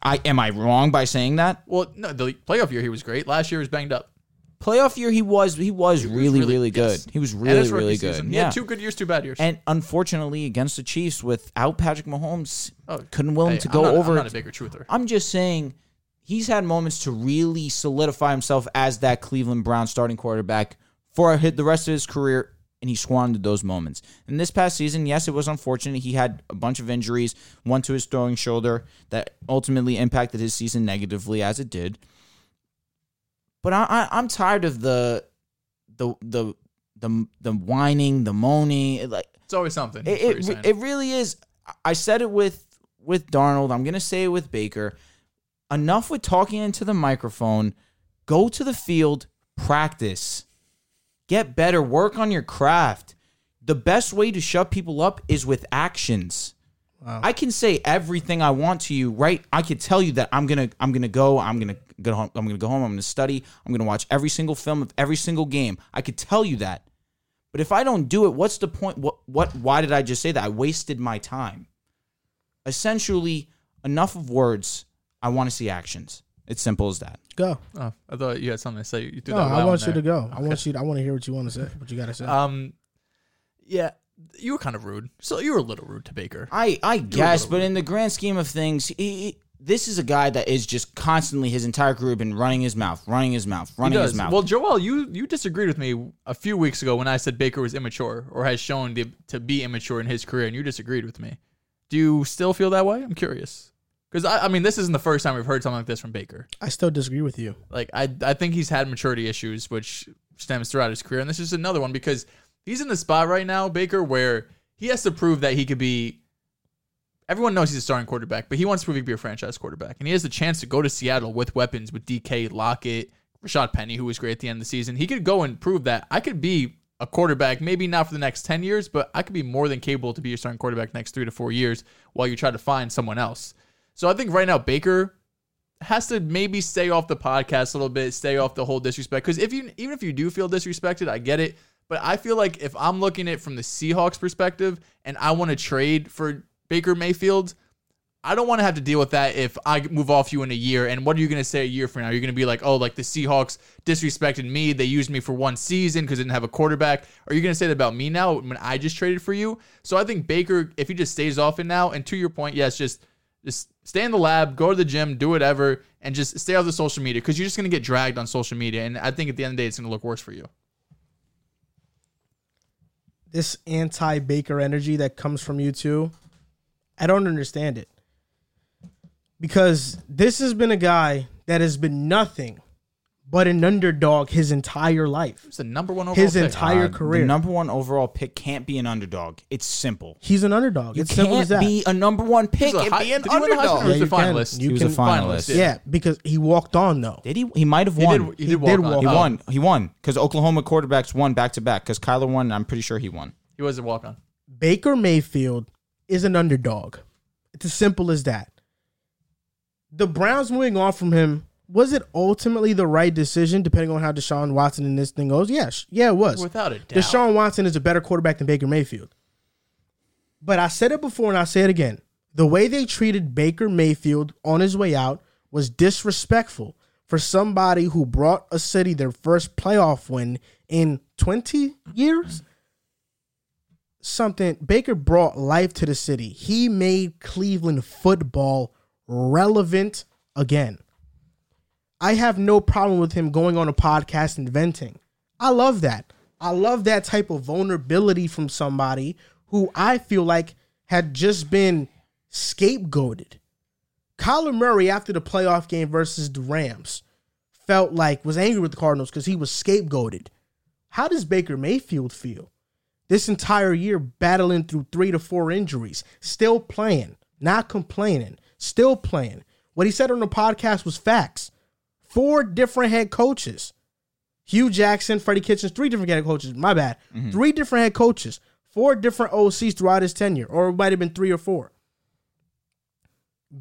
I am I wrong by saying that? Well, no, the playoff year he was great. Last year he was banged up. Playoff year he was he was really really, good. yes. He was And really his rookie really good. season. He Yeah. had two good years, two bad years. and unfortunately against the Chiefs without Patrick Mahomes Oh, couldn't will him hey, to I'm go not- over I'm not a bigger truther. I'm just saying he's had moments to really solidify himself as that Cleveland Brown starting quarterback for hit the rest of his career, and he squandered those moments. And this past season, yes, it was unfortunate. He had a bunch of injuries, one to his throwing shoulder that ultimately impacted his season negatively, as it did. But I, I, I'm tired of the the the the the whining, the moaning, like It's always something. is what it, you're it, saying. it really is. I said it with with Darnold. I'm gonna say it with Baker. Enough with talking into the microphone. Go to the field, practice, get better, work on your craft. The best way to shut people up is with actions. I can say everything I want to you, right? I could tell you that I'm gonna I'm gonna go, I'm gonna go home, I'm gonna go home, I'm gonna study, I'm gonna watch every single film of every single game. I could tell you that. But if I don't do it, what's the point? What what why did I just say that? I wasted my time. Essentially, enough of words. I want to see actions. It's simple as that. Go. Oh, I thought you had something to say. You threw No, that loud I want in you to there. go. I want you to, I want to hear what you want to say. What you got to say. Um, yeah, you were kind of rude. So you were a little rude to Baker. I I guess, but in the grand scheme of things, he, he- this is a guy that is just constantly his entire career been running his mouth, running his mouth, He running his does. mouth. Well, Joel, you you disagreed with me a few weeks ago when I said Baker was immature or has shown to, to be immature in his career, and you disagreed with me. Do you still feel that way? I'm curious. Because, I, I mean, this isn't the first time we've heard something like this from Baker. I still disagree with you. Like, I, I think he's had maturity issues, which stems throughout his career. And this is another one because he's in the spot right now, Baker, where he has to prove that he could be. Everyone knows he's a starting quarterback, but he wants to prove he could be a franchise quarterback. And he has the chance to go to Seattle with weapons, with DK, Lockett, Rashad Penny, who was great at the end of the season. He could go and prove that I could be a quarterback, maybe not for the next 10 years, but I could be more than capable to be your starting quarterback next three to four years while you try to find someone else. So I think right now, Baker has to maybe stay off the podcast a little bit, stay off the whole disrespect. Because if you even if you do feel disrespected, I get it. But I feel like if I'm looking at it from the Seahawks perspective and I want to trade for Baker Mayfield, I don't want to have to deal with that if I move off you in a year. And what are you going to say a year from now? You're going to be like, oh, like the Seahawks disrespected me. They used me for one season because they didn't have a quarterback. Are you going to say that about me now when I just traded for you? So I think Baker, if he just stays off it now, and to your point, yes, just just stay in the lab, go to the gym, do whatever, and just stay off the social media because you're just going to get dragged on social media. And I think at the end of the day, it's going to look worse for you. This anti Baker energy that comes from you two, I don't understand it. Because this has been a guy that has been nothing but an underdog his entire life. It's the number one overall His pick. entire Uh, career. The number one overall pick can't be an underdog. It's simple. He's an underdog. You it's can't simple as that. be a number one pick He's a and high- be an did he win the Heisman underdog. or was Yeah, it you can. finalist? You he was a can- finalist. finalist, yeah, because he walked on though. Did he? He might have He won. did, he He did walk did on. walk He Oh. won. He won because Oklahoma quarterbacks won back to back. Because Kyler won. and I'm pretty sure he won. He was a walk on. Baker Mayfield is an underdog. It's as simple as that. The Browns moving on from him was it ultimately the right decision, depending on how Deshaun Watson and this thing goes? Yes, yeah, it was. Without a doubt. Deshaun Watson is a better quarterback than Baker Mayfield. But I said it before and I say it again. The way they treated Baker Mayfield on his way out was disrespectful for somebody who brought a city their first playoff win in 20 years. Something Baker brought life to the city. He made Cleveland football relevant again. I have no problem with him going on a podcast and venting. I love that. I love that type of vulnerability from somebody who I feel like had just been scapegoated. Kyler Murray after the playoff game versus the Rams felt like was angry with the Cardinals because he was scapegoated. How does Baker Mayfield feel? This entire year battling through three to four injuries, still playing, not complaining, still playing. What he said on the podcast was facts. Four different head coaches. Hugh Jackson, Freddie Kitchens, three different head coaches. My bad. Mm-hmm. Three different head coaches, four different OCs throughout his tenure, or it might have been three or four.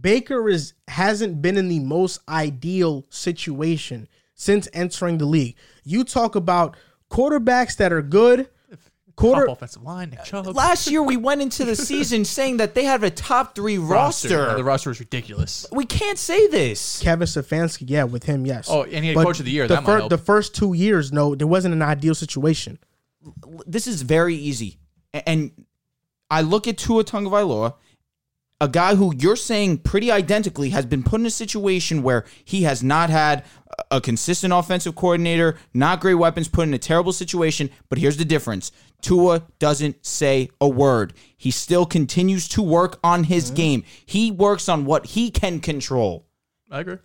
Baker is hasn't been in the most ideal situation since entering the league. You talk about quarterbacks that are good, Top quarter offensive line, Nick Chubb. Last year we went into the season saying that they have a top three Yeah, The roster. roster is ridiculous. We can't say this. Kevin Stefanski, yeah, with him, yes. Oh, and he had But coach of the year, The, that might help. the first two years, no, there wasn't an ideal situation. this is very easy. A- And I look at Tua Tungvailoa, a guy who you're saying pretty identically has been put in a situation where he has not had a a consistent offensive coordinator, not great weapons, put in a terrible situation. But here's the difference Tua doesn't say a word. He still continues to work on his game, he works on what he can control. I agree.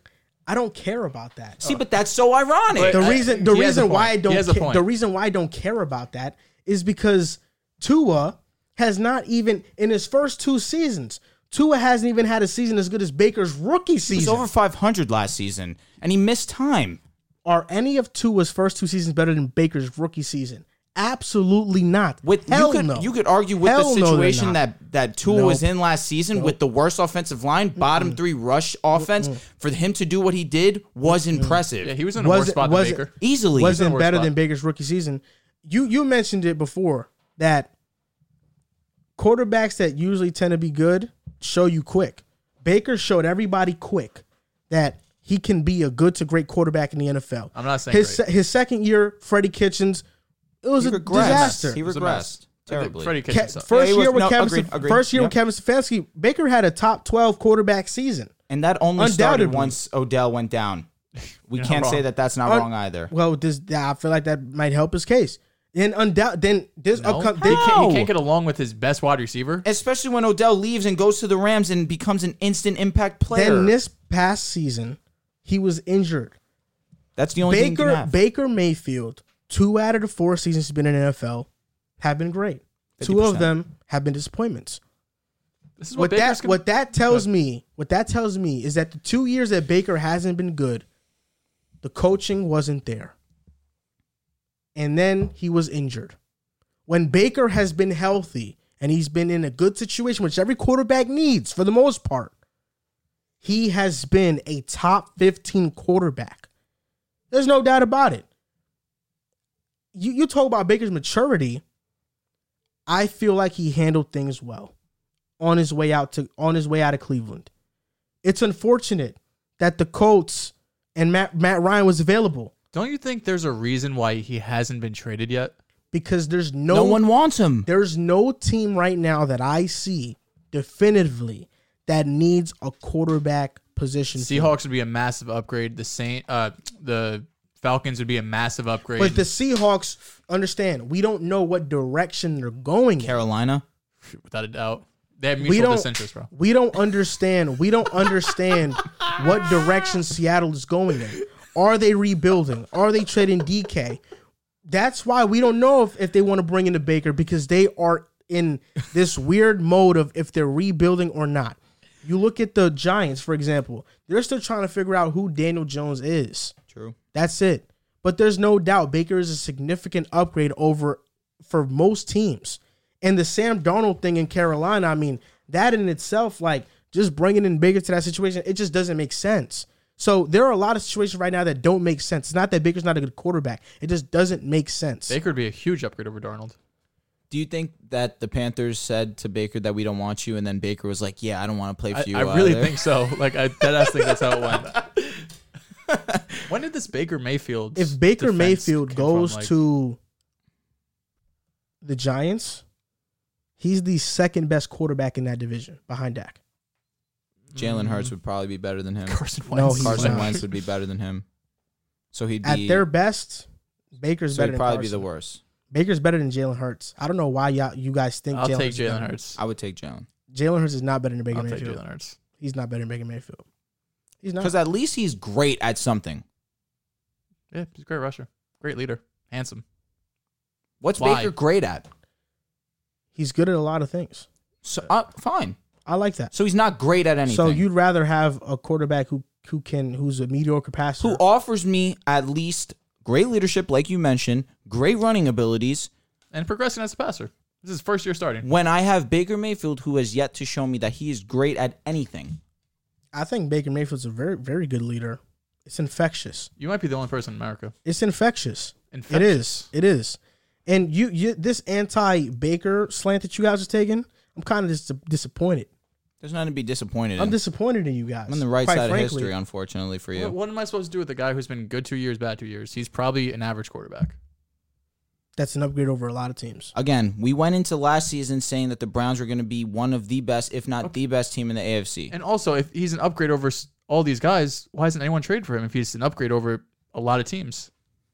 I don't care about that. See, but that's so ironic. the I- reason the he has a reason why I point. He don't has a ca- point. the reason why I don't care about that is because Tua has not even in his first two seasons. Tua hasn't even had a season as good as Baker's rookie He was season. over 500 last season, and he missed time. Are any of Tua's first two seasons better than Baker's rookie season? Absolutely not. With Hell you could no. you could argue with Hell no, the they're situation not. that that Tua Nope. was in last season with the worst offensive line, bottom three rush offense. For him to do what he did was impressive, Yeah, he was in a Was worse it- spot than was it- Baker. easily. wasn't worst better spot. than Baker's rookie season. You you mentioned it before that quarterbacks that usually tend to be good show you quick. Baker showed everybody quick that he can be a good to great quarterback in the NFL. I'm not saying his great. se- his second year, Freddie Kitchens, it was he a regressed. disaster. He was a mess. regressed terribly. Freddie Ke- Kitchens. sucked. first Yeah, he year was- with no, Kevin, agreed, agreed. first year with Yep. Kevin Stefanski, Baker had a top twelve quarterback season. and that only started Undoubtedly. once Odell went down. We You're not can't say wrong. that that's not Un- wrong either. Well, this I feel like that might help his case. Then undoubt then this No? upcoming He, can't, he No. can't get along with his best wide receiver. especially when Odell leaves and goes to the Rams and becomes an instant impact player. then this past season he was injured. That's the only thing you can Baker have. Baker Mayfield, two out of the four seasons he's been in the NFL have been great. Two of 50%. them have been disappointments. This is What what, Baker's that gonna- what that tells me, what that tells me is that the two years that Baker hasn't been good, the coaching wasn't there. And then he was injured. When Baker has been healthy and he's been in a good situation, which every quarterback needs for the most part, he has been a top 15 quarterback. There's no doubt about it. You you talk about Baker's maturity. I feel like he handled things well on his way out to on his way out of Cleveland. It's unfortunate that the Colts and Matt Matt Ryan was available Don't you think there's a reason why he hasn't been traded yet? because there's no, no, one wants him. there's no team right now that I see definitively that needs a quarterback position. Seahawks would be a massive upgrade. The Saint, uh, the Falcons would be a massive upgrade. But the Seahawks understand we don't know what direction they're going. in. Carolina. without a doubt, they have We mutual don't. disinterest, bro. We don't understand. We don't understand what direction Seattle is going in. Are they rebuilding? Are they trading DK? That's why we don't know if, if they want to bring in the Baker because they are in this weird mode of if they're rebuilding or not. You look at the Giants, for example. They're still trying to figure out who Daniel Jones is. True. That's it. But there's no doubt Baker is a significant upgrade over for most teams. And the Sam Darnold thing in Carolina, I mean, that in itself, like just bringing in Baker to that situation, it just doesn't make sense. So there are a lot of situations right now that don't make sense. It's not that Baker's not a good quarterback; it just doesn't make sense. Baker would be a huge upgrade over Darnold. Do you think that the Panthers said to Baker that we don't want you, and then Baker was like, "Yeah, I don't want to play for I, you." I really either." think so. Like I dead ass think that's how it went. when did this Baker Mayfield? if Baker defense Mayfield come goes from? Like, to the Giants, he's the second best quarterback in that division behind Dak. Jalen Mm. Hurts would probably be better than him. Carson No, Wentz, he's Carson not. Wentz would be better than him. So he'd be At their best, Baker's so better he'd than probably be Carson. the worst. Baker's better than Jalen Hurts. I don't know why y'all, you guys think I'll take Hurts is Jalen better. Hurts. I would take Jalen Jalen Hurts is not better than Baker I'll take Mayfield. Jalen Hurts. He's not better than Baker Mayfield. He's not. because at least he's great at something. Yeah, he's a great rusher, great leader, handsome. What's Why? Baker great at? He's good at a lot of things. So uh, fine. I like that. So he's not great at anything. So you'd rather have a quarterback who who can who's a mediocre passer. who offers me at least great leadership, like you mentioned, great running abilities. and progressing as a passer. This is his first year starting. When I have Baker Mayfield, who has yet to show me that he is great at anything. I think Baker Mayfield's a very very good leader. It's infectious. You might be the only person in America. It's infectious. Infectious. It is. It is. And you, you this anti Baker slant that you guys are taking, I'm kind of dis- disappointed. There's nothing to be disappointed I'm in. disappointed in you guys. I'm on the right quite side frankly. of history, unfortunately for you. What, what am I supposed to do with a guy who's been good two years, bad two years? He's probably an average quarterback. That's an upgrade over a lot of teams. Again, we went into last season saying that the Browns were going to be one of the best, if not the best team in the AFC. And also, if he's an upgrade over s- all these guys, why hasn't anyone traded for him? If he's an upgrade over a lot of teams,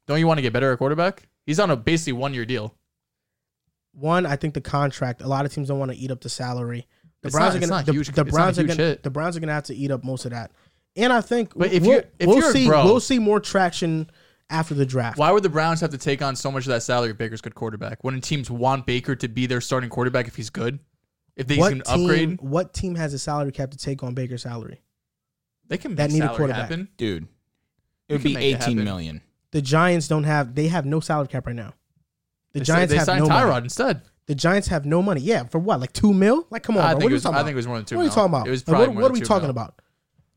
don't you want to get better at quarterback? He's on a basically one year deal. one, I think the contract. A lot of teams don't want to eat up the salary. The It's Browns not- are it's gonna not the, huge- the it's not a Browns are huge gonna hit. the Browns are gonna have to eat up most of that. And I think But if we'll, you're- if we'll you're a see bro- we'll see more traction after the draft. Why would the Browns have to take on so much of that salary? if Baker's good quarterback. Wouldn't teams want Baker to be their starting quarterback if he's good? If they what can team, upgrade, what team has a salary cap to take on Baker's salary? they can that make need a salary quarterback. happen. Dude, it You would can be make it 18 happen. million. The Giants don't have they have no salary cap right now. The They say- Giants they have signed no Tyrod money. instead. The Giants have no money. Yeah, for what? Like two mil? Like come on, bro. I What think are it you was- talking I about? think it was more than two What are you mil. talking about? It was Like, probably what, more what are than we two talking mil. about?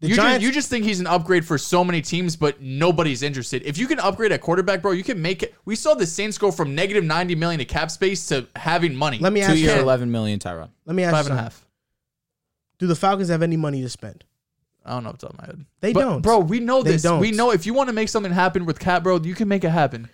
The You Giants just, you just think he's an upgrade for so many teams, but nobody's interested. If you can upgrade at quarterback, bro, you can make it. We saw the Saints go from negative ninety million to cap space to having money. let me Two ask you. year, something. 11 million, Tyrod. Let me ask five you. and something. a half. Do the Falcons have any money to spend? I don't know off the top of my head. They But, don't. bro. We know They this. We don't. know if you want to make something happen with cap, bro, you can make it happen.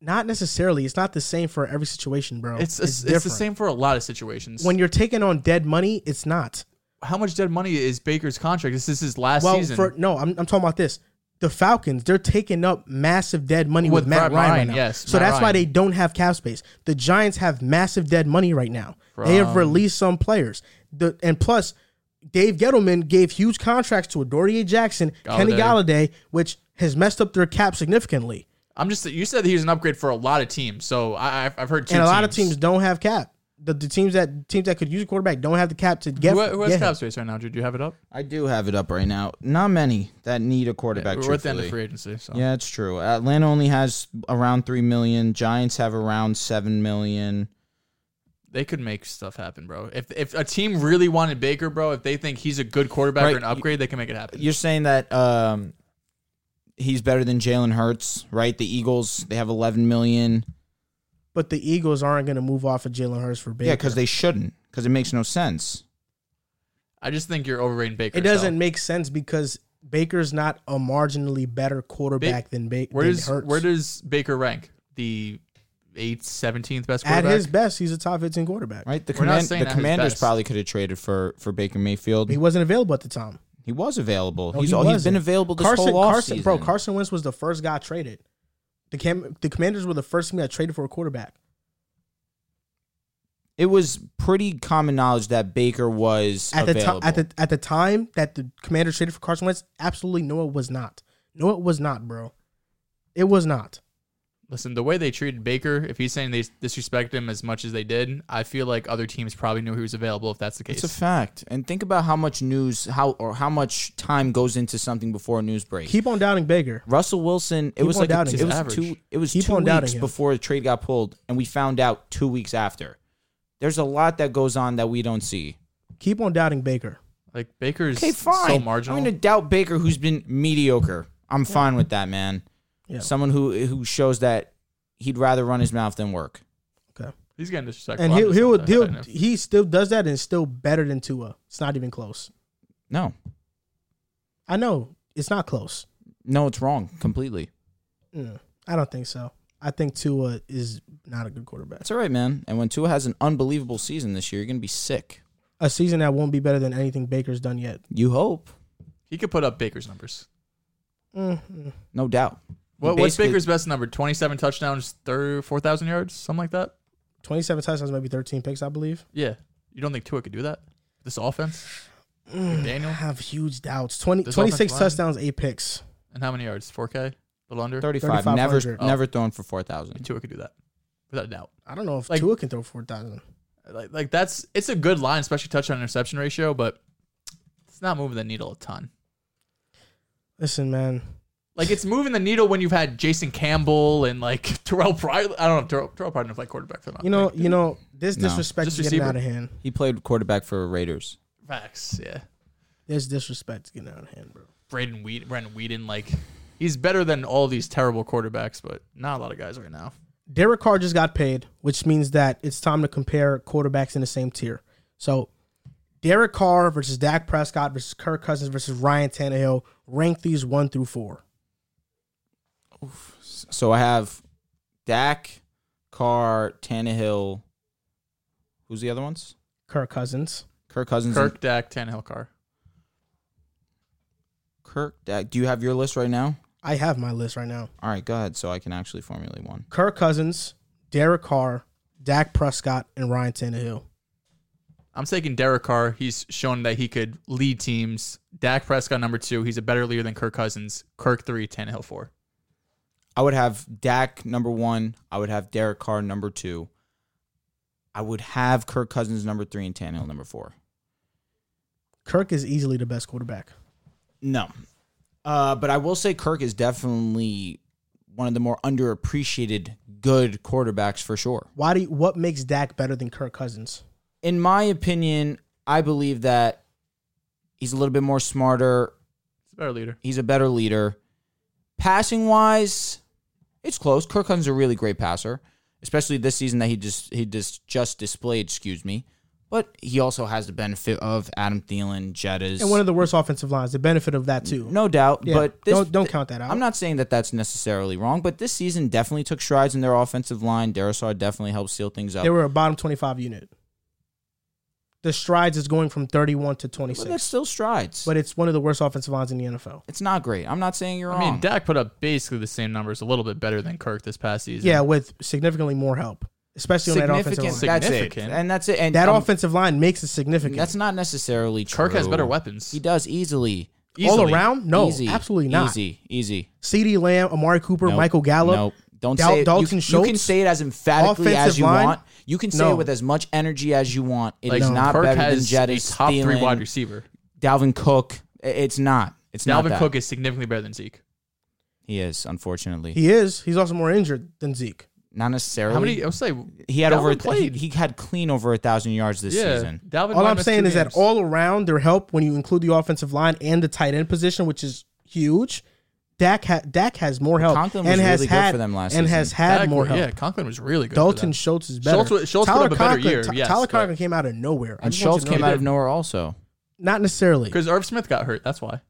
Not necessarily. It's not the same for every situation, bro. It's it's, it's, different. the same for a lot of situations. When you're taking on dead money, it's not. how much dead money is Baker's contract? This is his last Well, season. for no, I'm, I'm talking about this. the Falcons, they're taking up massive dead money with, With Matt Matt Ryan, right Ryan, now. yes, so Matt that's why Ryan. they don't have cap space. The Giants have massive dead money right now. They have released some players. The and plus, Dave Gettleman gave huge contracts to Adoree Jackson, Kenny Galladay, which has messed up their cap significantly. I'm just you said that he was an upgrade for a lot of teams, so I, I've, I've heard two and a lot of teams don't have cap. The, the teams that teams that could use a quarterback don't have the cap to get. Who, who has get him. cap space right now? Drew? Do you have it up? I do have it up right now. Not many that need a quarterback. We're at the end of truthfully. free agency, so Yeah, it's true. Atlanta only has around three million. Giants have around seven million. they could make stuff happen, bro. If if a team really wanted Baker, bro, if they think he's a good quarterback Right. or an upgrade, they can make it happen. You're saying that um, he's better than Jalen Hurts, right? The Eagles they have eleven million. But the Eagles aren't going to move off of Jalen Hurts for Baker. Yeah, because they shouldn't, because it makes no sense. I just think you're overrating Baker. It doesn't make sense because Baker's not a marginally better quarterback than Baker. Where does Hurts. where does Baker rank? The eighth, seventeenth best at quarterback. his best, he's a top 15 quarterback. Right? The We're not command, saying the that his Commanders best. probably could have traded for for Baker Mayfield. He He, wasn't available at the time. was available. No, he's he al- he's been wasn't. available this Carson, whole offseason. Carson, bro, Carson Wentz was the first guy traded. The cam- the Commanders were the first team that traded for a quarterback. It was pretty common knowledge that Baker was At the available. time, at the at the time that the Commanders traded for Carson Wentz, absolutely no, it was not. No, it was not, bro. It was not. Listen, the way they treated Baker, if he's saying they disrespect him as much as they did, I feel like other teams probably knew he was available if that's the It's case. a fact. And think about how much news, how or how much time goes into something before a news break. Keep on doubting Baker. Russell Wilson, it Keep was on like a, doubting it him. was Average. two it was Keep two on doubting weeks him. before the trade got pulled, and we found out two weeks after. There's a lot that goes on that we don't see. Keep on doubting Baker. like Baker's Okay, fine. so marginal. I'm going to doubt Baker, who's been mediocre. I'm fine with that, man. Yeah. Someone who who shows that he'd rather run his mouth than work. Okay. he's getting disrespectful. And I'm he'll just he'll, not he'll defending him. he still does that and is still better than Tua. It's not even close. No, I know it's not close. no, it's wrong completely. Mm, I don't think so. I think Tua is not a good quarterback. That's all right, man. And when Tua has an unbelievable season this year, you're going to be sick. A season that won't be better than anything Baker's done yet. You hope, he could put up Baker's numbers. Mm, mm. no doubt. What, what's Basically- Baker's best number? Twenty-seven touchdowns, thir four thousand yards, something like that. 27 touchdowns, maybe 13 picks, I believe. Yeah, you don't think Tua could do that? This offense, Mm, I Daniel, have huge doubts. 20, This 26 offensive line- touchdowns, 8 picks. and how many yards? Four K, a little under. 35, never 3,500. never thrown for 4,000. Tua could do that without a doubt. I don't know if Like- Tua can throw 4,000. Like, like that's it's a good line, especially touchdown interception ratio, but it's not moving the needle a ton. Listen, man. Like it's moving the needle when you've had Jason Campbell and like Terrell Pryor. I don't know if Terrell, Terrell Pryor didn't play quarterback for that. You know, you know, this No. disrespect Uh, Just is getting receiver. out of hand. He played quarterback for Raiders. facts. Yeah, This disrespect is getting out of hand, bro. Braden Wheat, Brandon Whedon. Like he's better than all these terrible quarterbacks, but not a lot of guys right now. Derek Carr just got paid, which means that it's time to compare quarterbacks in the same tier. So, Derek Carr versus Dak Prescott versus Kirk Cousins versus Ryan Tannehill. Rank these one through four. So I have Dak, Carr, Tannehill. Who's the other ones? Kirk Cousins. Kirk Cousins. and- Kirk, Dak, Tannehill, Carr. Kirk, Dak. Do you have your list right now? I have my list right now. All right, go ahead so I can actually formulate one. Kirk Cousins, Derek Carr, Dak Prescott, and Ryan Tannehill. I'm taking Derek Carr. He's shown that he could lead teams. Dak Prescott number two. He's a better leader than Kirk Cousins. Kirk three, Tannehill four. I would have Dak number one. I would have Derek Carr number two. I would have Kirk Cousins number three and Tannehill number four. Kirk is easily the best quarterback. No. Uh, but I will say Kirk is definitely one of the more underappreciated good quarterbacks for sure. Why do you, what makes Dak better than Kirk Cousins? In my opinion, I believe that he's a little bit more smarter. He's a better leader. He's a better leader. Passing wise, it's close. Kirk Cousins is a really great passer, especially this season that he just he just just displayed. Excuse me, but he also has the benefit of Adam Thielen, Jettas, And one of the worst offensive lines, the benefit of that too. no doubt. Yeah, but this, don't don't count that out. I'm not saying that that's necessarily wrong, but this season definitely took strides in their offensive line. Darisaw definitely helped seal things up. They were a bottom 25 unit. the strides is going from 31 to But that's 26. still strides. But But it's one of the worst offensive lines in the NFL. it's not great. I'm not saying you're I wrong. mean, Dak put up basically the same numbers, a little bit better than Kirk this past season. Yeah, with significantly more help, especially on that offensive line. significant. That's it. Significant. And that's it. And that um, offensive line makes it significant. That's not necessarily true. Kirk has better weapons. He does easily. All Easily. around? No, Easy. absolutely not. Easy. Easy. CeeDee Lamb, Amari Cooper, Nope. Michael Gallup. Nope. Don't Dal- say it. You- Dalton you, Schultz. can say it as emphatically Offensive as you line? want. You can say No. it with as much energy as you want. It is Like not Kirk better has than a Jettis, top three Thielen, wide receiver. Dalvin Cook. I- It's not. It's not Dalvin that. Cook is significantly better than Zeke. He is unfortunately He is. He's also more injured than Zeke. not necessarily. How many? I would say He had Dalvin over. played. He, he had clean over a thousand yards this yeah. season. Dalvin All might I'm miss saying two is that games. all around their help, when you include the offensive line and the tight end position, which is huge, Dak ha- Dak has more help Conklin was and has really good had for them last and season. has had Dak- more help. Yeah, Conklin was really good. for Dalton them. Schultz is better. Schultz wa- Schultz Tyler put up a better Conklin, year, Ty- yes, Tyler but- Conklin came out of nowhere. I And just want Schultz you to know came that. out of nowhere also. Not necessarily. because Irv Smith got hurt. That's why.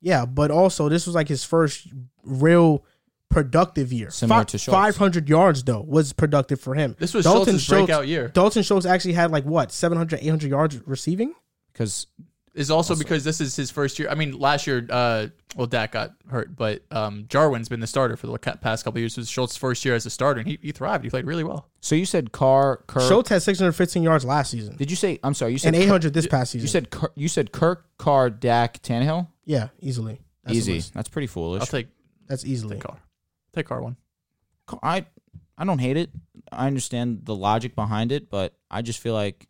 Yeah, but also this was like his first real productive year. Similar to Schultz. Five hundred yards though was productive for him. This was Schultz's breakout year. Dalton Schultz actually had like what 700, 800 yards receiving. Because is also, because this is his first year. I mean, last year, uh, well, Dak got hurt, but um, Jarwin's been the starter for the ca- past couple of years. It was Schultz's first year as a starter, and he, he thrived. He played really well. so you said Carr, Kirk. Schultz had six hundred fifteen yards last season Did you say? I'm sorry. You said and eight hundred this past You season. said Kirk, you said Kirk, Carr, Dak, Tannehill. yeah, easily. That's the Easy. list. That's pretty foolish. I'll take That's easily. Carr. Take Carr one. I I don't hate it. I understand the logic behind it, but I just feel like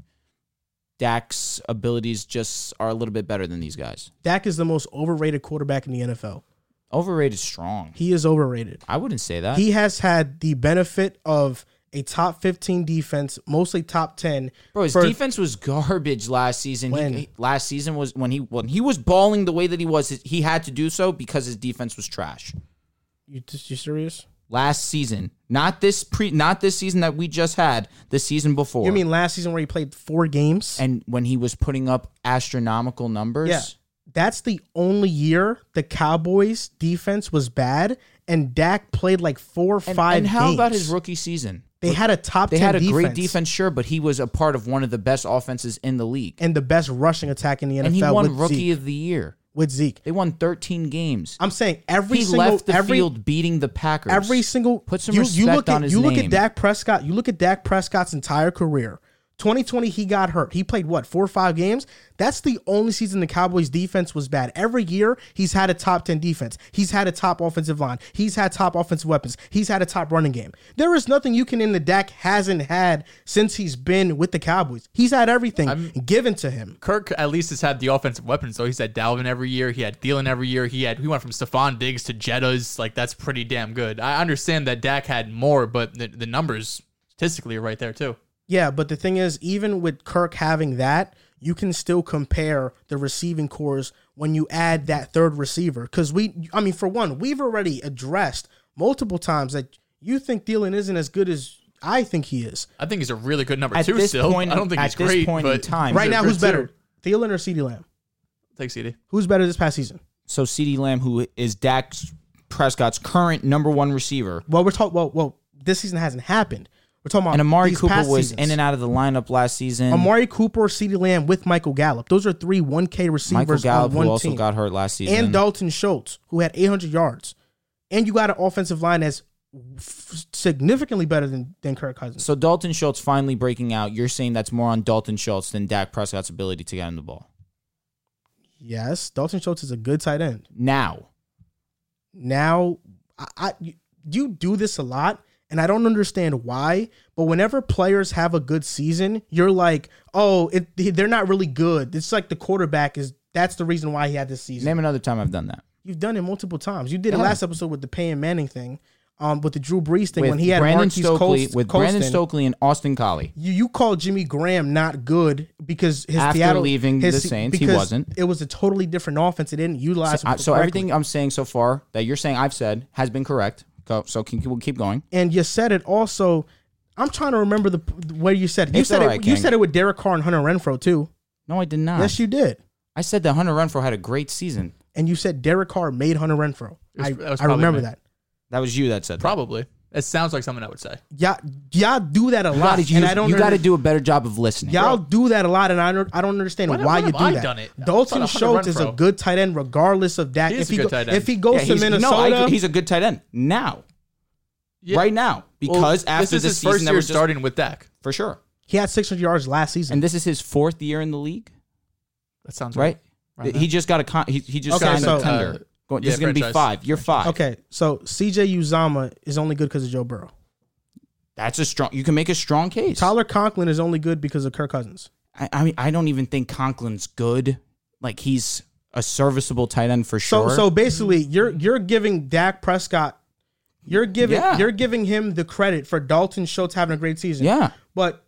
Dak's abilities just are a little bit better than these guys. Dak is the most overrated quarterback in the NFL. Overrated, strong. He is overrated. I wouldn't say that. He has had the benefit of a top fifteen defense, mostly top ten. Bro, his for- defense was garbage last season. He- When? He, last season was when he when he was balling the way that he was. He had to do so because his defense was trash. You, you serious? Last season, not this pre, not this season that we just had. The season before. You mean last season where he played four games? and when he was putting up astronomical numbers. Yeah. That's the only year the Cowboys defense was bad and Dak played like four or And, five and how about games. his rookie season? They had a top They 10 had a defense, great defense, sure, but he was a part of one of the best offenses in the league. And, and the best rushing attack in the NFL he with, won rookie Zeke, of the year. with Zeke. They won 13 games. I'm saying every He single left the every field beating the Packers. every single Put some you, you respect look on at his you look at name. Dak Prescott, you look at Dak Prescott's entire career. 2020 he got hurt. He played what, 4 or 5 games? That's the only season the Cowboys defense was bad. Every year he's had a top 10 defense. He's had a top offensive line. He's had top offensive weapons. He's had a top running game. There is nothing you can in the Dak hasn't had since he's been with the Cowboys. He's had everything given to him. Kirk at least has had the offensive weapons, though. He's had Dalvin every year. He had Thielen every year. He had he went from Stephon Diggs to Jettas. Like that's pretty damn good. I understand that Dak had more, but the, the numbers statistically are right there too. Yeah, but the thing is, even with Kirk having that, you can still compare the receiving cores when you add that third receiver. Because we, I mean, for one, we've already addressed multiple times that you think Thielen isn't as good as I think he is. I think he's a really good number At two this still. point- I don't think at he's this great. point in but time- he's right a now, good who's better, two. Thielen or CeeDee Lamb? Take CD. Who's better this past season? so CeeDee Lamb, who is Dak Prescott's current number one receiver, Well, we're talking. Well, well, this season hasn't happened. We're talking about and Amari these Cooper past was seasons. in and out of the lineup last season. Amari Cooper, CeeDee Lamb with Michael Gallup. Those are three 1K receivers Michael Gallup, on one who also team. got hurt last season. and Dalton Schultz, who had 800 yards, and you got an offensive line that's f- significantly better than than Kirk Cousins. so Dalton Schultz finally breaking out. You're saying that's more on Dalton Schultz than Dak Prescott's ability to get him the ball. Yes, Dalton Schultz is a good tight end. Now, Now, I, I you do this a lot, and I don't understand why. But whenever players have a good season, you're like, oh, it, they're not really good. It's like the quarterback is. That's the reason why he had this season. name another time I've done that. You've done it multiple times. You did it Yeah. last episode with the Payne Manning thing, um, with the Drew Brees thing when he had Brandon Marquise Stokely Colst- with Brandon Colston. Stokely and Austin Collie. you you call Jimmy Graham not good because his After Seattle- leaving his- the Saints, he because wasn't. It was a totally different offense. It didn't utilize him I- so correctly. everything I'm saying so far that you're saying I've said has been correct. Go, so can, we'll keep going. And you said it also. I'm trying to remember the where you said it. you It's said all it. right, Ah. You King. said it with Derek Carr and Hunter Renfro too. No, I did not. Yes, you did. I said that Hunter Renfro had a great season. And you said Derek Carr made Hunter Renfro. was- I, that was I probably remember me. that. That was you that said that. Probably. That sounds like something I would say. Y'all, y'all do that a lot, you and I don't. got to under- do a better job of listening. Y'all do that a lot, and I don't, I don't understand When- why when you have do I that. done it? I thought Dalton 100 Schultz run is a pro. good tight end, regardless of Dak. He is if a he good go- tight end. if he Yeah, goes to he's- Minnesota, No, I- he's a good tight end now, Yeah. right now, Well, because after this the is his season first that year was just- starting with Dak. for sure, he had 600 yards last season. and this is his fourth year in the league, That sounds right? Right he just got a con- he, he just Okay, signed so- a tender. Uh, Going, yeah, this is going to be franchise. five. You're five. okay, so CJ Uzama is only good because of Joe Burrow. That's a strong. You can make a strong case. Tyler Conklin is only good because of Kirk Cousins. I, I mean, I don't even think Conklin's good. Like he's a serviceable tight end for So sure. so basically, you're you're giving Dak Prescott, you're giving Yeah. you're giving him the credit for Dalton Schultz having a great season. yeah, But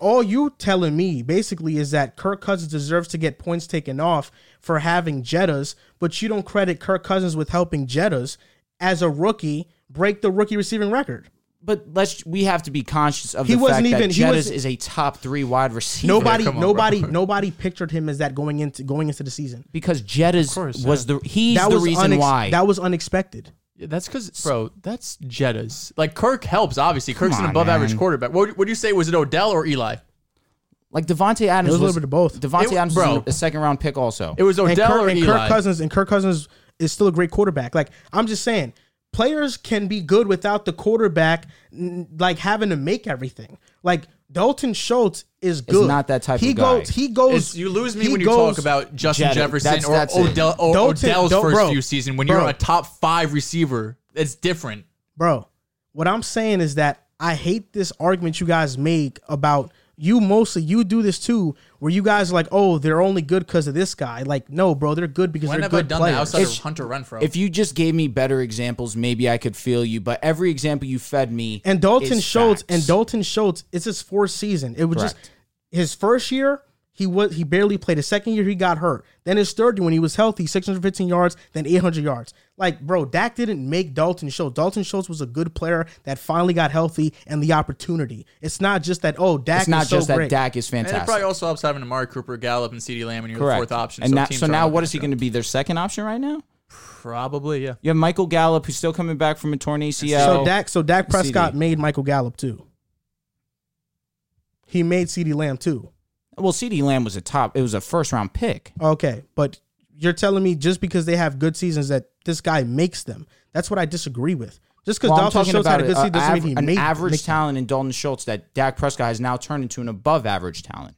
all you telling me basically is that Kirk Cousins deserves to get points taken off for having Jettas, but you don't credit Kirk Cousins with helping Jettas as a rookie break the rookie receiving record. but let's we have to be conscious of He the wasn't fact even- that he Jettas was- is a top three wide receiver. Nobody, come on, nobody, bro. nobody pictured him as that going into going into the season. because Jettas course, was the he's that the was reason unex- why. that was unexpected. Yeah, that's because, bro, that's Jettas. Like, Kirk helps, obviously. Kirk's on, an above average man. quarterback. What would you say? Was it Odell or Eli? like Devonte Adams It was was a little bit of both. Devonte It- Adams bro. was a second round pick also. It was and Odell Kirk, or and Eli. Kirk Cousins and Kirk Cousins is still a great quarterback. Like I'm just saying, players can be good without the quarterback n- like having to make everything. Like Dalton Schultz is good. not that type he of guy. Goes, he goes. It's- you lose me he when you goes- talk about Justin Jetta. Jefferson That's- or that's it. Odell or Don't ta- Odell's don't- first bro. few season when Bro. you're a top five receiver. It's different. bro. What I'm saying is that I hate this argument you guys make about you mostly you do this too, where you guys are like, oh, they're only good because of this guy. Like, no, bro, they're good because When they're have I good done players. that outside It's- of Hunter Renfro? if you just gave me better examples, maybe I could feel you. But every example you fed me And Dalton is Schultz facts. and Dalton Schultz, it's his fourth season. It was just Correct. his first year. He was he barely played. His second year he got hurt. Then his third year when he was healthy, 615 yards, then 800 yards. Like bro, Dak didn't make Dalton Schultz. Dalton Schultz was a good player that finally got healthy and the opportunity. It's not just that oh Dak it's not is so just great. that Dak is and it fantastic. probably also helps having Amari Cooper, Gallup, and CeeDee Lamb, and you're Correct. the fourth option. And now, teams so are now looking what at is he you. going to be? Their second option right now? Probably, yeah. You have Michael Gallup, who's still coming back from a torn ACL. So Dak so Dak Prescott CD. made Michael Gallup too. He made CeeDee Lamb too. well, CD Lamb was a top. It was a first round pick. Okay, but you're telling me just because they have good seasons that this guy makes them. That's what I disagree with. Just because Well, I'm Dalton talking Schultz had about a good season a- a doesn't mean aver- he an made average make- talent in Dalton Schultz that Dak Prescott has now turned into an above average talent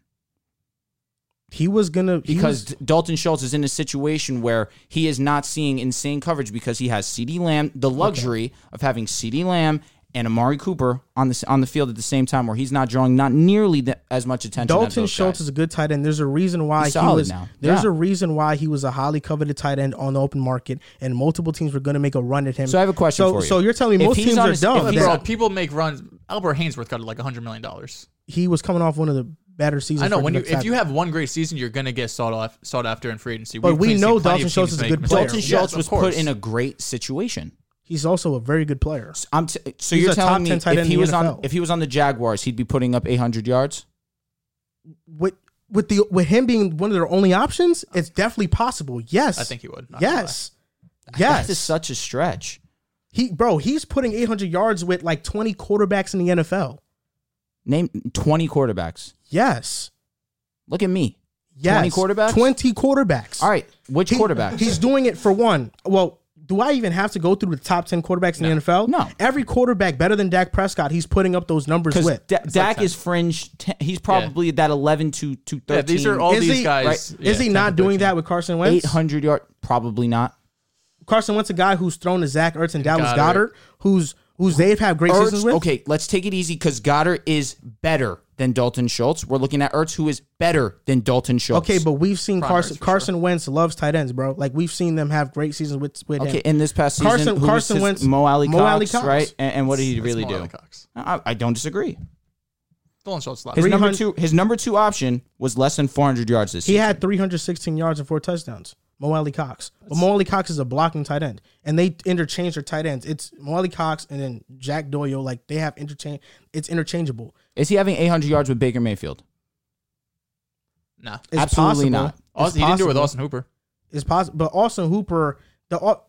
He was gonna he because was- D- Dalton Schultz is in a situation where he is not seeing insane coverage because he has CD Lamb, the luxury of having CD Lamb and Amari Cooper on the s- on the field at the same time, where he's not drawing not nearly the, as much attention. as Dalton those Schultz guys. is a good tight end. There's a reason why He's he solid was. now. There's Yeah. a reason why he was a highly coveted tight end on the open market, and multiple teams were going to make a run at him. So I have a question So, for you. so you're telling me If most he's teams on are his- dumb? if he's that on- Bro, people make runs. Albert Hainsworth got like $100 million. he was coming off one of the better seasons. I know for when you defensive if you have one great season, you're gonna get sought off sought after in free agency. But we see know plenty of Dalton teams Schultz is a make good moves. player. Dalton Yes, Schultz of was put course. in a great situation. he's also a very good player. I'm t- so He's you're a top telling me 10 tight end if in he the was on NFL. if he was on the Jaguars, he'd be putting up 800 yards. with with the with him being one of their only options, it's definitely possible. Yes, I think he would, not gonna Yes, That is yes. such a stretch. He bro, he's putting 800 yards with like 20 quarterbacks in the NFL. Name 20 quarterbacks. Yes, Look at me. yes. 20 quarterbacks? 20 quarterbacks. All right, which He- quarterback? He's doing it for one. Well. Do I even have to go through the top 10 quarterbacks in the NFL? No. Every quarterback better than Dak Prescott, he's putting up those numbers because with. Dak is fringe. Ten, he's probably that 11 to to 13. Yeah, these are all Is these he- guys. right. yeah, Is he 10 not to doing 13. that with Carson Wentz? 800 yard. Probably not. Carson Wentz, a guy who's thrown to Zach Ertz and Dallas Goddard. Goddard, who's who's they've had great seasons Ertz, with. okay, let's take it easy because Goddard is better than Dalton Schultz. We're looking at Ertz, who is better than Dalton Schultz. Okay, but we've seen Primaries, Carson for Carson Wentz loves tight ends, bro. Like we've seen them have great seasons with with okay, him. in this past season, Carson- who was Carson his- Wentz- Mo Alley Mo Alley Cox, Cox. right? And, and what did he That's really Mo do? Cox. I, I don't disagree. Dalton Schultz. left. His number 300 two, his number two option was less than 400 yards this he season. had 316 yards and four touchdowns. Mo Ali Cox, but Mo Ali Cox is a blocking tight end, and they interchange their tight ends. It's Mo Ali Cox and then Jack Doyle. Like they have interchange. It's interchangeable. Is he having 800 yards with Baker Mayfield? Nah. It's possible. Absolutely not. It's Austin, he didn't do it with possible. Austin Hooper. It's possible, but Austin Hooper, the, o-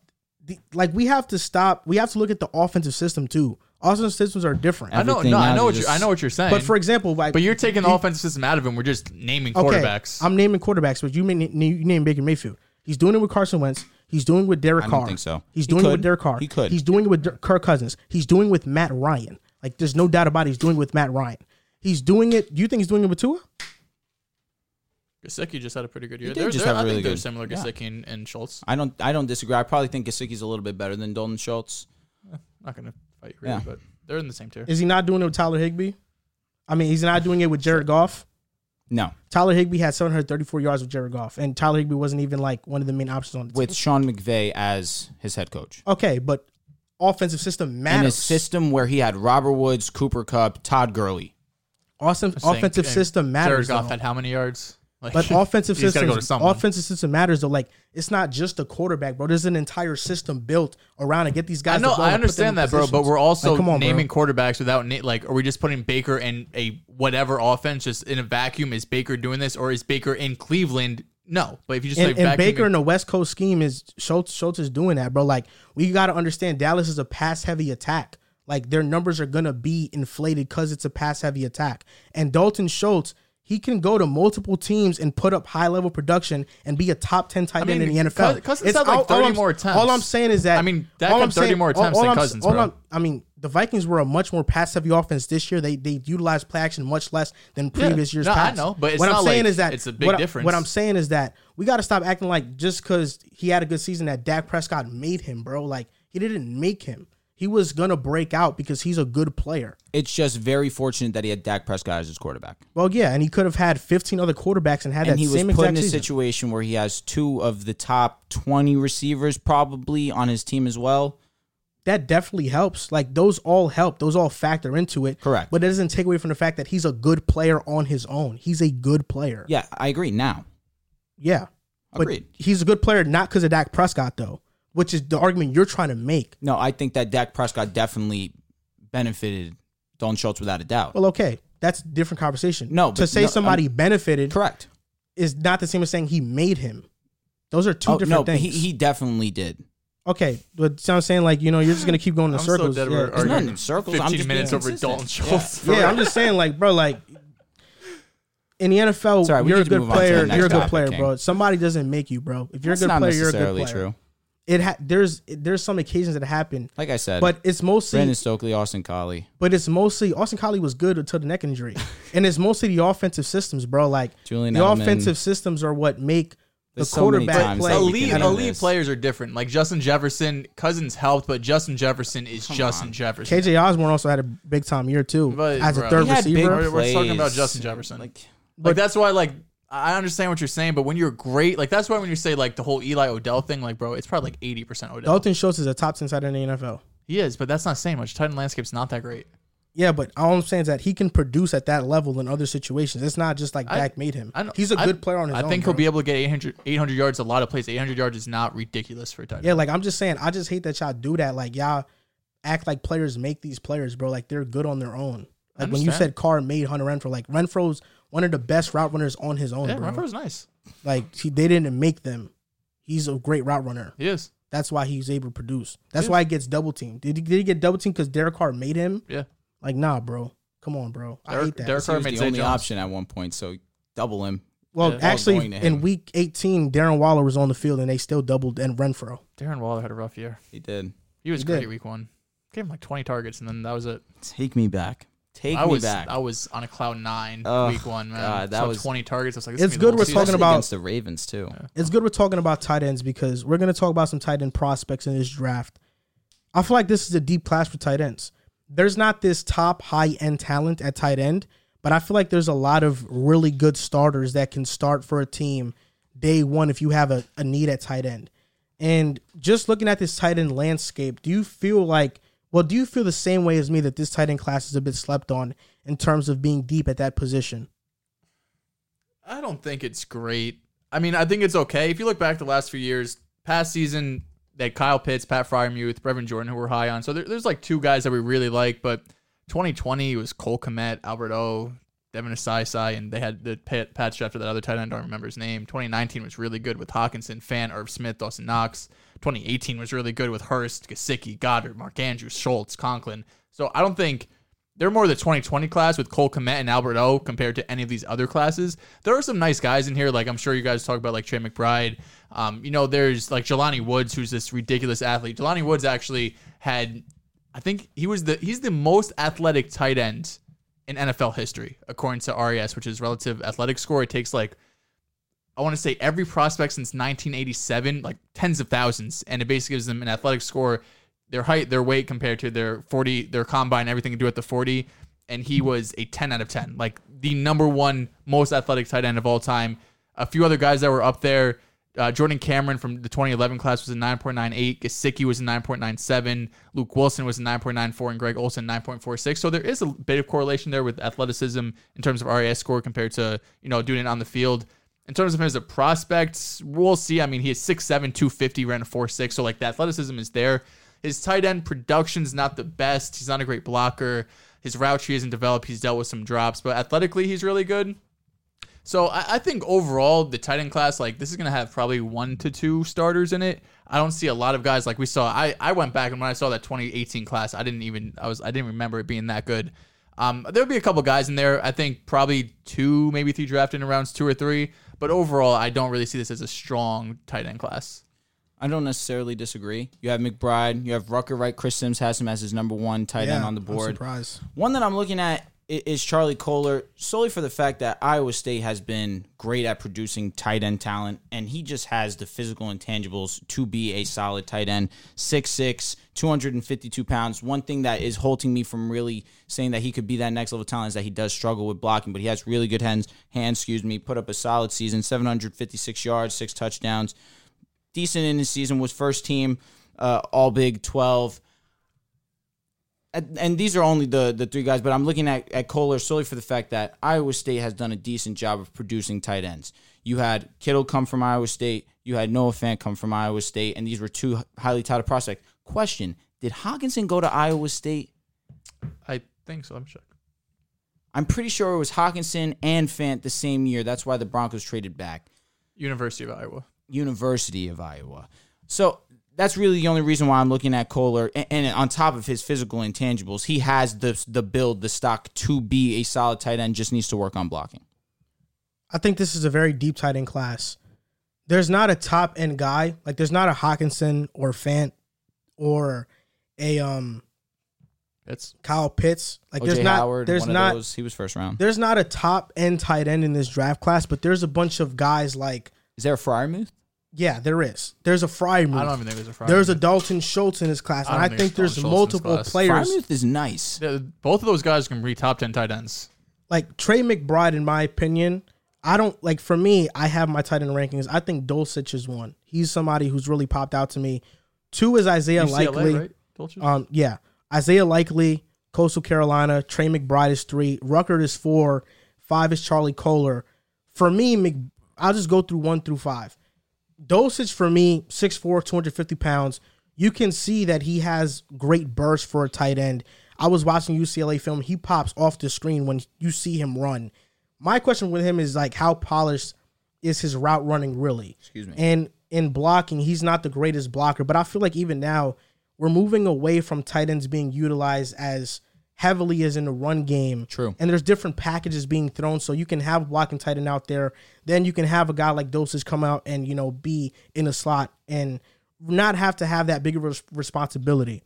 the like we have to stop. We have to look at the offensive system too. Austin systems are different. I know, Everything no, I now know is what just- you're, I know what you're saying. But for example, like but you're taking the offensive system out of him. We're just naming quarterbacks. I'm naming quarterbacks, but you may na- you name Baker Mayfield. He's doing it with Carson Wentz. He's doing it with Derek I Carr. don't think so. He's He doing it with could. Derek Carr. He could. He's doing it with Der- Kirk Cousins. He's doing it with Matt Ryan. Like there's no doubt about it, he's doing it with Matt Ryan. He's doing it. You think he's doing it with Tua? Gasecki just had a pretty good year. did They're, just they're- have I a really think they're good- similar, yeah. Gasecki and, and Schultz. I don't. I don't disagree. I probably think Gasicki's a little bit better than Dalton Schultz. not going to fight you, really, Yeah. but they're in the same tier. Is he not doing it with Tyler Higby? I mean, he's not doing it with Jared Goff. No, Tyler Higby had 734 yards with Jared Goff, and Tyler Higby wasn't even like one of the main options on the with Sean McVay as his head coach. team. Okay, but offensive system In a matters. system where he had Robert Woods, Cooper Cup, Todd Gurley. Awesome, offensive And system matters. Jared Goff though. had how many yards? Like, But offensive he's gotta system, go to someone. offensive system matters though. Like it's not just the quarterback, bro. There's an entire system built around to get these guys. I know, the ball I and put them in understand that, bro. But positions. we're also Like, come on, bro. naming quarterbacks without na- like, are we just putting Baker in a whatever offense just in a vacuum? Is Baker doing this, or is Baker in Cleveland? No, but if you just and, like and vacuum Baker in- in the West Coast scheme is Schultz. Schultz is doing that, bro. Like we got to understand Dallas is a pass heavy attack. Like their numbers are gonna be inflated because it's a pass heavy attack. And Dalton Schultz, he can go to multiple teams and put up high level production and be a top ten tight I mean, end in the NFL. Cous- Cousins had, like, 30 I'm, more All attempts. I'm saying is that I mean, Dak all had I'm 30 more attempts than I'm- Cousins, all bro. I'm- I mean, the Vikings were a much more pass heavy offense this year. They they utilized play action much less than previous years. No, I past. know, but it's what I'm not saying like is that it's a big what I- difference. What I'm saying is that we got to stop acting like just because he had a good season that Dak Prescott made him, bro. Like he didn't make him. He was gonna break out because he's a good player. It's just very fortunate that he had Dak Prescott as his quarterback. Well, yeah, and he could have had 15 other quarterbacks and had and that he was same put in exact a season. situation where he has two of the top 20 receivers probably on his team as well. that definitely helps. Like those all help. Those all factor into it. Correct. But it doesn't take away from the fact that he's a good player on his own. He's a good player. Yeah, I agree now. Yeah. But Agreed. he's a good player not because of Dak Prescott though, which is the argument you're trying to make. No, I think that Dak Prescott definitely benefited Don Schultz without a doubt. Well, okay, that's a different conversation. No, to but say no, somebody benefited Correct. is not the same as saying he made him. Those are two Oh, different no, things. he, he definitely did. okay, but so I'm saying like you know you're just gonna keep going in I'm so circles. dead yeah, we're it's arguing not- not in circles. I'm 15 just minutes being over consistent. Dalton Schultz. yeah, I'm just saying like bro, like in the NFL, Sorry, we you're a need to good move on to the player. next You're a good topic, player, King. bro. Somebody doesn't make you, bro. If you're That's a good not player, you're a good necessarily player. true. It ha- there's there's some occasions that happen, Like I said, but it's mostly Brandon Stokely, Austin Collie, but it's mostly Austin Collie was good until the neck injury, and it's mostly the offensive systems, bro. Like Julian the Edelman. offensive systems are what make the There's so many quarterback times play. that we elite can handle elite this. players are different. Like Justin Jefferson, Cousins helped, but Justin Jefferson is Justin Jefferson. KJ Osborne also had a big time year too But, as a bro, third He had big receiver. We're- we're talking about plays. Justin Jefferson. Like, Like that's why like I understand what you're saying, but when you're great, like that's why when you say like the whole Eli Odell thing, like bro, it's probably like eighty percent Odell. Dalton Schultz is a top ten side in the NFL. He is, but that's not saying much. Titan landscape's not that great. Yeah, but all I'm saying is that he can produce at that level in other situations. It's not just like Dak made him. I know, He's a I- good player on his I own. think bro. he'll be able to get 800, 800 yards a lot of plays. 800 yards is not ridiculous for a tight end. Yeah, like I'm just saying, I just hate that y'all do that. Like y'all act like players make these players, bro. Like they're good on their own. Like when you understand. said Carr made Hunter Renfro, like Renfro's one of the best route runners on his own, Yeah, bro. Renfro's nice. Like he, they didn't make them. He's a great route runner. He is. That's why he's able to produce. That's Yeah. why he gets double teamed. Did he, did he get double teamed because Derek Carr made him? Yeah. Like nah, bro. Come on, bro. I hate Derek, that. Derek he Carr was made the Zay only Jones. option at one point, so double him. well, yeah. actually, Ball's going to in him. week 18, Darren Waller was on the field and they still doubled and Renfro. Darren Waller had a rough year. He did. He was He great did. week one. Gave him like 20 targets, and then that was it. Take me back. Take I me was back. I was on a cloud nine Ugh, week one, man. God, that Saw was- 20 targets. I was like, this It's is good gonna be the whole we're season. talking about- against the Ravens too. It's good we're talking about tight ends because we're going to talk about some tight end prospects in this draft. I feel like this is a deep class for tight ends. There's not this top high end talent at tight end, but I feel like there's a lot of really good starters that can start for a team day one if you have a, a need at tight end. And just looking at this tight end landscape, do you feel like, well, do you feel the same way as me that this tight end class is a bit slept on in terms of being deep at that position? I don't think it's great. I mean, I think it's okay. If you look back the last few years, past season, they had Kyle Pitts, Pat Fryermuth, Brevin Jordan, who we're high on. So there, there's like two guys that we really like, but 2020 was Cole Komet, Albert O, Devin Asaisai, and they had the Pat, patch after that other tight end. I don't remember his name. 2019 was really good with Hawkinson, Fan, Irv Smith, Dawson Knox. 2018 was really good with Hurst, Gasicki, Goddard, Mark Andrews, Schultz, Conklin. So I don't think they're more the 2020 class with Cole Komet and Albert O compared to any of these other classes. There are some nice guys in here, like I'm sure you guys talk about, like Trey McBride. Um, you know, there's like Jelani Woods, who's this ridiculous athlete. Jelani Woods actually had, I think he was the he's the most athletic tight end in NFL history, according to RES, which is relative athletic score. It takes like I want to say every prospect since 1987, like tens of thousands, and it basically gives them an athletic score, their height, their weight compared to their 40, their combine, everything to do at the 40. And he was a 10 out of 10, like the number one most athletic tight end of all time. A few other guys that were up there. Uh, Jordan Cameron from the 2011 class was a 9.98. Gasicki was a 9.97. Luke Wilson was a 9.94, and Greg Olson 9.46. So there is a bit of correlation there with athleticism in terms of RAS score compared to you know doing it on the field. In terms of him as a prospect, we'll see. I mean, he is 6'7, 250, ran a 4'6. So, like, the athleticism is there. His tight end production's not the best. He's not a great blocker. His route tree isn't developed. He's dealt with some drops, but athletically, he's really good. So, I, I think overall, the tight end class, like, this is going to have probably one to two starters in it. I don't see a lot of guys like we saw. I, I went back and when I saw that 2018 class, I didn't even, I was, I didn't remember it being that good. Um, there'll be a couple guys in there. I think probably two, maybe three drafted in rounds two or three. But overall, I don't really see this as a strong tight end class. I don't necessarily disagree. You have McBride, you have Rucker, right? Chris Sims has him as his number one tight end on the I'm board. surprised. One that I'm looking at i- is Charlie Kohler, solely for the fact that Iowa State has been great at producing tight end talent, and he just has the physical intangibles to be a solid tight end. 6'6, 252 pounds. One thing that is halting me from really saying that he could be that next level talent is that he does struggle with blocking, but he has really good hands, hands excuse me, put up a solid season, 756 yards, six touchdowns. Decent in the season, was first team, uh, all Big 12 and and these are only the the three guys, but I'm looking at, at Kohler solely for the fact that Iowa State has done a decent job of producing tight ends. You had Kittle come from Iowa State, you had Noah Fant come from Iowa State, and these were two highly touted prospects. Question: Did Hawkinson go to Iowa State? I think so. I'm shook. I'm pretty sure it was Hawkinson and Fant the same year. That's why the Broncos traded back. University of Iowa. University of Iowa. So that's really the only reason why I'm looking at Kohler. And, and on top of his physical intangibles, he has the the build, the stock to be a solid tight end. Just needs to work on blocking. I think this is a very deep tight end class. There's not a top end guy. Like there's not a Hawkinson or Fant or a um It's Kyle Pitts. Like there's OJ not Howard, there's one not of those. He was first round. there's not a top end tight end in this draft class, but there's a bunch of guys like Is there a Fryermuth? yeah, there is. There's a Fry I don't move. even think there's a Friday. There's a Dalton Schultz in his class, I and don't I think think there's there's Dalton Schultz in this multiple class. players Fryermuth is nice. Yeah, both of those guys can be top ten tight ends. like Trey McBride. In my opinion, I don't like. For me, I have my tight end rankings. I think Dulcich is one. He's somebody who's really popped out to me. Two is Isaiah UCLA, Likely. right? Dolce? Um, yeah, Isaiah Likely, Coastal Carolina, Trey McBride is three, Ruckert is four, five is Charlie Kohler. For me, Mc, I'll just go through one through five. Dosage for me, 6'4", 250 pounds. You can see that he has great burst for a tight end. I was watching UCLA film. He pops off the screen when you see him run. My question with him is like, how polished is his route running really? Excuse me. And in blocking, he's not the greatest blocker, but I feel like even now we're moving away from tight ends being utilized as heavily as in the run game. True. And there's different packages being thrown, so you can have a blocking tight end out there. Then you can have a guy like Dosage come out and you know be in the slot and not have to have that big of a res- responsibility.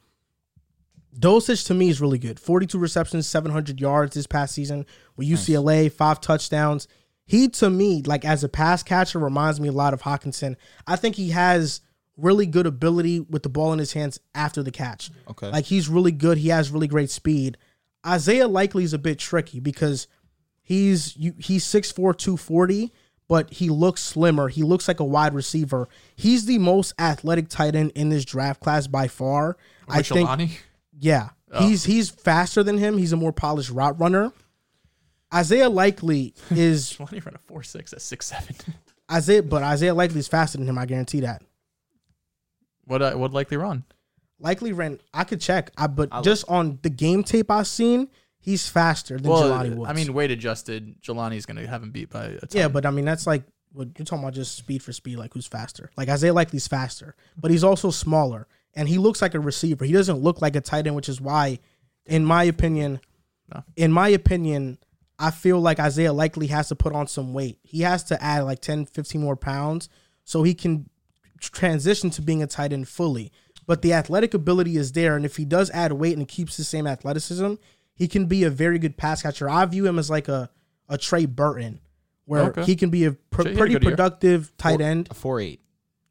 Dosage to me is really good. 42 receptions, 700 yards this past season with UCLA, five touchdowns. He to me, like as a pass catcher, reminds me a lot of Hawkinson. I think he has really good ability with the ball in his hands after the catch. Okay. Like he's really good. He has really great speed. Isaiah likely is a bit tricky because he's you, he's 6'4", 240, but he looks slimmer. He looks like a wide receiver. He's the most athletic tight end in this draft class by far. I think Richelani? yeah. Oh. He's he's faster than him. He's a more polished route runner. Isaiah Likely is Richelani ran a four six at six seven. Isaiah, but Isaiah Likely is faster than him. I guarantee that. what uh, what likely run? Likely ran. I could check. I but just on the game tape I've seen, he's faster than Well, uh, Jelani Woods. I mean, weight adjusted, Jelani's going to have him beat by a ton. yeah, but I mean that's like what you're talking about. Just speed for speed. Like who's faster? Like Isaiah Likely's faster, but he's also smaller and he looks like a receiver. He doesn't look like a tight end, which is why in my opinion, No. in my opinion, I feel like Isaiah likely has to put on some weight. He has to add like 10, 15 more pounds so he can transition to being a tight end fully. But the athletic ability is there, and if he does add weight and keeps the same athleticism, he can be a very good pass catcher. I view him as like a a Trey Burton, where Okay. he can be a pr- Sure, he had a pretty good year. productive tight end A four eight.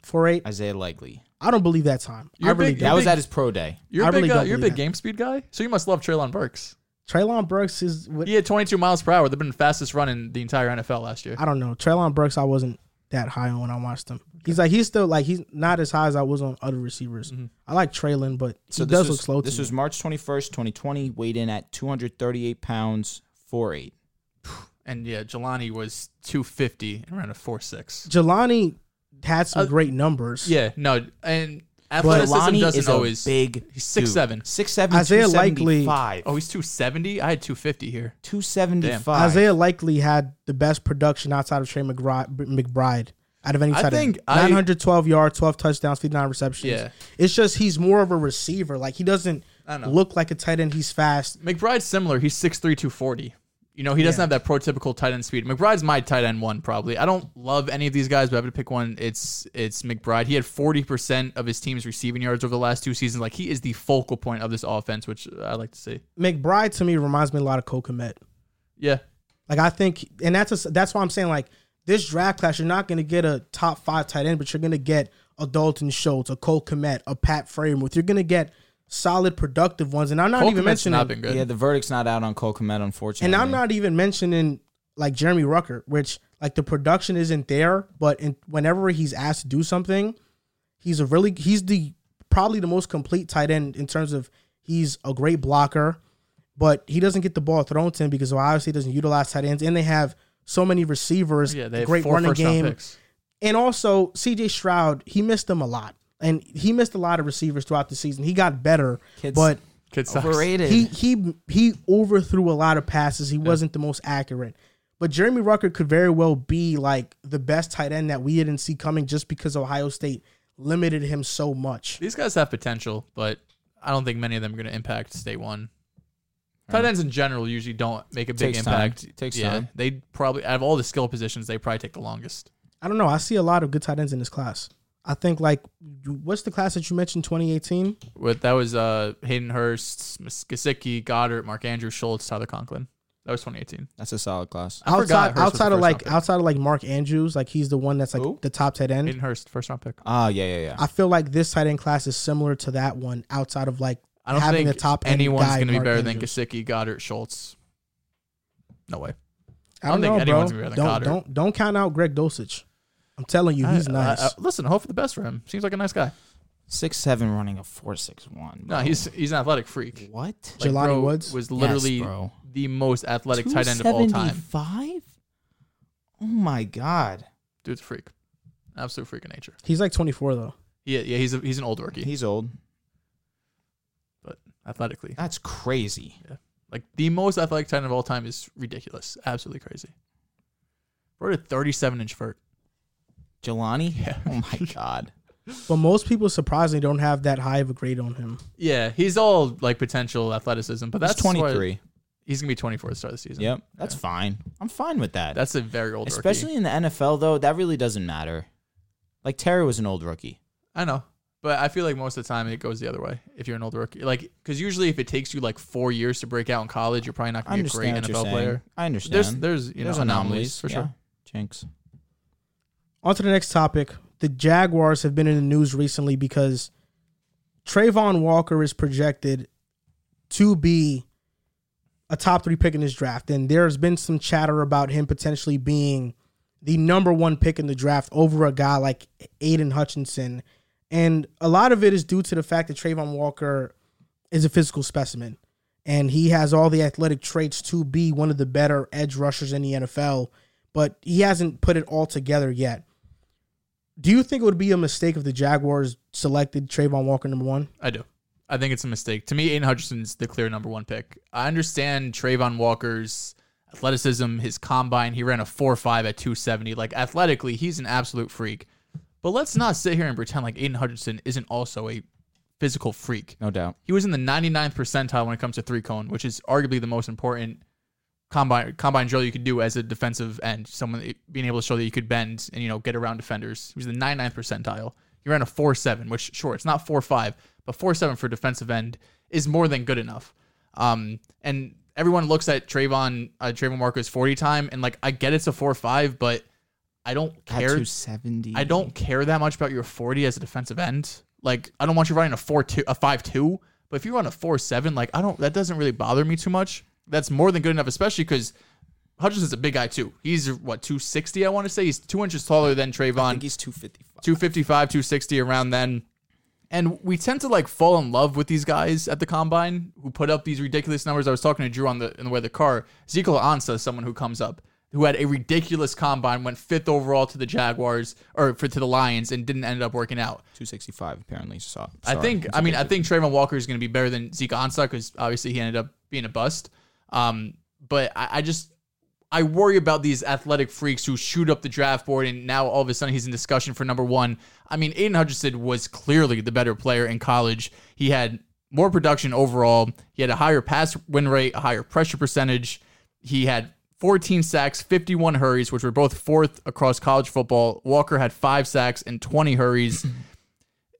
for eight. Isaiah Likely. I don't believe that time. I You're really big- don't. That was big- at his pro day. You're I a big, really uh, don't you're a believe big that. game speed guy, so you must love Traylon Burks. Traylon Brooks is. What, He had 22 miles per hour. They've been the fastest run in the entire NFL last year. I don't know. Traylon Brooks, I wasn't that high on when I watched him. He's like he's still like he's not as high as I was on other receivers. Mm-hmm. I like Traylon, but So he this does was, look slow. This to was me. March twenty first, twenty twenty. Weighed in at two hundred thirty eight pounds, four eight. And yeah, Jelani was 250 and ran a 4.6. Jelani had some Uh, great numbers. Yeah, no, and athleticism doesn't always. big. He's 6'7". Six seven. Isaiah Isaiah Likely- Likely. Five. Oh, he's 270. I had 250 here. Two seventy five. Isaiah likely had the best production outside of Trey McBride, McBride out of any I tight think end. I- 912 yards, 12 touchdowns, 59 receptions. Yeah. It's just he's more of a receiver. Like he doesn't I don't know. look like a tight end. He's fast. McBride's similar. He's 6'3", 240. You know, he doesn't have that prototypical tight end speed. McBride's my tight end one, probably. I don't love any of these guys, but I have to pick one. It's it's McBride. He had 40% of his team's receiving yards over the last two seasons. Like, he is the focal point of this offense, which I like to see. McBride to me reminds me a lot of Kokomet. Yeah. Like I think, and that's a, that's why I'm saying like this draft class, you're not going to get a top five tight end, but you're going to get a Dalton Schultz, a Cole Komet, a Pat Framuth. You're going to get solid, productive ones, and I'm not Cole even Kmet's mentioning. not been good. Yeah, the verdict's not out on Cole Komet, unfortunately. and I'm not even mentioning like Jeremy Rucker, which like the production isn't there, but in, whenever he's asked to do something, he's a really he's the probably the most complete tight end in terms of he's a great blocker, but he doesn't get the ball thrown to him because Ohio State doesn't utilize tight ends, and they have so many receivers, Yeah, they have great four running first-round game, picks. and also CJ Stroud. He missed them a lot, and he missed a lot of receivers throughout the season. He got better, Kids- but Kid sucks. overrated. he he he overthrew a lot of passes. He wasn't the most accurate. But Jeremy Rucker could very well be like the best tight end that we didn't see coming just because Ohio State limited him so much. These guys have potential, but I don't think many of them are going to impact state one. Tight ends in general usually don't make a big Takes time. impact. Takes yeah, time. They probably out of all the skill positions, they probably take the longest. I don't know. I see a lot of good tight ends in this class. I think like what's the class that you mentioned 2018? With that was uh Hayden Hurst, Gasicki, Goddard, Mark Andrew Schultz, Tyler Conklin. That was 2018. That's a solid class. I forgot outside Hurst was outside of the first like round pick. outside of like Mark Andrews, like he's the one that's like Who? the top tight end. Hayden Hurst, first round pick. Ah, yeah, yeah, yeah. I feel like this tight end class is similar to that one outside of like I don't having think a top end anyone's guy, going to be Mark better Andrews. than Gasicki, Goddard, Schultz. No way. I don't think bro. anyone's gonna be better than don't, Goddard. Don't don't count out Greg Dosich. I'm telling you, he's I- I- nice. I- listen, hope for the best for him. Seems like a nice guy. Six seven running a four six one. No, he's he's an athletic freak. what? Like, Jelani bro Woods? was literally yes, bro. the most athletic tight end of all time. 275? Oh my god. Dude's a freak, absolute freak of nature. he's like 24 though. Yeah, yeah, he's a, he's an old rookie, He's old. but athletically, That's crazy. like the most athletic tight end of all time is ridiculous, absolutely crazy. Bro had a 37 inch vert. Jelani? Oh my god. But most people surprisingly don't have that high of a grade on him. Yeah, he's all like potential athleticism, but that's That's why- twenty three. He's gonna be 24 at the start of the season. Yep. That's fine. I'm fine with that. That's a very old Especially rookie. in the NFL though, that really doesn't matter. Like Terry was an old rookie. I know, but I feel like most of the time it goes the other way. If you're an old rookie, like because usually if it takes you like four years to break out in college, you're probably not I gonna be a great understand what you're NFL saying. player. I understand. There's there's you There's know anomalies, for sure. Yeah. Jinx. On to the next topic. The Jaguars have been in the news recently because Trayvon Walker is projected to be a top three pick in this draft. And there's been some chatter about him potentially being the number one pick in the draft over a guy like Aiden Hutchinson. And a lot of it is due to the fact that Trayvon Walker is a physical specimen. And he has all the athletic traits to be one of the better edge rushers in the NFL, but he hasn't put it all together yet. Do you think it would be a mistake if the Jaguars selected Trayvon Walker number one? I do. I think it's a mistake. To me, Aiden Hutchinson's the clear number one pick. I understand Trayvon Walker's athleticism, his combine. He ran a 4 5 at 270. Like, athletically, he's an absolute freak. But let's not sit here and pretend like Aiden Hutchinson isn't also a physical freak. no doubt. He was in the 99th percentile when it comes to three cone, which is arguably the most important combine combine drill you could do as a defensive end. Someone that- being able to show that you could bend and you know get around defenders. He was the 99th percentile. He ran a four seven, which sure it's not four five, but four seven for defensive end is more than good enough. Um, and everyone looks at Trayvon uh, Trayvon Marco's 40 time and like I get it's a four five, but I don't At care 270. I don't care that much about your 40 as a defensive end. Like I don't want you running a 4 2 a 5 2, but if you run a 4 7, like I don't that doesn't really bother me too much. That's more than good enough especially cuz Hutchinson's a big guy too. He's what 260 I want to say. He's 2 inches taller than I Trayvon. think he's 255. 255, 260 around then. And we tend to like fall in love with these guys at the combine who put up these ridiculous numbers. I was talking to Drew on the in the way of the car. Ezekiel Ansa is someone who comes up who had a ridiculous combine, went fifth overall to the Jaguars or for to the Lions and didn't end up working out. 265 apparently. So, I sorry. think. I mean, I think Trayvon Walker is going to be better than Zeke Ansah because obviously he ended up being a bust. Um, but I, I just I worry about these athletic freaks who shoot up the draft board, and now all of a sudden he's in discussion for number one. I mean, Aiden Hutchinson was clearly the better player in college. He had more production overall. He had a higher pass win rate, a higher pressure percentage. He had 14 sacks, 51 hurries, which were both fourth across college football. Walker had five sacks and 20 hurries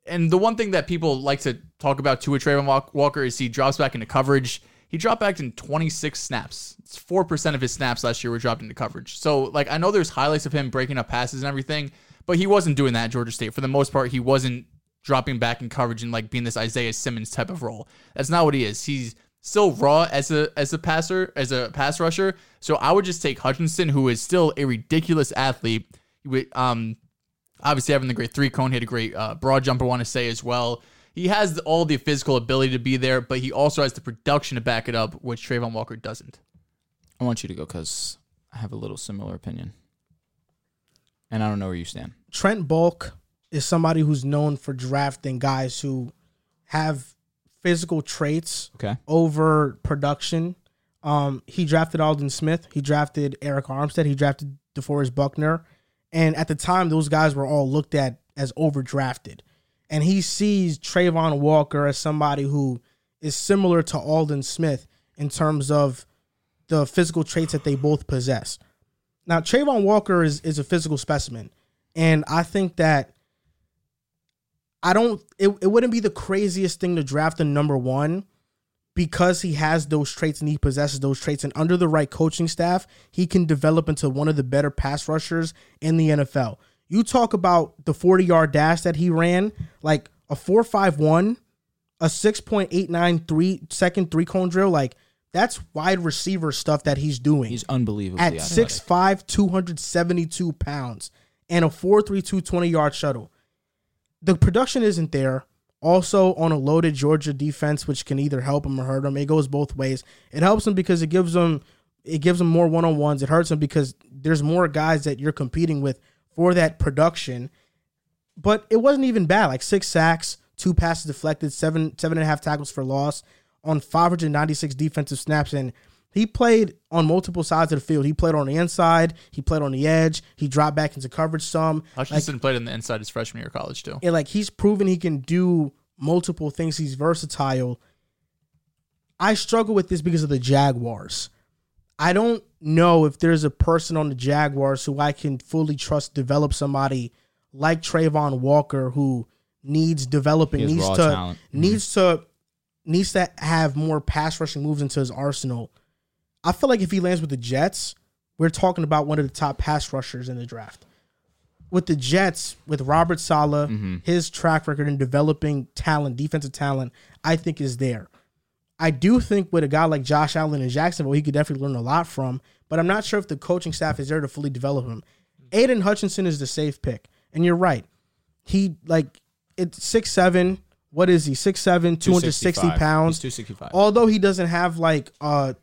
and the one thing that people like to talk about to a Trayvon Walk- Walker is he drops back into coverage. He dropped back in 26 snaps. It's four percent of his snaps last year were dropped into coverage. So like I know there's highlights of him breaking up passes and everything, but he wasn't doing that at Georgia State for the most part. He wasn't dropping back in coverage and like being this Isaiah Simmons type of role. That's not what he is. He's still raw as a as a passer as a pass rusher. So I would just take Hutchinson, who is still a ridiculous athlete. He would, um, obviously having the great three cone hit a great uh, broad jumper want to say as well he has all the physical ability to be there but he also has the production to back it up which Trayvon Walker doesn't I want you to go because I have a little similar opinion. And I don't know where you stand. Trent Bulk is somebody who's known for drafting guys who have physical traits Okay. over production. Um, he drafted Alden Smith. He drafted Eric Armstead. He drafted DeForest Buckner. And at the time, those guys were all looked at as overdrafted. And he sees Trayvon Walker as somebody who is similar to Alden Smith in terms of the physical traits that they both possess. Now, Trayvon Walker is, is a physical specimen. And I think that I don't, it, it wouldn't be the craziest thing to draft a number one because he has those traits and he possesses those traits, and under the right coaching staff, he can develop into one of the better pass rushers in the NFL. You talk about the 40 yard dash that he ran, like a 451, a 6.893 second three cone drill, like that's wide receiver stuff that he's doing He's unbelievably at athletic. 6'5, 272 pounds, and a 4'3'2 20 yard shuttle. The production isn't there. Also, on a loaded Georgia defense, which can either help him or hurt him, it goes both ways. It helps him because it gives him it gives him more one on ones. It hurts him because there's more guys that you're competing with for that production. But it wasn't even bad. Like six sacks, two passes deflected, seven seven and a half tackles for loss on 596 defensive snaps, and he played on multiple sides of the field. He played on the inside. He played on the edge. He dropped back into coverage some. Hutchinson played on the inside his freshman year of college too And like he's proven he can do multiple things. He's versatile. I struggle with this because of the Jaguars. I don't know if there's a person on the Jaguars who I can fully trust develop somebody like Trayvon Walker who needs developing, He has needs raw to talent. Mm-hmm. needs to needs to have more pass rushing moves into his arsenal. I feel like if he lands with the Jets, we're talking about one of the top pass rushers in the draft. With the Jets, with Robert Sala, Mm-hmm. his track record in developing talent, defensive talent, I think is there. I do think with a guy like Josh Allen in Jacksonville, he could definitely learn a lot from, but I'm not sure if the coaching staff is there to fully develop him. Aiden Hutchinson is the safe pick. And you're right. He like it's six seven. What is he? Six seven, two hundred sixty 265. pounds. He's 265. Although he doesn't have like a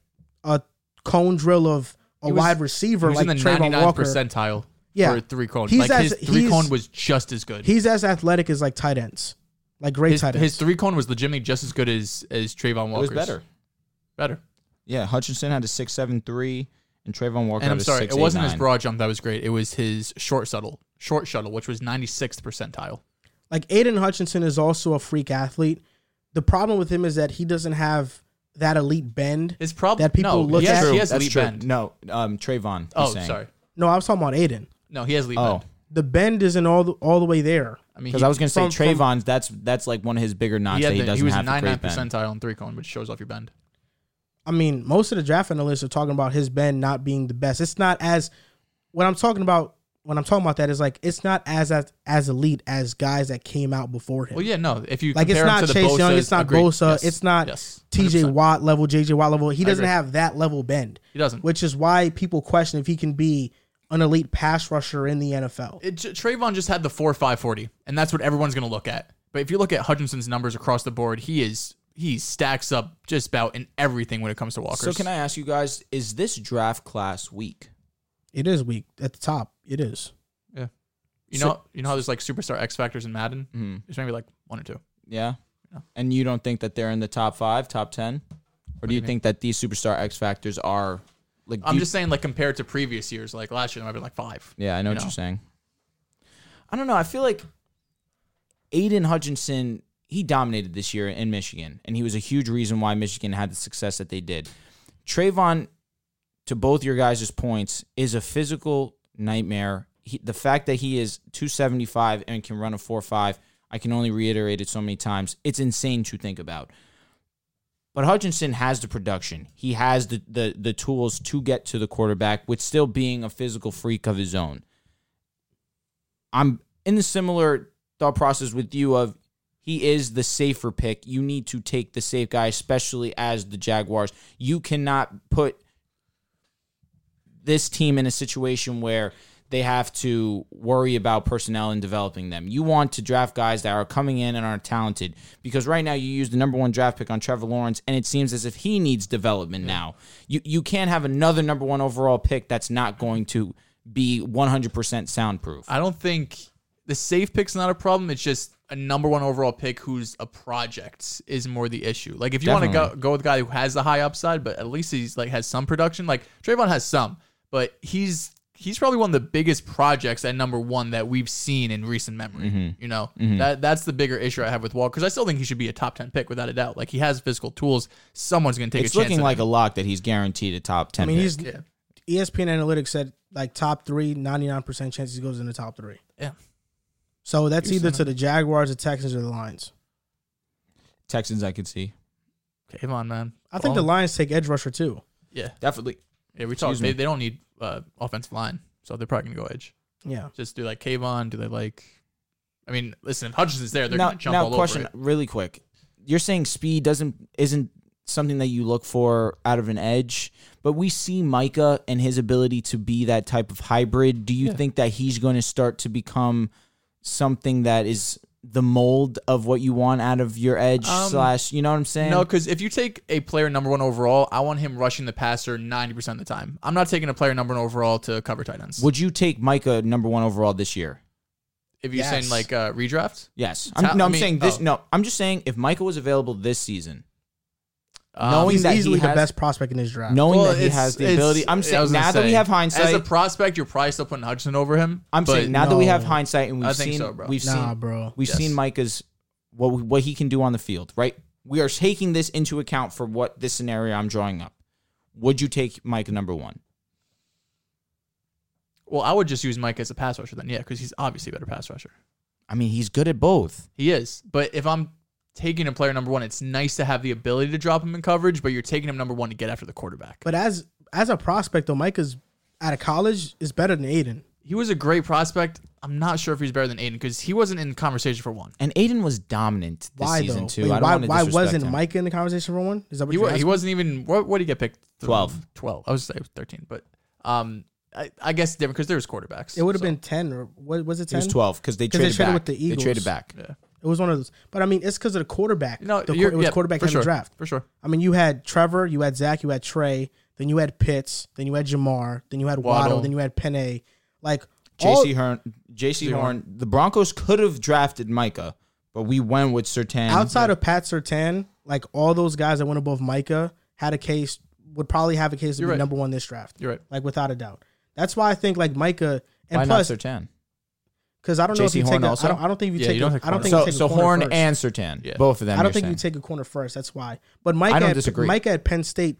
a cone drill of a was- wide he receiver was like in the Trayvon 99th Walker, percentile Yeah. for three cone He's like as- his three he's- cone was just as good he's as athletic as like tight ends, like great his, tight ends. his three cone was legitimately just as good as as Trayvon It was Walker's better. better Yeah, Hutchinson had a 673 and Trayvon Walker and I'm had a sorry it wasn't his 689. broad jump that was great it was his short shuttle short shuttle which was 96th percentile Like Aiden Hutchinson is also a freak athlete. The problem with him is that he doesn't have that elite bend. His problem That people no, look he at- has, True, He has That's leap true. bend. No, um, Trayvon. he's oh, saying. sorry. No, I was talking about Aiden. No, he has leap Oh, bend. The bend isn't all the, all the way there. I mean, because he, I was gonna say from- from- Trayvon's. That's that's like one of his bigger knocks he, that had he the, doesn't he was have. the 99 great bend. percentile on three cone, which shows off your bend. I mean, most of the draft analysts are talking about his bend not being the best. It's not as what I'm talking about when I'm talking about that is like it's not as as, as elite as guys that came out before him. Well, yeah, no. If you Like it's compare him not to the Chase Bosa's, Young, it's not agreed. Bosa, Yes. it's not Yes. TJ 100%. Watt level, JJ Watt level. He doesn't agree. have that level bend, He doesn't. which is why people question if he can be an elite pass rusher in the NFL. it, J- Trayvon just had the four five forty, and that's what everyone's going to look at. But if you look at Hutchinson's numbers across the board, he is he stacks up just about in everything when it comes to walkers. So can I ask you guys? Is this draft class weak? It is weak at the top. It is. You So- know, you know how there's like superstar X factors in Madden. Mhm. There's maybe like one or two. Yeah. And you don't think that they're in the top five, top ten, or do you think that these superstar X factors are like? do I'm you- just saying, like compared to previous years, like last year there might be like five. Yeah, I know you what know. you're saying. I don't know. I feel like Aiden Hutchinson, he dominated this year in Michigan, and he was a huge reason why Michigan had the success that they did. Trayvon, to both your guys' points, is a physical nightmare. He, the fact that he is 275 and can run a 4 5, I can only reiterate it so many times. It's insane to think about. But Hutchinson has the production. He has the, the the tools to get to the quarterback with still being a physical freak of his own. I'm in the similar thought process with you of he is the safer pick. You need to take the safe guy, especially as the Jaguars. You cannot put this team in a situation where they have to worry about personnel and developing them. You want to draft guys that are coming in and are talented because right now you use the number one draft pick on Trevor Lawrence, and it seems as if he needs development now. You you can't have another number one overall pick that's not going to be 100% soundproof. I don't think the safe pick's not a problem. It's just a number one overall pick who's a project is more the issue. Like if you want to go Definitely. go with a guy who has the high upside, but at least he's like has some production. Like Trayvon has some, but he's he's probably one of the biggest projects at number one that we've seen in recent memory. Mm-hmm. You know that that's the bigger issue I have with Walker because I still think he should be a top ten pick without a doubt. Like he has physical tools. Someone's gonna take it's a chance. looking at like him. a lock that he's guaranteed a top 10 I mean, pick. he's E yeah, ESPN analytics said like top three, 99% chance he goes in the top three. yeah. So that's You're either saying to the Jaguars, the Texans, or the Lions. Texans I could see. Trayvon man. I think the Lions take edge rusher too. yeah Definitely. yeah we talked. Excuse me. They, they don't need uh, offensive line, so they're probably gonna go edge. Uh, Yeah. just do like Kayvon? Do they like? I mean, listen, if Hutchinson's there, they're now, gonna jump now all question over it. really quick. You're saying speed doesn't isn't something that you look for out of an edge, but we see Micah and his ability to be that type of hybrid. Do you think that he's going to start to become something that is the mold of what you want out of your edge Um, slash? You know what I'm saying? No, because if you take a player number one overall, I want him rushing the passer ninety percent of the time. I'm not taking a player number one overall to cover tight ends. Would you take Micah number one overall this year? if you're Yes. saying like uh, redraft, Yes. Ta- I'm, no, I I'm mean- saying this. oh. No, I'm just saying if Micah was available this season, um, Knowing He's that he easily the has- best prospect in this draft. knowing well, that he it's- has the it's- ability, I'm I was saying gonna now that we say, have hindsight, as a prospect, you're probably still putting Hutchinson over him. I'm but saying now that we have no. hindsight and I we've think seen so, bro. we've Nah, seen been, bro. we've Yes. seen Micah's what we, what he can do on the field, right? We are taking this into account for what this scenario I'm drawing up. Would you take Micah number one? Well, I would just use Mike as a pass rusher then, yeah, because he's obviously a better pass rusher. I mean, he's good at both. He is. But if I'm taking a player number one, it's nice to have the ability to drop him in coverage, but you're taking him number one to get after the quarterback. But as as a prospect though, Micah's out of college is better than Aiden. he was a great prospect. I'm not sure if he's better than Aiden because he wasn't in conversation for one. And Aiden was dominant this Why season though? too. Wait, I don't why wanna why disrespect wasn't him. Micah in the conversation for one? Is that what He, you're wa- he asking? wasn't even. What, what did he get picked? Th- 12. Twelve. I was say thirteen, but um, I, I guess different because there was quarterbacks. It would have so. been ten or what was it? He Ten. was 12 because they 'Cause they traded traded back. with the They Eagles. traded back. It was one of those. But I mean, it's because of the quarterback. No, the, you're, it was yeah, quarterback for heavy sure, draft. for sure. I mean, you had Trevor, you had Zach, you had Trey, then you had Pitts, then you had Jamar, then you had Waddle, Waddle. then you had Penne. Like all, J.C. Horn, J.C. Horn. The Broncos could have drafted Micah, but we went with Sertan. outside of Pat Sertan, like all those guys that went above Micah had a case would probably have a case to You're be right. number one this draft. You're right. like without a doubt. That's why I think like Micah and why plus not Sertan? Because I don't know if J.C. you Horn take. A, also? I, don't, I don't think you Yeah, take. you a- don't take I don't corner. think you So take a so corner Horn first. and Sertan, Yeah. both of them. I don't you're think you saying. take a corner first. That's why. But Mike, I don't at, disagree. Mike at Penn State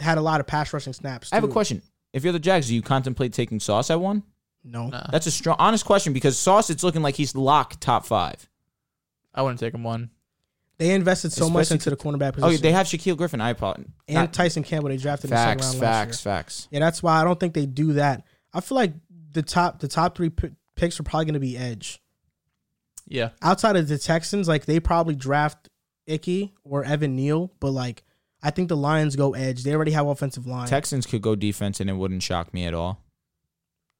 had a lot of pass rushing snaps. I have a too. question. If you're the Jags, do you contemplate taking Sauce at one? No, Nah, That's a strong, honest question because Sauce, it's looking like he's locked top five. I wouldn't take him one. they invested so much into Especially the cornerback Oh, position. they have Shaquille Griffin. I apologize. and Tyson Campbell they drafted in the facts, second round facts, last year. facts. Yeah, that's why I don't think they do that. I feel like the top the top three p- picks are probably going to be edge. Yeah, Outside of the Texans, like they probably draft Icky or Evan Neal, but like I think the Lions go edge. They already have offensive line. Texans could go defense, and it wouldn't shock me at all.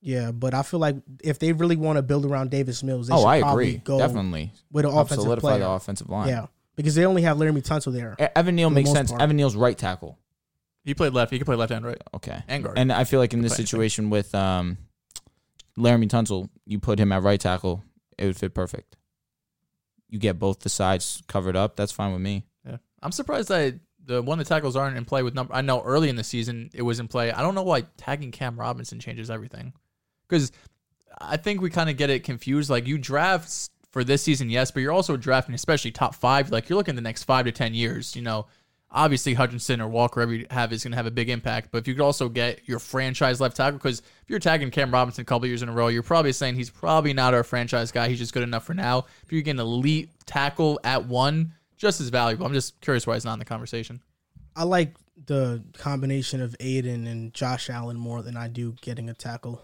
yeah, but I feel like if they really want to build around Davis Mills, they oh, should I probably agree. go Definitely with an Help offensive solidify player. the offensive line. Yeah, because they only have Laramie Tunsil there. E- Evan Neal For the makes most sense. part. Evan Neal's right tackle. he played left. He could play left and right. Okay. And guard. And I feel like in this play anything. situation with um, Laramie Tunsil, you put him at right tackle, it would fit perfect. You get both the sides covered up. That's fine with me. Yeah. I'm surprised that the one the tackles aren't in play with number. I know early in the season it was in play. I don't know why tagging Cam Robinson changes everything, because I think we kind of get it confused. Like you draft s- for this season, yes, but you're also drafting, especially top five. Like you're looking the next five to ten years. You know, obviously Hutchinson or Walker, whoever you have, is going to have a big impact. But if you could also get your franchise left tackle, because if you're tagging Cam Robinson a couple years in a row, you're probably saying he's probably not our franchise guy. He's just good enough for now. If you get an elite tackle at one, just as valuable. I'm just curious why it's not in the conversation. I like the combination of Aiden and Josh Allen more than I do getting a tackle.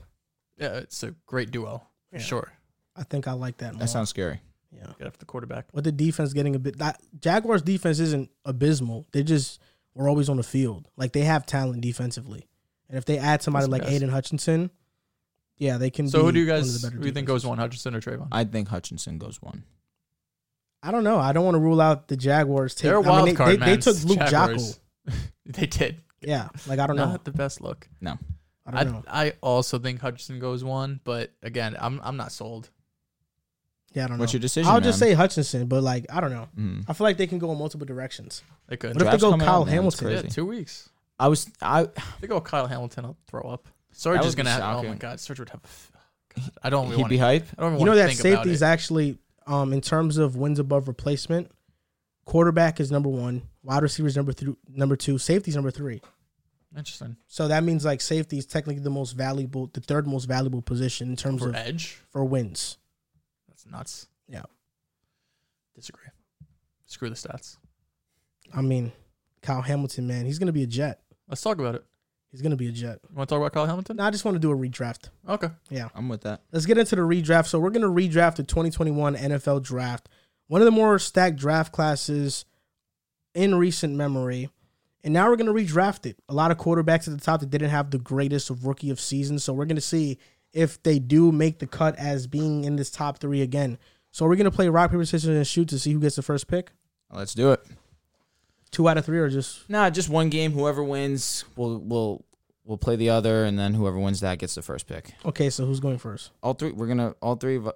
Yeah, it's a great duo for sure. I think I like that more. That sounds scary. yeah. Get after the quarterback. But the defense getting a bit that Jaguars defense isn't abysmal. They just were always on the field. Like they have talent defensively. And if they add somebody like That's best. Aiden Hutchinson, yeah, they can So be who do you one of guys the better who do you think defenses. goes one, Hutchinson or Trayvon? I think Hutchinson goes one. I don't know. I don't want to rule out the Jaguars take They're a I mean, wild they, card, they, man. they It's took Luke Jaguars. Jockle. they did. Yeah. Like I don't know. Not the best look. No. I I, don't know. I, also think Hutchinson goes one, but again, I'm I'm not sold. Yeah, I don't know. What's your decision? I'll just man? say Hutchinson, but like I don't know. Mm. I feel like they can go in multiple directions. They could. What if they Draft's go coming Kyle up, man. It's Hamilton? yeah, crazy. two weeks. I was I If they go Kyle Hamilton, I'll throw up. Serge That is would be gonna have. Oh my shocking. god, Serge would have. God, I don't. he'd want be hype. I don't even You know wanna that think about safety is it. actually um in terms of wins above replacement, quarterback is number one, wide receivers number three number two, safety's number three. interesting So that means like safety is technically the most valuable the third most valuable position in terms for of edge. for wins. That's nuts. Yeah. Disagree. Screw the stats. I mean, Kyle Hamilton, man, he's gonna be a jet. Let's talk about it. He's gonna be a jet. You want to talk about Kyle Hamilton? No, I just want to do a redraft. Okay. I'm with that. Let's get into the redraft. So we're going to redraft the 2021 NFL draft. One of the more stacked draft classes in recent memory. And now we're going to redraft it. A lot of quarterbacks at the top that didn't have the greatest of rookie of season. So we're going to see if they do make the cut as being in this top three again. So we're going to play rock, paper, scissors, and shoot to see who gets the first pick. Let's do it. Two out of three, or just Nah, just one game. Whoever wins, will will will play the other, and then whoever wins that gets the first pick. okay. So who's going first? All three. We're gonna all three. Of, all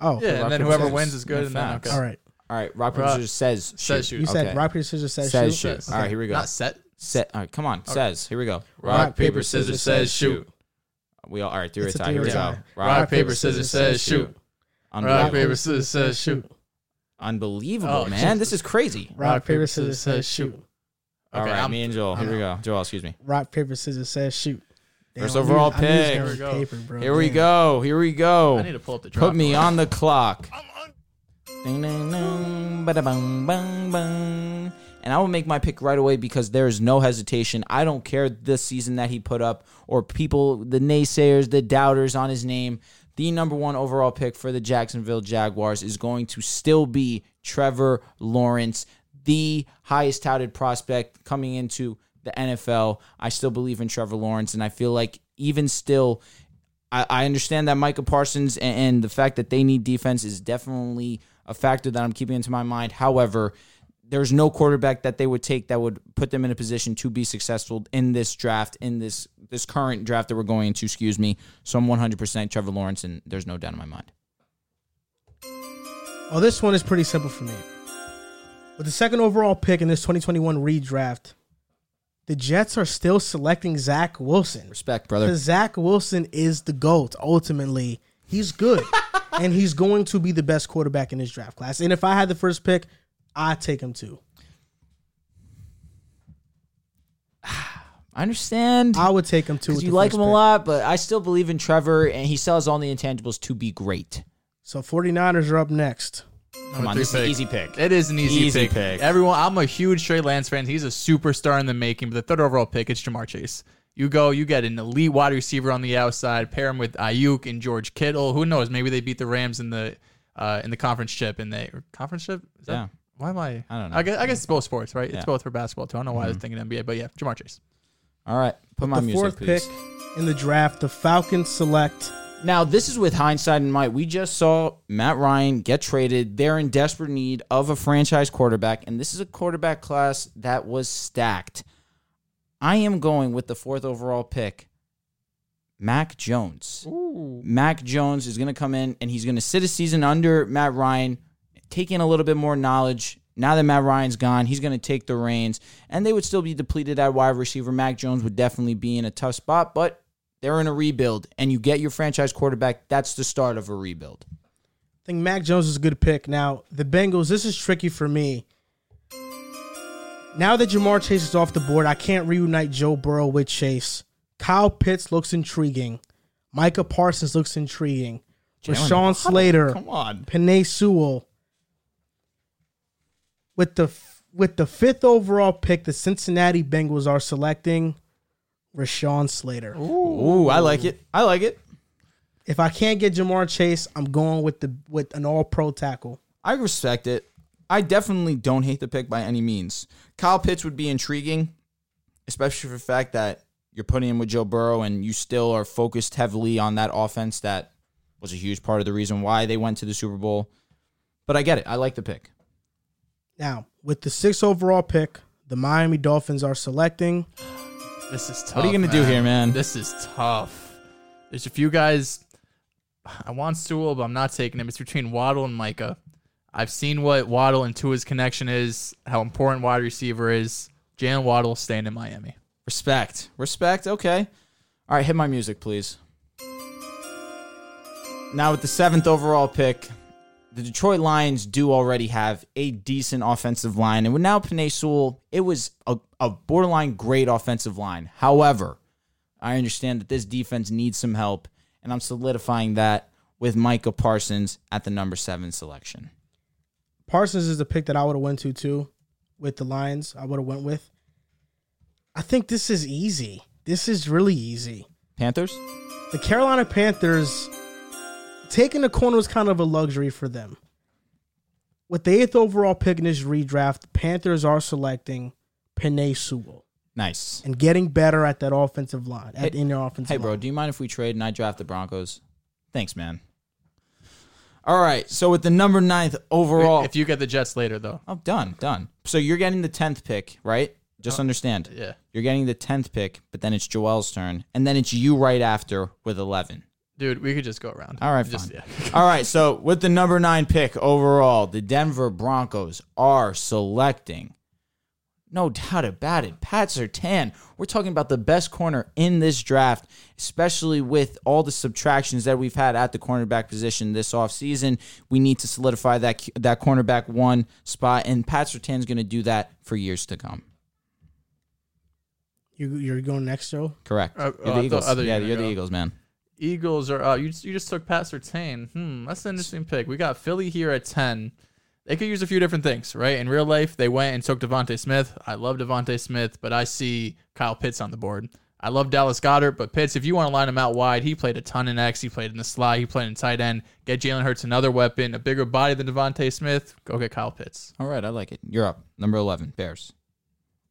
Oh, Yeah, and Rock, then paper, whoever scissors. wins is good. No And then okay. facts. all right. right. Rock Rock. paper scissors says shoot. Says shoot. You said Okay. rock, paper, scissors, says, says shoot. shoot. Says. All right, here we go. Not set. Set. All right, come on. Says. Here we go. Rock, paper, scissors, says shoot. We all. All right, three way It's a tie. Here we three-way go. tie. Rock, paper, scissors, says shoot. Rock, Unbelievable. paper, scissors, says shoot. Unbelievable, Oh, man. This is crazy. Rock, paper, scissors, says shoot. All Okay, right, I'm- me and Joel. Here I'm we go. Joel, excuse me. rock paper scissors says shoot. First Damn, I knew- overall I knew this pick. guy was Here we go. paper, bro. Here we Damn. go. Here we go. I need to pull up the drop. Put me though. on the clock. Ding, ding, ding, ba-da-bum, bum, bum. And I will make my pick right away because there is no hesitation. I don't care this season that he put up or people, the naysayers, the doubters on his name. The number one overall pick for the Jacksonville Jaguars is going to still be Trevor Lawrence, the highest touted prospect coming into the NFL. I still believe in Trevor Lawrence, and I feel like even still, I, I understand that Micah Parsons and, and the fact that they need defense is definitely a factor that I'm keeping into my mind. However, there's no quarterback that they would take that would put them in a position to be successful in this draft, in this this current draft that we're going into. Excuse me. So I'm 100% Trevor Lawrence, and there's no doubt in my mind. Oh, this one is pretty simple for me. With the second overall pick in this 2021 redraft, the Jets are still selecting Zach Wilson. Respect, brother. Because Zach Wilson is the GOAT ultimately He's good, and he's going to be the best quarterback in this draft class. And if I had the first pick, I take him too. I understand. I would take him too. Because with you the like first him a pick. lot, but I still believe in Trevor, and he sells all the intangibles to be great. So 49ers are up next. Come on, three this is an pick. easy pick. It is an easy, Easy pick. pick. Everyone, I'm a huge Trey Lance fan. He's a superstar in the making. But the third overall pick, it's Jamar Chase. You go, you get an elite wide receiver on the outside. Pair him with Ayuk and George Kittle. Who knows? Maybe they beat the Rams in the uh, in the conference chip. And they or conference chip. Is that, Yeah. Why am I? I don't know. I guess, I guess it's both sports, right? Yeah. Mm-hmm. It's both for basketball too. I don't know why I was thinking NBA, but yeah, Jamar Chase. All right, put my the music, fourth please. pick in the draft, the Falcons select Now, this is with hindsight in mind. We just saw Matt Ryan get traded. They're in desperate need of a franchise quarterback, and this is a quarterback class that was stacked. I am going with the fourth overall pick, Mac Jones. Mac Jones is going to come in and he's going to sit a season under Matt Ryan, take in a little bit more knowledge. Now that Matt Ryan's gone, he's going to take the reins, and they would still be depleted at wide receiver. Mac Jones would definitely be in a tough spot, but they're in a rebuild, and you get your franchise quarterback. That's the start of a rebuild. I think Mac Jones is a good pick. Now, the Bengals, this is tricky for me. Now that Jamar Chase is off the board, I can't reunite Joe Burrow with Chase. Kyle Pitts looks intriguing. Micah Parsons looks intriguing. Rashawn Slater, on. Panay Sewell. With the f- with the fifth overall pick, the Cincinnati Bengals are selecting Rashawn Slater. Ooh, I like it. I like it. If I can't get Jamar Chase, I'm going with the with an All Pro tackle. I respect it. I definitely don't hate the pick by any means. Kyle Pitts would be intriguing, especially for the fact that you're putting him with Joe Burrow and you still are focused heavily on that offense that was a huge part of the reason why they went to the Super Bowl. But I get it. I like the pick. Now, with the sixth overall pick, the Miami Dolphins are selecting. This is tough. What are you gonna do here, man? This is tough. There's a few guys. I want Sewell, but I'm not taking him. It's between Waddle and Micah. I've seen what Waddle and Tua's connection is, how important wide receiver is. Jalen Waddle staying in Miami. Respect. Respect. Okay. All right, hit my music, please. Now, with the seventh overall pick, the Detroit Lions do already have a decent offensive line. And with now Panay Sewell, it was a, a borderline great offensive line. However, I understand that this defense needs some help, and I'm solidifying that with Micah Parsons at the number seven selection. Parsons is the pick that I would have went to too with the Lions. I would have went with. I think this is easy. This is really easy. Panthers? The Carolina Panthers taking the corner was kind of a luxury for them. With the eighth overall pick in this redraft, the Panthers are selecting Panay Sewell Nice. and getting better at that offensive line, at in their offensive Hey, line. bro, do you mind if we trade and I draft the Broncos? Thanks, man. All right. So with the number ninth overall, If you get the Jets later, though. oh, done, done. So you're getting the tenth pick, right? Just understand, Uh, Yeah. you're getting the tenth pick, but then it's Joel's turn, and then it's you right after with eleven. Dude, we could just go around. All right, Just, fine. yeah. All right. So with the number nine pick overall, the Denver Broncos are selecting. No doubt about it. Pat Sertan. We're talking about the best corner in this draft, especially with all the subtractions that we've had at the cornerback position this offseason. We need to solidify that that cornerback one spot, and Pat Sertan's going to do that for years to come. You, you're going next, Joe? Correct. Uh, oh, I you're the thought Eagles. other yeah, unit you're the go. Eagles, man. Eagles are out. You just, you just took Pat Sertain. Hmm, that's an interesting pick. We got Philly here at 10. They could use a few different things, right? In real life, they went and took Devonte Smith. I love Devonte Smith, but I see Kyle Pitts on the board. I love Dallas Goddard, but Pitts, if you want to line him out wide, he played a ton in X. He played in the slot. He played in tight end. Get Jalen Hurts another weapon, a bigger body than Devonte Smith. Go get Kyle Pitts. All right, I like it. You're up. Number eleven, Bears.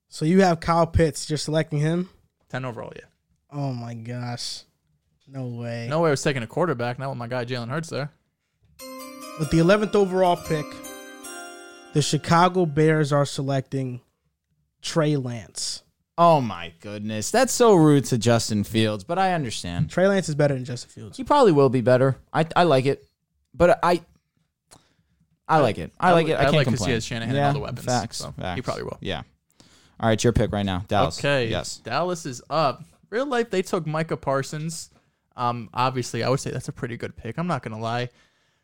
So you have Kyle Pitts. You're selecting him. 10 overall, yeah. Oh my gosh, no way. No way I was taking a quarterback. Not with my guy Jalen Hurts there. With the 11th overall pick, the Chicago Bears are selecting Trey Lance. Oh my goodness, that's so rude to Justin Fields, but I understand. Trey Lance is better than Justin Fields. He probably will be better. I I like it, but I I like it. I like it. I, can't like complain. he has Shanahan and all the weapons. Facts, so facts. He probably will. Yeah. All right, your pick right now, Dallas. Okay. Yes. Dallas is up. Real life, they took Micah Parsons. Um, obviously, I would say that's a pretty good pick. I'm not gonna lie.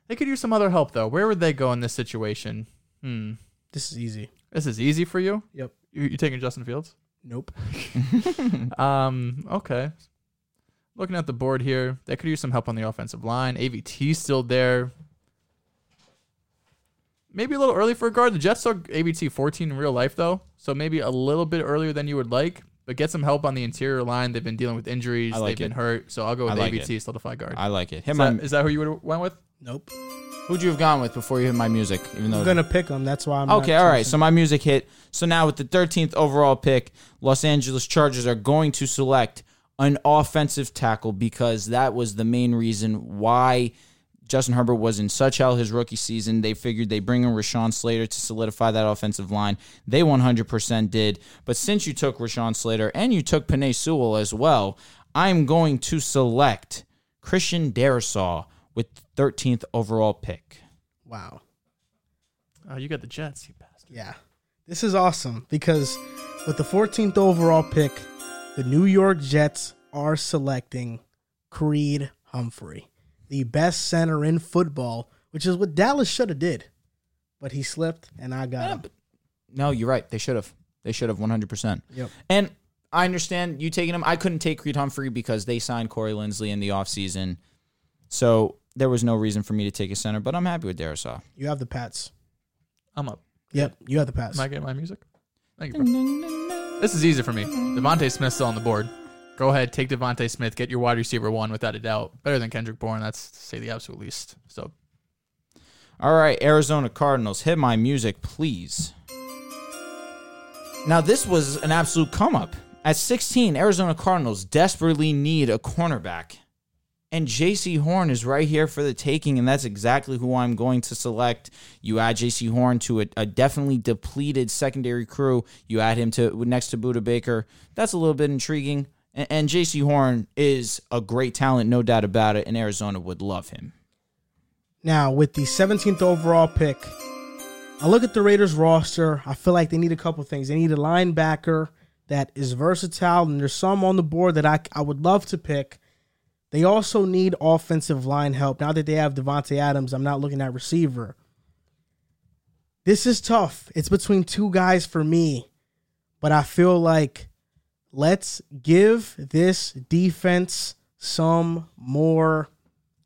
They could use some other help though. Where would they go in this situation? Hmm. This is easy. This is easy for you. Yep. You you taking Justin Fields? Nope. Um. Okay. Looking at the board here, they could use some help on the offensive line. AVT's still there. Maybe a little early for a guard. The Jets are AVT 14 in real life, though, so maybe a little bit earlier than you would like. But get some help on the interior line. They've been dealing with injuries. I like They've it. been hurt, so I'll go with I like AVT solidified guard. I like it. Hit is, my, that, is that who you would have went with? Nope. who'd you have gone with before you hit my music? Even though I'm gonna pick them. That's why I'm. Okay, not all right. choosing. So my music hit. So now with the 13th overall pick, Los Angeles Chargers are going to select an offensive tackle because that was the main reason why Justin Herbert was in such hell his rookie season. They figured they bring in Rashawn Slater to solidify that offensive line. They 100% did. But since you took Rashawn Slater and you took Panay Sewell as well, I'm going to select Christian Darisaw with 13th overall pick. wow. Oh, you got the Jets, you bastard. Yeah. This is awesome because with the 14th overall pick, the New York Jets are selecting Creed Humphrey, the best center in football, which is what Dallas should have did. But he slipped and I got him. No, you're right. They should have. They should have 100%. Yep. And I understand you taking him. I couldn't take Creed Humphrey because they signed Corey Lindsley in the offseason. So there was no reason for me to take a center, but I'm happy with Darisaw. You have the Pats. I'm up. Yep. You have the Pats. Am I getting my music? Thank you. Bro. This is easy for me. Devonte Smith's still on the board. Go ahead, take Devonte Smith. Get your wide receiver one without a doubt. Better than Kendrick Bourne. That's to say the absolute least. So All right, Arizona Cardinals, hit my music, please. Now, this was an absolute come up. At 16, Arizona Cardinals desperately need a cornerback. And JC Horn is right here for the taking, and that's exactly who I'm going to select. You add JC Horn to a, a definitely depleted secondary crew. You add him to next to Buda Baker. That's a little bit intriguing. And, and JC Horn is a great talent, no doubt about it, and Arizona would love him. Now, with the 17th overall pick, I look at the Raiders roster. I feel like they need a couple things. They need a linebacker that is versatile, and there's some on the board that I, I would love to pick. They also need offensive line help. Now that they have Devontae Adams, I'm not looking at receiver. This is tough. It's between two guys for me, but I feel like let's give this defense some more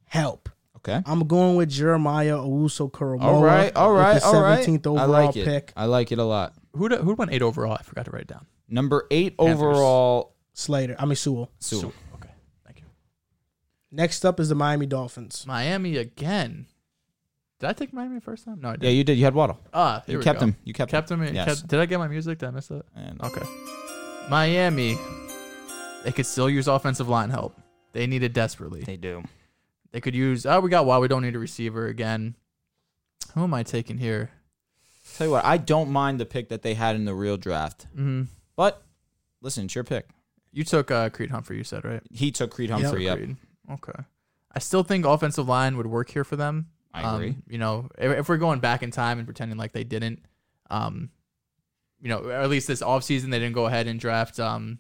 help. Okay. I'm going with Jeremiah Owusu Koromoa. All right, all right, all right. Seventeenth overall I like it. pick, I like it a lot. who who went eight overall? I forgot to write it down. Number eight Panthers. overall. Slater. I mean Sewell. Sewell. So- okay, thank you. Next up is the Miami Dolphins. Miami again. Did I take Miami first time? No, I Yeah, did. you did. You had Waddle. ah, here You we kept go. him. You kept, Kept him. in- Yes. kept- did I get my music? Did I miss that? And Okay. Miami. They could still use offensive line help. They need it desperately. They do. They could use. Oh, we got why we don't need a receiver again. Who am I taking here? Tell you what, I don't mind the pick that they had in the real draft, Mm-hmm. but listen, it's your pick. You took uh, Creed Humphrey. You said right. He took Creed Humphrey. Yep. Creed. Okay. I still think offensive line would work here for them. I agree. Um, you know, if, if we're going back in time and pretending like they didn't, um, you know, or at least this offseason they didn't go ahead and draft um,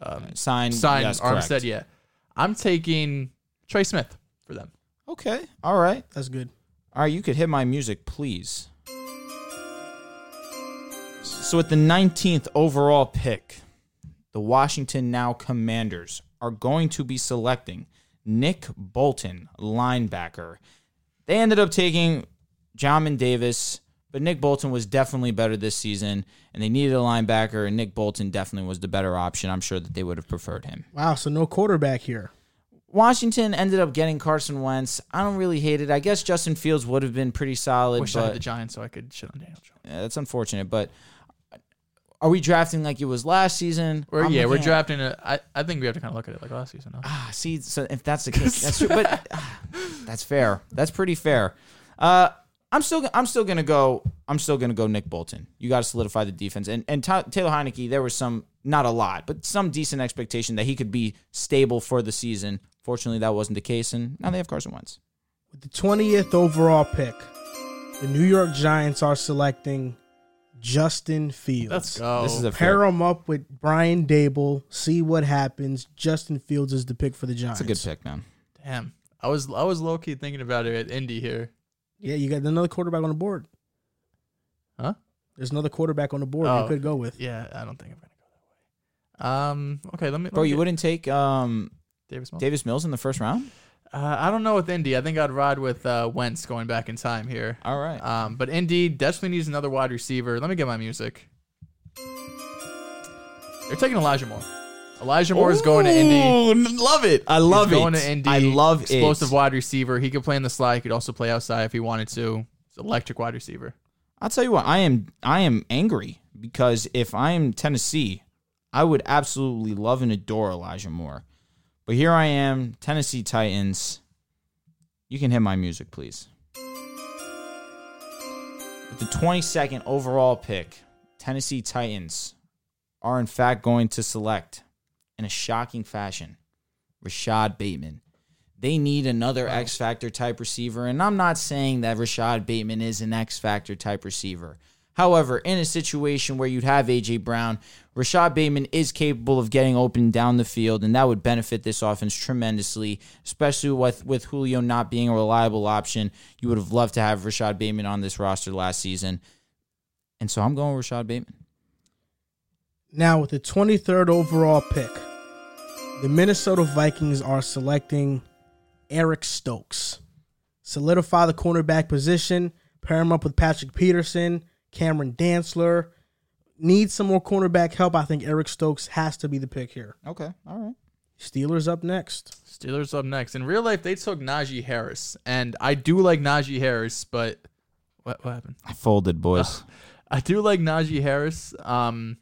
um, Signed. sign Mm, yes, Armstead. correct. Yeah, I'm taking Trey Smith for them. Okay. All right. That's good. All right. You could hit my music, please. So with the 19th overall pick, the Washington now Commanders are going to be selecting Nick Bolton, linebacker. They ended up taking Jamin Davis, but Nick Bolton was definitely better this season, and they needed a linebacker, and Nick Bolton definitely was the better option. I'm sure that they would have preferred him. Wow. So no quarterback here. Washington ended up getting Carson Wentz. I don't really hate it. I guess Justin Fields would have been pretty solid, Wish I had but the Giants so I could shit on Daniel Jones. Yeah, that's unfortunate. But are we drafting like it was last season? We're, I'm yeah, we're looking at- drafting. A, I, I think we have to kind of look at it like last season. No? Ah, see, so if that's the case, that's true. But ah, that's fair. That's pretty fair. Uh, I'm still, I'm still gonna go. I'm still gonna go. Nick Bolton. You got to solidify the defense. And and Ta Taylor Heineke, there was some, not a lot, but some decent expectation that he could be stable for the season. Fortunately, that wasn't the case, and now they have Carson Wentz. With the 20th overall pick, the New York Giants are selecting Justin Fields. Let's go. This is a fair, Pair him up with Brian Dable. See what happens. Justin Fields is the pick for the Giants. that's a good pick, man. damn. I was I was low key thinking about it at Indy here. Yeah, you got another quarterback on the board. Huh? There's another quarterback on the board Oh. you could go with. Yeah, I don't think I'm gonna go that way. Um. Okay. Let me. Bro, let me you get wouldn't take um, Davis. Mills. Davis Mills in the first round? Uh, I don't know with Indy. I think I'd ride with uh, Wentz going back in time here. All right. Um, but Indy definitely needs another wide receiver. Let me get my music. They're taking Elijah Moore. Elijah Moore is going to Indy. Love it. I He's love it. going to Indy. I love Explosive Explosive wide receiver. He could play on the slide. He could also play outside if he wanted to. He's an electric wide receiver. I'll tell you what, I am I am angry because if I am Tennessee, I would absolutely love and adore Elijah Moore. But here I am, Tennessee Titans. You can hit my music, please. With the 22nd overall pick, Tennessee Titans are in fact going to select in a shocking fashion Rashad Bateman. They need another X Factor type receiver. And I'm not saying that Rashad Bateman is an X Factor type receiver. However, in a situation where you'd have A.J. Brown, Rashad Bateman is capable of getting open down the field, and that would benefit this offense tremendously, especially with, with Julio not being a reliable option. You would have loved to have Rashad Bateman on this roster last season. And so I'm going with Rashad Bateman. Now, with the 23rd overall pick, the Minnesota Vikings are selecting Eric Stokes. Solidify the cornerback position, pair him up with Patrick Peterson, Cameron Dantzler. Need some more cornerback help. I think Eric Stokes has to be the pick here. Okay. All right. Steelers up next. Steelers up next. In real life, they took Najee Harris, and I do like Najee Harris, but what, what happened? I folded, boys. I do like Najee Harris. Um,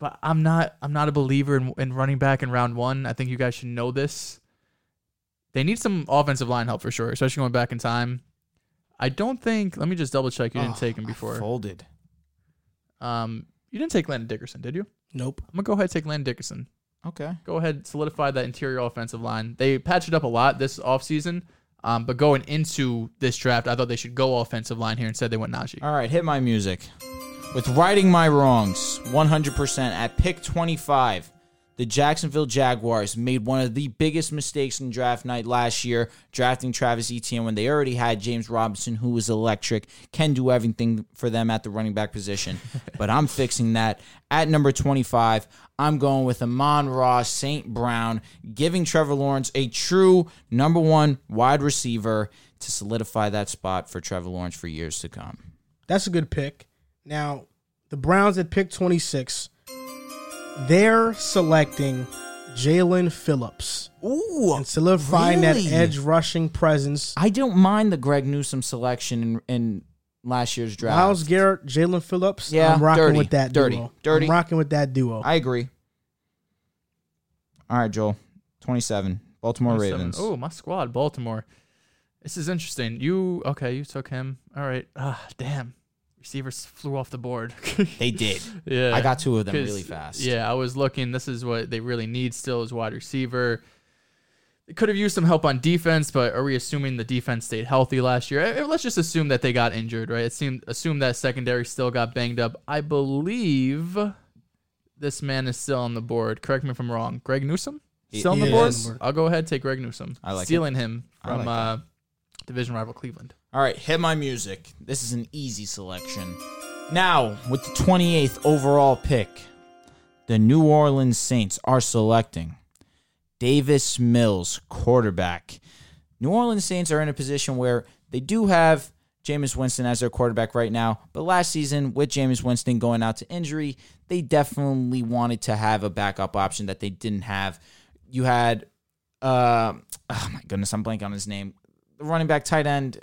but I'm not I'm not a believer in, in running back in round one. I think you guys should know this. They need some offensive line help for sure, especially going back in time. I don't think. Let me just double check. You Ah, didn't take him before. folded. Um, you didn't take Landon Dickerson, did you? I'm Nope. gonna go ahead and take Landon Dickerson. Okay. Go ahead, solidify that interior offensive line. They patched it up a lot this offseason. Um, but going into this draft, I thought they should go offensive line here. Instead, they went Najee. All right, hit my music. With righting my wrongs, 100% at pick 25, the Jacksonville Jaguars made one of the biggest mistakes in draft night last year, drafting Travis Etienne when they already had James Robinson, who was electric, can do everything for them at the running back position. but I'm fixing that. At number 25, I'm going with Amon Ross St. Brown, giving Trevor Lawrence a true number one wide receiver to solidify that spot for Trevor Lawrence for years to come. That's a good pick. Now, the Browns at pick 26, they're selecting Jalen Phillips Ooh, and solidifying really? that edge rushing presence. I don't mind the Greg Newsom selection in, in last year's draft. Miles Garrett, Jalen Phillips. Yeah, I'm rocking dirty, with that dirty, duo. dirty. I'm rocking with that duo. I agree. All right, Joel, twenty-seven, Baltimore Ravens. Oh, my squad, Baltimore. This is interesting. You okay? You took him. All right. Ah, damn. Receivers flew off the board. They did. yeah, I got two of them 'cause- really fast. Yeah, I was looking. This is what they really need still is wide receiver. They could have used some help on defense, but are we assuming the defense stayed healthy last year? Eh, eh, Let's just assume that they got injured, right? It seemed assume that secondary still got banged up. I believe this man is still on the board. Correct me if I'm wrong. Greg Newsom still on the he board. is on the board. I'll go ahead and take Greg Newsom. I like stealing him I from like uh, division rival Cleveland. All right, hit my music. This is an easy selection. Now, with the 28th overall pick, the New Orleans Saints are selecting Davis Mills, quarterback. New Orleans Saints are in a position where they do have Jameis Winston as their quarterback right now, but last season, with Jameis Winston going out to injury, they definitely wanted to have a backup option that they didn't have. You had, uh, oh my goodness, I'm blanking on his name. The running back tight end.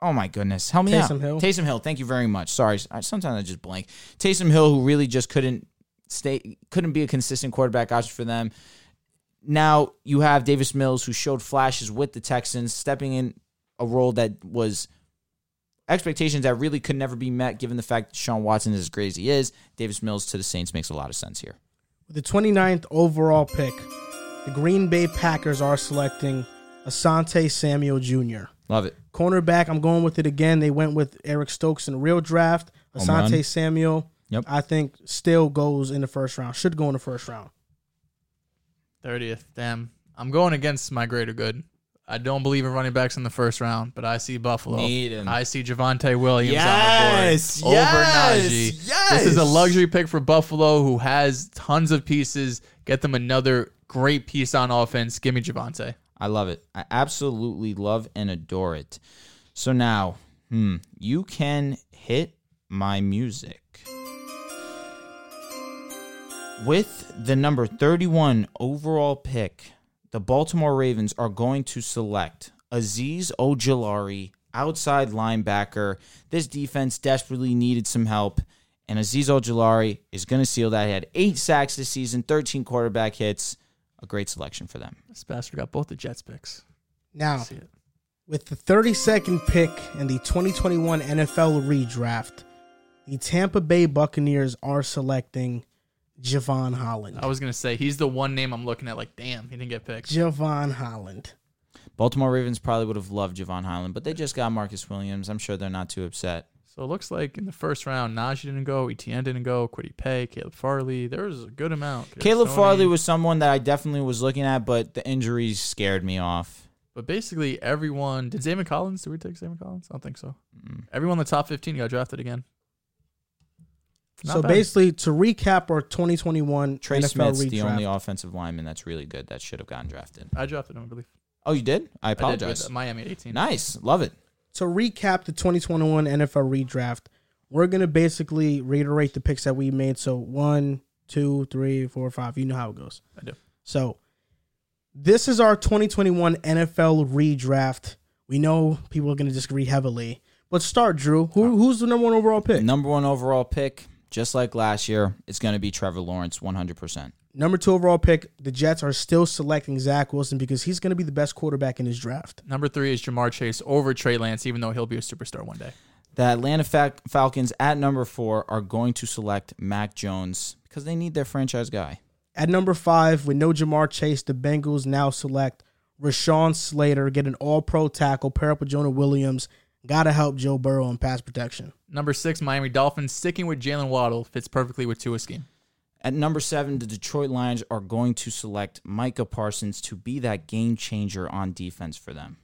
Oh my goodness, help me out. Taysom Hill. Taysom Hill, thank you very much. Sorry, I, sometimes I just blank. Taysom Hill, who really just couldn't stay, couldn't be a consistent quarterback option for them. Now you have Davis Mills, who showed flashes with the Texans, stepping in a role that was expectations that really could never be met, given the fact that Sean Watson is as great as he is. Davis Mills to the Saints makes a lot of sense here. With the 29th overall pick, the Green Bay Packers are selecting Asante Samuel Jr. Love it. Cornerback, I'm going with it again. They went with Eric Stokes in the real draft. Home run. Asante Samuel, Yep. I think, still goes in the first round. Should go in the first round. Thirtieth. Damn. I'm going against my greater good. I don't believe in running backs in the first round, but I see Buffalo. Need 'em. I see Javante Williams Yes, on the board yes, over Najee. yes. This is a luxury pick for Buffalo, who has tons of pieces. Get them another great piece on offense. Give me Javante. I love it. I absolutely love and adore it. So now, hmm, you can hit my music. With the number 31 overall pick, the Baltimore Ravens are going to select Aziz Ojolari, outside linebacker. This defense desperately needed some help, and Aziz Ojolari is going to seal that. He had eight sacks this season, 13 quarterback hits. A great selection for them. This bastard got both the Jets picks. Now, it. with the 32nd pick in the 2021 NFL redraft, the Tampa Bay Buccaneers are selecting Javon Holland. I was gonna say he's the one name I'm looking at. Like, damn, he didn't get picked. Javon Holland. Baltimore Ravens probably would have loved Javon Highland, but they just got Marcus Williams. I'm sure they're not too upset. So it looks like in the first round, Najee didn't go, Etienne didn't go, Quiddy Pay, Caleb Farley. There was a good amount. Caleb Stoney. Farley was someone that I definitely was looking at, but the injuries scared me off. But basically, everyone did Zayvon Collins. Did we take Zayvon Collins? I don't think so. Mm. Everyone in the top fifteen got drafted again. Not so bad. basically, to recap our 2021 Trey NFL Smith's redraft, the only offensive lineman that's really good that should have gotten drafted. I drafted him, I believe. Oh, you did? I I did with apologize. Miami at eighteen. nice. Love it. to recap the 2021 NFL redraft, we're gonna basically reiterate the picks that we made. So one, two, three, four, five. You know how it goes. I do. So this is our 2021 NFL redraft. We know people are gonna disagree heavily, but start Drew. Who, who's the number one overall pick? Number one overall pick, just like last year, it's going to be Trevor Lawrence, 100%. Number two overall pick. The Jets are still selecting Zach Wilson because he's gonna be the best quarterback in his draft. Number three is Jamar Chase over Trey Lance, even though he'll be a superstar one day. The Atlanta Fal- Falcons at number four are going to select Mac Jones because they need their franchise guy. At number five, with no Jamar Chase, the Bengals now select Rashawn Slater, get an all pro tackle, pair up with Jonah Williams. Gotta help Joe Burrow in pass protection. Number six, Miami Dolphins sticking with Jalen Waddle fits perfectly with Tua's scheme. At number seven, the Detroit Lions are going to select Micah Parsons to be that game changer on defense for them.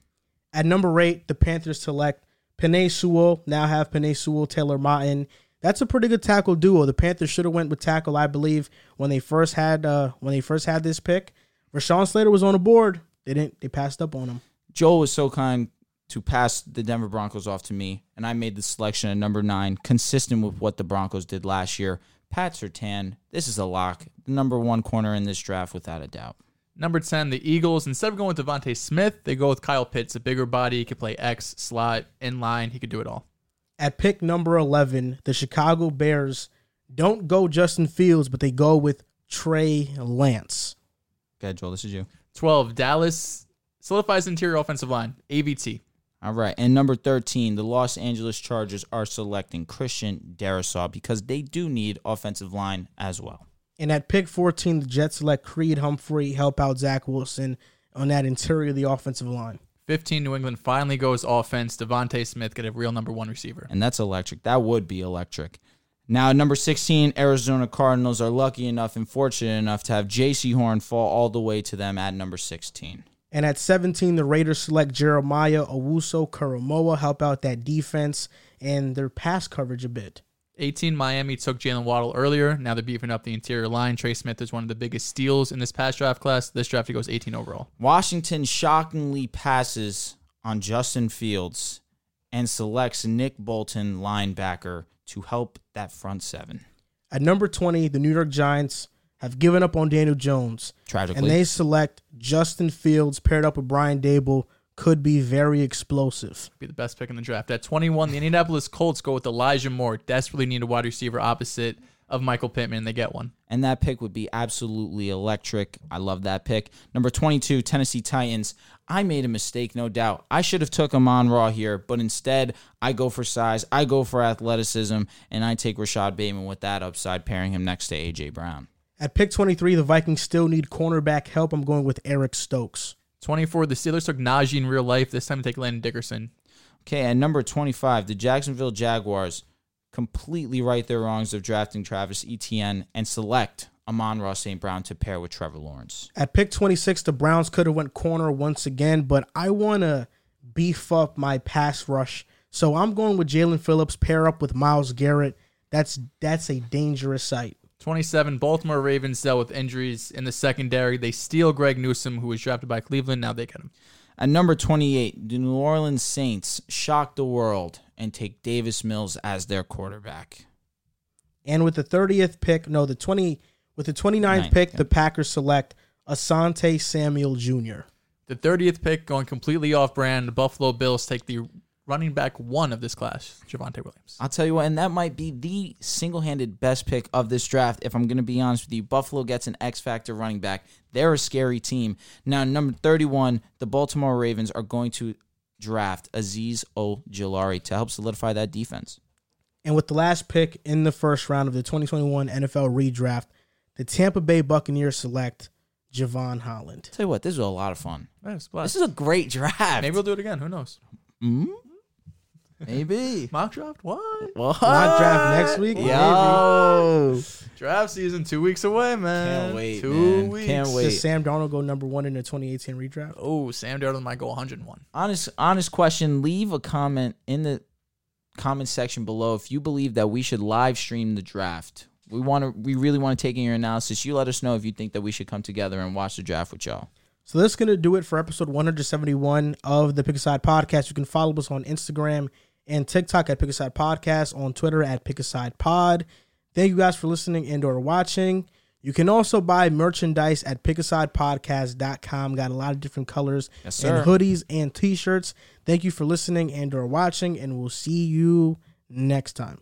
At number eight, the Panthers select Panay Sewell, now have Panay Sewell, Taylor Martin. That's a pretty good tackle duo. The Panthers should have went with tackle, I believe, when they first had uh, when they first had this pick. Rashawn Slater was on the board. They didn't they passed up on him. Joel was so kind to pass the Denver Broncos off to me, and I made the selection at number nine, consistent with what the Broncos did last year. Pat Sertan, this is a lock, the number one corner in this draft without a doubt. Number 10, the Eagles. Instead of going with Devontae Smith, they go with Kyle Pitts, a bigger body. He could play X, slot, in line. He could do it all. At pick number 11, the Chicago Bears don't go Justin Fields, but they go with Trey Lance. Okay, Joel, this is you. 12, Dallas solidifies interior offensive line, AVT. All right, and number thirteen, the Los Angeles Chargers are selecting Christian Darisaw because they do need offensive line as well. And at pick 14, the Jets select Creed Humphrey, help out Zach Wilson on that interior of the offensive line. 15, New England finally goes offense. Devontae Smith get a real number one receiver. and that's electric. That would be electric. Now, at number 16, Arizona Cardinals are lucky enough and fortunate enough to have J.C. Horn fall all the way to them at number 16. And at 17, the Raiders select Jeremiah Owusu Karamoa, help out that defense and their pass coverage a bit. 18, Miami took Jalen Waddle earlier. Now they're beefing up the interior line. Trey Smith is one of the biggest steals in this past draft class. This draft, he goes 18 overall. Washington shockingly passes on Justin Fields and selects Nick Bolton, linebacker, to help that front seven. At number 20, the New York Giants have given up on Daniel Jones. Tragically. and they select Justin Fields paired up with Brian Dable could be very explosive. be the best pick in the draft. At 21, the Indianapolis Colts go with Elijah Moore. Desperately need a wide receiver opposite of Michael Pittman. They get one. and that pick would be absolutely electric. I love that pick. Number 22, Tennessee Titans. I made a mistake, no doubt. I should have took Amon Raw here, but instead I go for size, I go for athleticism, and I take Rashad Bateman with that upside, pairing him next to AJ Brown. At pick 23, the Vikings still need cornerback help. I'm going with Eric Stokes. 24, the Steelers took Najee in real life. This time they take Landon Dickerson. Okay, at number 25, the Jacksonville Jaguars completely right their wrongs of drafting Travis Etienne and select Amon Ross St. Brown to pair with Trevor Lawrence. At pick 26, the Browns could have went corner once again, but I want to beef up my pass rush. So I'm going with Jalen Phillips, pair up with Miles Garrett. That's that's a dangerous sight. 27, Baltimore Ravens dealt with injuries in the secondary. They steal Greg Newsom, who was drafted by Cleveland. Now they get him. At number 28, the New Orleans Saints shock the world and take Davis Mills as their quarterback. And with the 30th pick, no, the 20 with the 29th Ninth, pick, yeah. the Packers select Asante Samuel Jr. The 30th pick going completely off brand. The Buffalo Bills take the running back one of this class, Javante Williams. I'll tell you what, and that might be the single handed best pick of this draft. If I'm going to be honest with you, Buffalo gets an X Factor running back. They're a scary team. Now, number 31, the Baltimore Ravens are going to draft Aziz Ojolari to help solidify that defense. And with the last pick in the first round of the 2021 NFL redraft, the Tampa Bay Buccaneers select Javon Holland. Tell you what, this was a lot of fun. Nice, This blast. is a great draft. Maybe we'll do it again. Who knows? Mm? Maybe. Mock draft? What? What? Mock draft next week? Yo. Draft season two weeks away, man. Can't wait, Two man. weeks. Can't wait. Does Sam Darnold go number one in the 2018 redraft? Oh, Sam Darnold might go 101. Honest, honest question. Leave a comment in the comment section below if you believe that we should live stream the draft. We want to. We really want to take in your analysis. You let us know if you think that we should come together and watch the draft with y'all. So that's going to do it for episode 171 of the Pick Aside Podcast. You can follow us on Instagram and TikTok at Pick Aside Podcast, on Twitter at Pick Aside Pod. Thank you guys for listening and or watching. You can also buy merchandise at pickasidepodcast.com. Got a lot of different colors Yes, and sir. hoodies and t-shirts. Thank you for listening and or watching, and we'll see you next time.